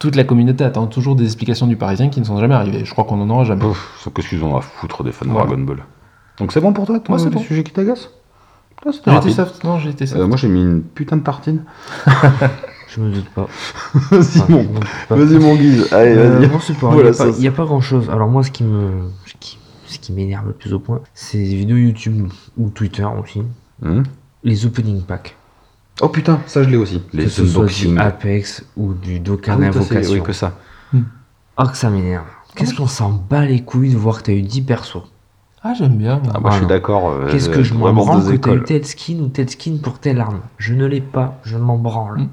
S4: toute la communauté attend toujours des explications du Parisien qui ne sont jamais arrivées. Je crois qu'on en aura jamais.
S2: Pouf, sauf qu'est-ce qu'ils ont à foutre des fans
S4: Voilà.
S2: de Dragon Ball Donc c'est bon pour toi, ton
S4: Moi, c'est
S2: les
S4: bon.
S2: sujets qui t'agacent Ah, c'était
S4: J'ai été
S2: rapide.
S4: soft, non, j'ai été soft.
S2: Euh, Moi j'ai mis une putain de tartine. Ah,
S3: Je me doute pas.
S2: Vas-y
S3: Enfin, je
S2: mon,
S3: me doute pas.
S2: vas-y mon guise. Allez,
S3: Euh,
S2: vas-y.
S3: non, c'est pas-
S2: Voilà,
S3: il y a pas-
S2: ça,
S3: il n'y a, pas grand chose. Alors, moi, ce qui me. Ce qui, ce qui m'énerve le plus au point, c'est les vidéos YouTube ou Twitter aussi.
S2: Hum.
S3: Les opening packs.
S2: Oh putain, ça je l'ai aussi.
S3: que
S2: Les
S3: ce soit
S2: unboxings.
S3: du Apex ou du
S2: Ah
S3: Dokkan
S2: oui, toi, c'est-
S3: Invocation.
S2: oui, Ah que ça.
S3: Ah, que ça m'énerve. Qu'est-ce qu'on s'en bat les couilles de voir que t'as eu 10 persos
S4: Ah, j'aime bien. moi.
S2: Ah, moi je suis
S3: non.
S2: d'accord. euh,
S3: Qu'est-ce que je m'en
S2: vraiment
S3: branle
S2: deux
S3: que t'as eu
S2: écoles.
S3: telle skin ou telle skin pour telle arme Je ne l'ai pas, je m'en branle.
S4: Mm.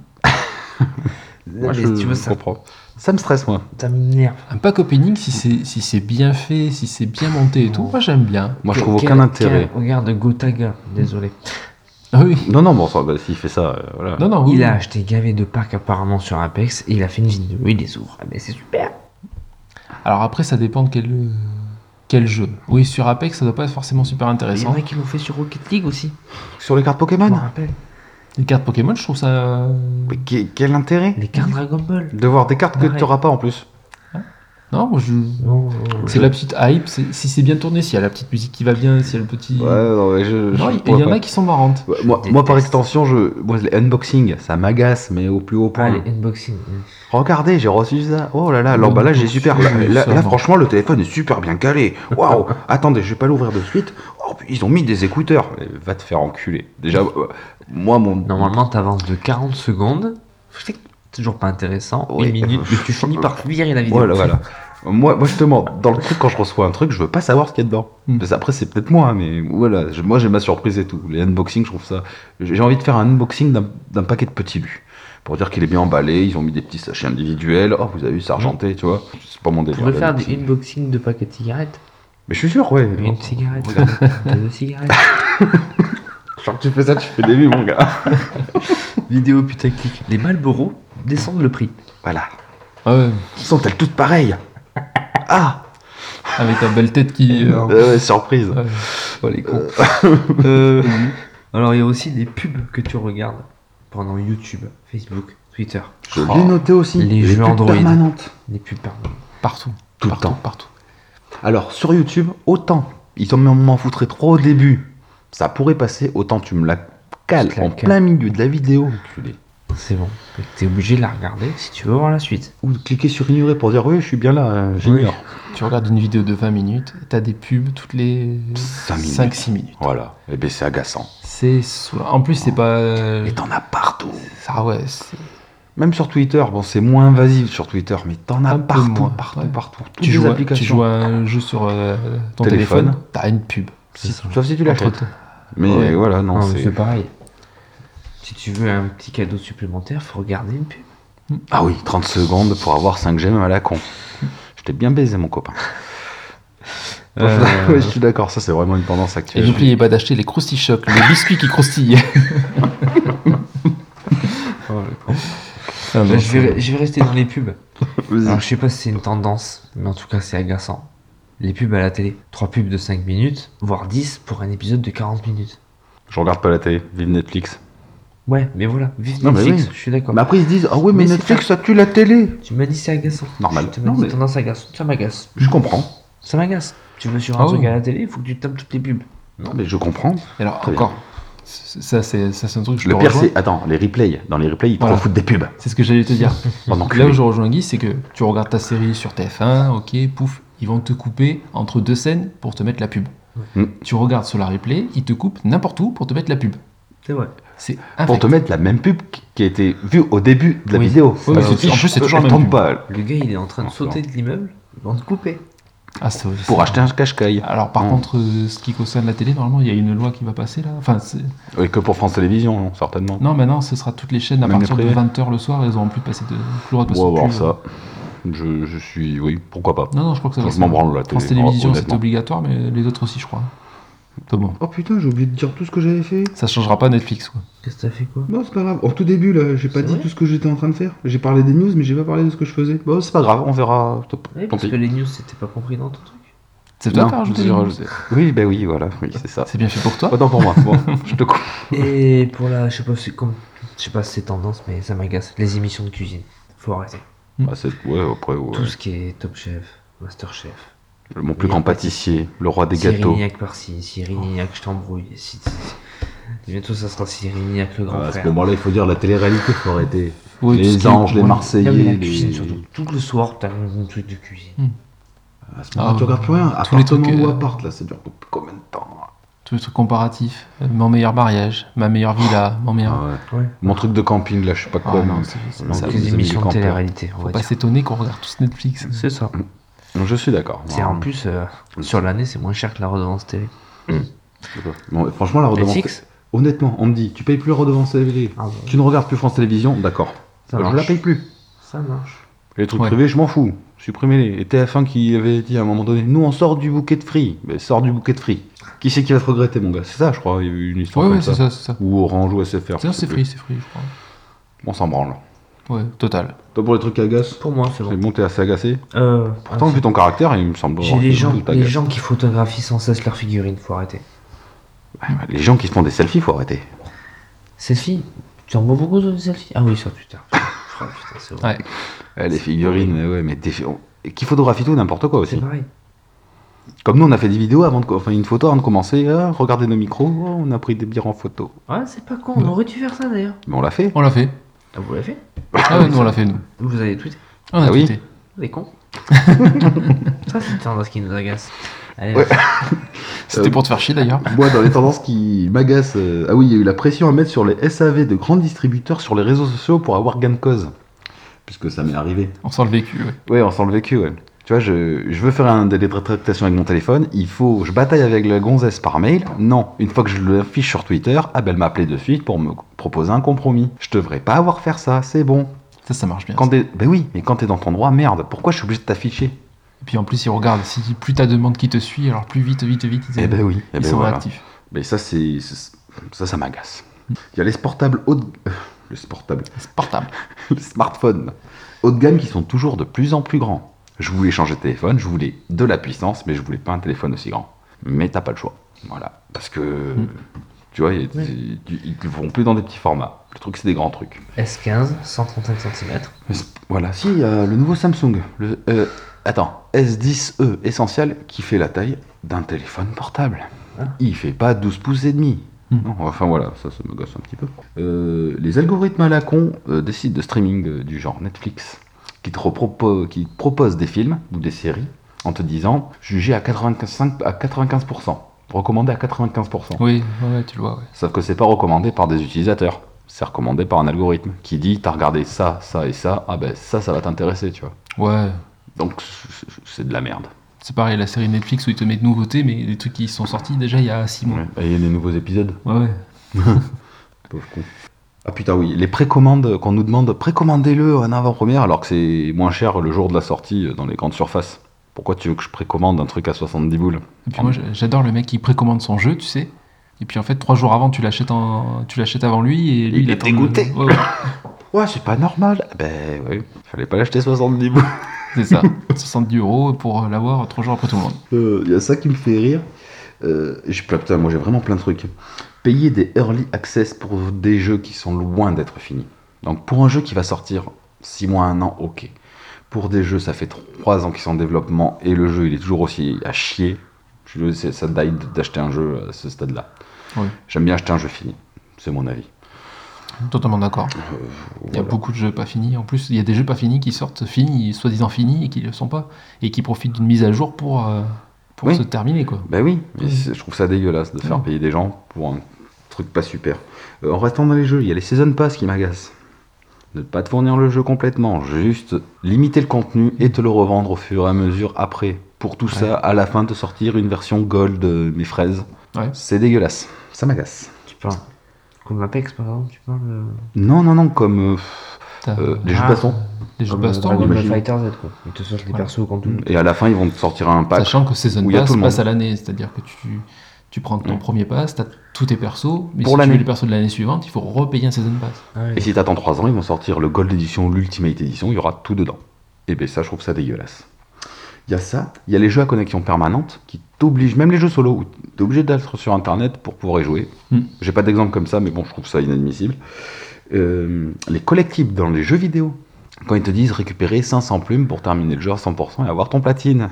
S3: Non,
S2: Moi,
S3: mais
S2: je
S3: tu vois, ça,
S2: comprends. Ça me stresse moi.
S3: ça m'énerve.
S4: Un pack opening, si c'est si c'est bien fait, si c'est bien monté et tout, moi j'aime bien.
S2: Moi je
S3: Quel-
S2: trouve aucun
S3: quel-
S2: intérêt.
S3: quel- Regarde Gotaga, désolé.
S4: Ah oui.
S2: Non, non, bon, ça, bah, s'il fait ça, euh, voilà.
S4: Non, non, oui.
S3: Il
S4: oui.
S3: a acheté gavé de packs apparemment sur Apex et il a fait une vidéo, il les ouvre. Ah, mais c'est super.
S4: Alors après, ça dépend de quel, euh, quel jeu. Oui, sur Apex, ça doit pas être forcément super
S2: Ah,
S3: Il y en
S4: intéressant.
S3: a qui l'ont fait sur Rocket League aussi,
S2: Sur les cartes Pokémon
S3: je me rappelle.
S4: Les cartes Pokémon, je trouve ça. euh,
S2: Mais que- quel intérêt
S3: Les cartes Dragon Ball.
S2: de voir des cartes que
S3: Arrête.
S2: tu n'auras pas en plus
S4: Non, moi je.
S3: Non,
S2: euh,
S4: C'est la petite hype, c'est- si c'est bien tourné, s'il y a la petite musique qui va bien, s'il y a le petit.
S2: non, mais je. Bah,
S4: Non, il y en a qui sont marrantes.
S2: moi,
S3: Je
S2: moi, par
S3: déteste.
S2: extension, je... moi, les unboxings, ça m'agace, mais au plus haut point.
S3: les unboxing.
S2: Regardez, j'ai reçu ça. Oh là là, l'emballage est super. Là,
S4: Unboxing,
S2: là-
S4: ça,
S2: là,
S4: non.
S2: franchement, le téléphone est super bien calé. Waouh Attendez, je vais pas l'ouvrir de suite. Oh, puis ils ont mis des écouteurs. Eh, Va te faire enculer. Déjà, euh, moi, mon.
S3: Normalement, t'avances de 40 secondes. Je sais que c'est toujours pas intéressant.
S2: Oui.
S3: Une minute, mais tu finis par virer la vidéo.
S2: Voilà, Oh voilà. Moi, moi, justement, dans le truc, quand je reçois un truc, je veux pas savoir ce qu'il y a dedans.
S4: Mm.
S3: Hmm.
S2: Parce que après, c'est peut-être moi, hein, mais voilà. je- moi, j'ai ma surprise et tout. Les unboxings, je trouve ça. J'ai envie de faire un unboxing d'un d'un paquet de petits lus. pour dire qu'il est bien emballé. Ils ont mis des petits sachets individuels. Oh, vous avez vu, c'est argenté, tu vois. C'est pas mon
S3: Hmm. On
S2: délire.
S3: pourrait faire des
S2: d'habitude.
S3: unboxings de paquets de cigarettes.
S2: Mais je suis sûr, ouais.
S3: Une cigarette, deux cigarettes.
S2: Genre, tu fais ça, tu fais des vues, mon gars.
S3: Vidéo putaclic. Les Marlboro descendent le prix.
S2: Voilà.
S4: Ah ouais,
S2: Sont-elles toutes pareilles Ah
S4: avec ta belle tête qui. euh,
S2: Euh, ouais, Surprise.
S4: ouais. Oh, les cons.
S3: Euh, Alors, il y a aussi des pubs que tu regardes pendant YouTube, Facebook, Twitter.
S2: Je l'ai noté aussi.
S3: les jeux
S2: pubs
S3: Android.
S2: permanentes.
S3: Les pubs, pardon.
S4: Partout.
S2: Tout le
S4: partout,
S2: temps.
S4: Partout.
S2: Alors, sur YouTube, autant ils m'en foutraient trop au début, ça pourrait passer, autant tu me la cales
S3: Tu te la
S2: en
S3: cales.
S2: plein milieu de la vidéo, enculé.
S3: C'est bon. Et T'es obligé de la regarder si tu veux voir la suite.
S2: Ou de cliquer sur ignorer pour dire oui, je suis bien là, euh, j'ignore.
S4: Tu regardes une vidéo de 20 minutes, t'as des pubs toutes les
S2: Cinq
S4: 5-6 minutes.
S2: Voilà, et ben c'est agaçant.
S4: C'est saoulant. En plus, c'est pas.
S2: Et t'en as partout.
S4: Ça, ouais, c'est-
S2: Même sur Twitter, bon, c'est moins invasif sur Twitter, mais t'en as
S4: Un peu
S2: Ah, partout,
S4: moins,
S2: partout,
S4: ouais.
S2: partout. Toutes
S4: tu,
S2: les
S4: joues à, tu
S2: applications.
S4: joues à un jeu sur euh, ton
S2: Téléphone.
S4: téléphone, t'as une pub.
S2: Si- sauf si tu l'achètes.
S4: Entre-
S2: Mais
S4: Ouais.
S2: voilà, non,
S3: Non, mais
S2: c'est.
S3: c'est pareil. Si tu veux un petit cadeau supplémentaire, faut regarder une pub.
S2: Ah oui, 30 secondes pour avoir 5G même à la con. Je t'ai bien baisé, mon copain.
S3: Euh,
S2: ouais, je suis d'accord, ça c'est vraiment une tendance
S4: Et
S2: actuelle.
S4: n'oubliez pas d'acheter les croustilles-chocs, les biscuits qui croustillent. Ah non,
S3: Bah, je,
S4: c'est-
S3: vais, je vais rester dans les pubs.
S2: Vas-y.
S3: Alors, je sais pas si c'est une tendance, mais en tout cas, c'est agaçant. Les pubs à la télé. Trois pubs de 5 minutes, voire 10 pour un épisode de 40 minutes.
S2: Je regarde pas la télé, vive Netflix.
S3: Ouais, mais voilà, vive
S2: Non, mais
S3: Netflix,
S2: oui.
S3: je suis d'accord.
S2: Mais après ils se disent Ah oui, mais,
S3: Mais c'est
S2: Netflix ça tue la télé
S3: Tu m'as dit c'est agaçant.
S2: Normal.
S3: Tu m'as
S2: Non,
S3: dit
S2: mais-
S3: tendance agaçante, ça m'agace.
S2: Je comprends.
S3: Ça m'agace. Tu veux sur un
S4: Ah
S3: truc
S4: oui.
S3: à la télé, il faut que tu tapes toutes les pubs.
S2: Non, mais je comprends.
S4: Alors,
S2: Très bien.
S4: encore, c- ça, c'est ça, c'est un truc que je
S2: Le
S4: peux
S2: pire
S4: rejoindre.
S2: c'est. Attends, les replays. Dans les replays, ils te
S4: Voilà.
S2: refoutent des pubs.
S4: C'est ce que j'allais te dire.
S2: Oh,
S4: Là
S2: enculé.
S4: où je rejoins Guy, c'est que tu regardes ta série sur TF1, ok, pouf, ils vont te couper entre deux scènes pour te mettre la pub.
S2: Mm.
S4: Tu regardes sur la replay, ils te coupent n'importe où pour te mettre la pub.
S3: C'est vrai.
S4: C'est
S2: Pour
S4: infect.
S2: te mettre la même pub qui- qui a été vue au début de la
S3: Oui.
S2: vidéo.
S4: Oui,
S2: Parce
S4: mais
S2: que
S4: c'est- en plus, c'est
S2: elle
S4: toujours la même
S2: tombe
S4: pub.
S2: pas
S3: Le gars, il est en train de
S2: Ah,
S3: sauter de l'immeuble, ils vont te couper.
S4: Ah, c'est-
S2: pour acheter un cache-caille.
S4: Alors par
S2: Mm.
S4: contre, euh, ce qui concerne la télé, normalement, il y a une loi qui va passer là. Enfin, c'est-
S2: Et que pour France Télévisions, non, certainement.
S4: non, maintenant, ce sera toutes les chaînes à
S2: Même les
S4: partir de
S2: privées.
S4: 20h le soir, elles auront plus de passer de plus le droit de
S2: On
S4: passer
S2: va
S4: de
S2: voir
S4: pub.
S2: ça. Je, je suis. Oui, pourquoi pas.
S4: Non, non, je crois que ça va.
S2: Je m'en branle la
S4: France
S2: télé,
S4: Télévisions, c'est
S2: honnêtement.
S4: obligatoire, mais les autres aussi, je crois. Donc bon,
S8: Oh putain, j'ai oublié de dire tout ce que j'avais fait.
S4: ça changera pas Netflix, quoi.
S3: Qu'est-ce que t'as fait quoi
S8: Non, c'est pas grave. Au tout début, là, j'ai pas
S3: C'est
S8: dit
S3: vrai
S8: tout ce que j'étais en train de faire. J'ai parlé des news, mais j'ai pas parlé de ce que je faisais.
S2: Bon, c'est pas grave, on verra. Tant
S3: Oui,
S2: tant
S3: parce que
S2: pis.
S3: les news, c'était pas compris dans ton truc.
S4: C'est toi
S2: Non,
S4: qui as rajouté
S2: j'ai
S4: les news.
S2: rajouté. Oui, ben oui, voilà, oui, c'est ça.
S4: C'est bien fait pour toi.
S2: Autant pour moi. Bon, je te coupe.
S3: Et pour la, je sais pas, c'est comme, je sais pas si c'est tendance, mais ça m'agace. Les émissions de cuisine, faut arrêter.
S2: Ah, c'est- ouais, après, ouais.
S3: Tout ce qui est Top Chef, Master Chef,
S2: Mon plus grand pâtissier, le roi des gâteaux. Oh.
S3: Cyrignac par-ci, Cyrignac, je t'embrouille. Si- si- si- Bientôt, ça sera Cyrignac le grand
S2: Ah, à ce
S3: frère.
S2: moment-là, il faut dire la télé-réalité, faut arrêter.
S4: Oui, tout ce
S2: les
S4: qui-
S2: anges, les
S4: Ouais.
S3: Non, mais
S2: Marseillais.
S3: la
S2: les-
S3: cuisine surtout. Tout le soir, t'as un truc de cuisine.
S2: À ce moment-là,
S4: Ah,
S2: tu regardes plus rien.
S4: tous les trucs,
S2: Appartement ou
S4: euh,
S2: appart, là, ça dure depuis combien de temps là
S4: Tous les trucs comparatifs. Euh, Mon meilleur mariage, ma meilleure villa, mon meilleur.
S2: Ah ouais.
S3: Ouais.
S2: Mon truc de camping, là, je sais pas
S4: Ah,
S2: quoi.
S4: non,
S2: mais-
S4: c'est- c'est-
S2: Non,
S4: ça-
S2: c'est-
S3: Les
S2: les
S3: émissions de
S2: campeurs.
S3: télé-réalité, on va
S4: faut pas
S3: dire.
S4: s'étonner qu'on regarde tous Netflix.
S3: C'est ça.
S2: Je suis d'accord.
S3: C'est en plus, euh, sur l'année, c'est moins cher que la redevance télé.
S2: Bon, franchement, la redevance.
S3: Netflix
S2: Honnêtement, on me dit, tu payes plus la redevance télé.
S3: Ah, bah,
S2: Tu ne regardes plus France Télévisions, d'accord.
S3: ça
S2: Euh, je la
S3: marche.
S2: paye plus.
S3: Ça marche.
S2: Les trucs
S4: Ouais.
S2: privés, je m'en fous. Supprimez-les. Et TF1 qui avait dit à un moment donné, nous on sort du bouquet de free. Mais sort du bouquet de free. Qui c'est qui va te regretter, mon gars C'est ça, je crois. Il y a eu une histoire
S4: Ouais,
S2: comme
S4: ouais,
S2: ça.
S4: c'est ça, c'est ça.
S2: Ou Orange ou SFR. je
S4: Tiens,
S2: sais
S4: c'est
S2: plus.
S4: free, c'est free, je crois.
S2: On s'en branle.
S4: Ouais, total.
S2: Toi, pour les trucs qui agacent,
S3: Pour moi, c'est
S2: c'est
S3: bon.
S2: bon, t'es assez agacé.
S4: Ah,
S3: Euh,
S2: Pourtant, vu ton caractère, il me semble.
S3: j'ai
S2: avoir
S3: les
S2: des
S3: gens,
S2: trucs qui
S3: les
S2: t'agacent.
S3: gens qui photographient sans cesse leurs figurines, faut arrêter.
S2: Les gens qui se font des selfies, faut arrêter.
S3: Selfie Tu en vois beaucoup de selfies Ah oui, sur Twitter. Oh, putain, c'est vrai.
S4: Ouais.
S2: Eh, les figurines, mais ouais, mais des- on- et qui photographie tout, n'importe quoi
S3: C'est
S2: aussi.
S3: pareil.
S2: Comme nous, on a fait des vidéos avant de, co- enfin une photo avant de commencer. Ah, regardez nos micros, oh, on a pris des bières en photo.
S3: Ouais, c'est pas con, on aurait dû faire ça d'ailleurs.
S2: Mais on l'a fait.
S4: On l'a fait.
S3: Ah, vous l'avez fait
S4: Ah ouais, nous, on l'a fait, nous.
S3: Vous avez tweeté
S4: On a
S2: Ah oui.
S4: tweeté.
S3: Les cons Ça, c'est une tendance qui nous agace. Allez,
S2: Ouais.
S4: C'était
S2: Euh,
S4: pour te faire chier, d'ailleurs.
S2: Moi, dans les tendances qui m'agacent, euh, ah oui, il y a eu la pression à mettre sur les SAV de grands distributeurs sur les réseaux sociaux pour avoir gain de cause. Puisque ça m'est arrivé.
S4: On sent le vécu, ouais.
S2: Ouais, on sent le vécu, ouais. Tu vois, je, je veux faire un délai de rétractation avec mon téléphone, il faut, je bataille avec la gonzesse par mail. Non, une fois que je le fiche sur Twitter, ah ben elle m'a appelé de suite pour me proposer un compromis. Je devrais pas avoir fait ça, c'est bon.
S4: Ça, ça marche bien.
S2: Quand t'es- ben oui, mais quand t'es dans ton droit, merde, pourquoi je suis obligé de t'afficher
S4: Et puis en plus, ils regardent. Si plus t'as de monde qui te suit, alors plus vite, vite, vite, ils,
S2: Eh ben oui, eh
S4: ils
S2: ben
S4: sont
S2: voilà.
S4: réactifs.
S2: Mais ça, c'est c'est- ça, ça m'agace. Il y a les sportables haut de... euh, les sportables,
S4: C'est portable.
S2: les smartphones haut de gamme qui sont toujours de plus en plus grands. Je voulais changer de téléphone, je voulais de la puissance, mais je voulais pas un téléphone aussi grand. Mais t'as pas le choix, voilà, parce que
S4: Mm.
S2: tu vois, il y a- tu- ils te vont plus dans des petits formats. Le truc, c'est des grands trucs.
S3: S15, 135 cm.
S2: Mais c'est- Voilà, si il y a le nouveau Samsung, le euh, attends, S10e essentiel qui fait la taille d'un téléphone portable. Il fait pas 12 pouces et demi.
S4: Hmm.
S2: Non, enfin voilà, ça, ça me gosse un petit peu. Euh, les algorithmes à la con euh, des sites de streaming euh, du genre Netflix qui te, repropo- qui te proposent des films ou des séries en te disant jugé à 95%, à 95% recommandé à 95%.
S4: Oui, ouais, tu le vois. ouais.
S2: Sauf que c'est pas recommandé par des utilisateurs. C'est recommandé par un algorithme qui dit t'as regardé ça, ça et ça, ah ben ça, ça va t'intéresser, tu vois.
S4: Ouais.
S2: Donc c- c- c'est de la merde.
S4: C'est pareil, la série Netflix où ils te mettent de nouveautés, mais des trucs qui sont sortis déjà il y a 6 mois.
S2: Et il y a des nouveaux épisodes.
S4: Ouais, ouais.
S2: Pauvre con. Ah putain, oui, les précommandes qu'on nous demande, précommandez-le en avant-première alors que c'est moins cher le jour de la sortie euh, dans les grandes surfaces. Pourquoi tu veux que je précommande un truc à 70 boules
S4: Et puis moi, j'a- j'adore le mec qui précommande son jeu, tu sais. Et puis en fait, trois jours avant, tu l'achètes en... tu l'achètes avant lui et lui,
S2: Il
S4: il
S2: est
S4: attend-
S2: dégoûté.
S4: Ouais, ouais,
S2: Ouais, c'est pas normal. Ben oui, fallait pas l'acheter 70 boules.
S4: c'est ça. 70 euros pour l'avoir trois jours après tout le monde.
S2: Il Euh, y a ça qui me fait rire. Euh, j'ai plein- putain, moi j'ai vraiment plein de trucs. Payer des early access pour des jeux qui sont loin d'être finis. Donc pour un jeu qui va sortir 6 mois, 1 an, ok. Pour des jeux, ça fait 3 ans qu'ils sont en développement et le jeu il est toujours aussi à chier. Je le sais, ça die d'acheter un jeu à ce stade-là.
S4: Oui.
S2: J'aime bien acheter un jeu fini. C'est mon avis.
S4: Totalement d'accord. Il y a
S2: Euh, Voilà.
S4: beaucoup de jeux pas finis. En plus, il y a des jeux pas finis qui sortent finis, soi-disant finis, et qui ne le sont pas. Et qui profitent d'une mise à jour pour, euh, pour
S2: Oui.
S4: se terminer, quoi.
S2: Ben oui, mais
S4: Oui.
S2: c'est- je trouve ça dégueulasse de faire
S4: Oui.
S2: payer des gens pour un truc pas super. Euh, en restant dans les jeux, il y a les season pass qui m'agacent. De ne pas te fournir le jeu complètement, juste limiter le contenu et te le revendre au fur et à mesure après. Pour tout ça, à la fin, te sortir une version gold, euh, mes fraises.
S4: Ouais.
S2: C'est dégueulasse. Ça m'agace.
S3: Tu parles. Comme Apex par exemple, tu parles. euh,
S2: Non, non, non, comme
S4: T'as,
S2: euh, euh,
S4: euh,
S2: les jeux de
S3: Ah.
S2: baston.
S4: les jeux de
S3: comme, euh,
S4: baston,
S3: Dragon
S4: ouais.
S3: Ball
S2: imagine.
S3: Fighter Z quoi. Ils te sortent les
S4: Voilà.
S3: persos quand tout.
S2: Et à la fin, ils vont te sortir un pack.
S4: Sachant que Season
S2: où il y a tout
S4: Pass
S2: le
S4: passe
S2: monde.
S4: à l'année, c'est-à-dire que tu, tu prends ton
S2: Ouais.
S4: premier pass, t'as tous tes persos,
S2: Pour
S4: mais si tu veux
S2: l'année.
S4: les persos de l'année suivante, il faut repayer un Season Pass.
S3: Ah
S2: Et si t'attends 3 ans, ils vont sortir le Gold Edition ou l'Ultimate Edition, il y aura tout dedans. Et ben ça, je trouve ça dégueulasse. Il y a ça, il y a les jeux à connexion permanente qui t'obligent, même les jeux solo, où t'es obligé d'être sur internet pour pouvoir y jouer.
S4: Hmm.
S2: J'ai pas d'exemple comme ça, mais bon, je trouve ça inadmissible. Euh, les collectibles dans les jeux vidéo, quand ils te disent récupérer 500 plumes pour terminer le jeu à 100% et avoir ton platine,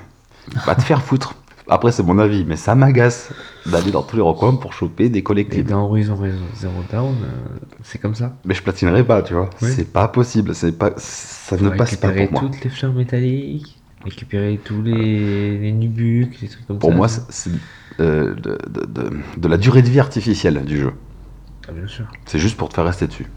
S2: va te faire foutre. Après, c'est mon avis, mais ça m'agace d'aller dans tous les recoins pour choper des
S3: Et
S2: collectibles.
S3: dans Horizon Zero Down, euh, c'est comme ça.
S2: Mais je platinerai pas, tu vois.
S3: Oui.
S2: C'est pas possible. C'est pas, ça
S3: Faut
S2: ne passe pas
S3: récupérer
S2: pour moi.
S3: toutes les fleurs métalliques, récupérer tous les, les nubucks, les trucs comme
S2: Pour
S3: ça.
S2: moi, c'est c'est, euh, de, de- de- de la durée de vie artificielle du jeu.
S3: Ah, bien sûr.
S2: C'est juste pour te faire rester dessus.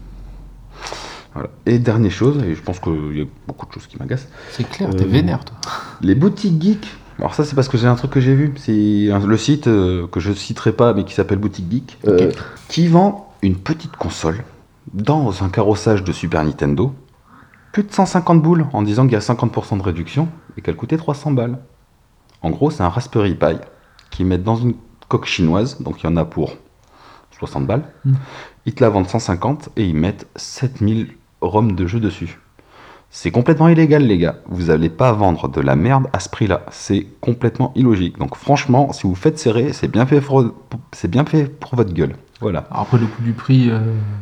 S2: Voilà. Et dernière chose, et je pense qu'il y a beaucoup de choses qui m'agacent,
S4: C'est clair,
S2: Euh,
S4: t'es vénère, toi.
S2: les boutiques geeks. Alors ça, c'est parce que c'est un truc que j'ai vu. C'est un- le site euh, que je citerai pas, mais qui s'appelle Boutique Geek, euh, qui vend une petite console dans un carrossage de Super Nintendo, plus de 150 boules, en disant qu'il y a 50% de réduction et qu'elle coûtait 300 balles. En gros, c'est un Raspberry Pi qu'ils mettent dans une coque chinoise, donc il y en a pour 60 balles.
S4: Mm.
S2: Ils te la vendent 150 et ils mettent 7000 ROM de jeu dessus. C'est complètement illégal, les gars. Vous n'allez pas vendre de la merde à ce prix-là. C'est complètement illogique. Donc, franchement, si vous faites serrer, c'est bien, fait pour- c'est bien fait pour votre gueule. Voilà.
S4: Alors après, le coût du prix, euh,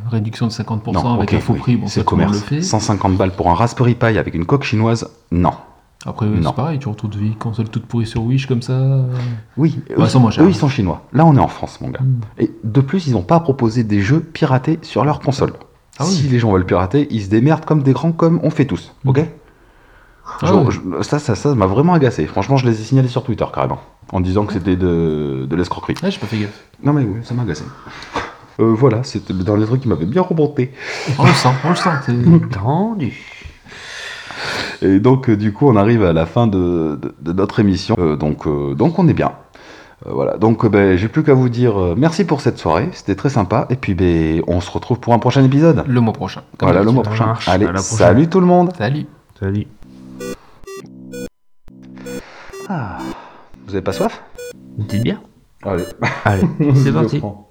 S4: réduction de 50% avec
S2: ok,
S4: un faux
S2: oui,
S4: prix, bon,
S2: c'est
S4: ça,
S2: le
S4: tout le monde
S2: commerce.
S4: le fait.
S2: 150 balles pour un Raspberry Pi avec une coque chinoise, non.
S4: Après,
S2: Non.
S4: c'est pareil, tu retrouves des consoles toutes pourries sur Wish comme ça. euh,
S2: Oui,
S4: Bah,
S2: eux,
S4: ils sont moins chers.
S2: eux, ils sont chinois. Là, on est en France, mon gars.
S4: Hmm.
S2: Et de plus, ils n'ont pas proposé des jeux piratés sur leur console.
S4: Ah oui. Hmm.
S2: Si les gens veulent pirater, ils se démerdent comme des grands comme on fait tous. Ok
S4: Ah
S2: Je-
S4: ouais.
S2: je- Ça, ça, ça m'a vraiment agacé. Franchement, je les ai signalés sur Twitter carrément, en disant que c'était de, de l'escroquerie.
S4: Ouais, j'ai pas fait gaffe.
S2: Non mais oui, ça m'a agacé. Euh, voilà, c'était le dernier truc qui m'avait bien remonté.
S4: On le sent, on le sent. c'est-
S3: Tendu.
S2: Et donc, euh, du coup, on arrive à la fin de, de- de notre émission. Euh, donc, euh, donc, on est bien. Euh, voilà. Donc, euh, ben, j'ai plus qu'à vous dire euh, merci pour cette soirée. C'était très sympa. Et puis, ben, on se retrouve pour un prochain épisode.
S4: Le mois prochain. comme
S2: Voilà, le mois
S3: ça
S2: prochain.
S3: marche.
S2: Allez,
S3: À la prochaine.
S2: salut tout le monde.
S4: Salut.
S3: Salut.
S2: Ah, vous avez pas soif Ah.
S3: Une petite bière
S2: Allez,
S3: Allez, c'est
S2: je
S3: parti.
S2: prends.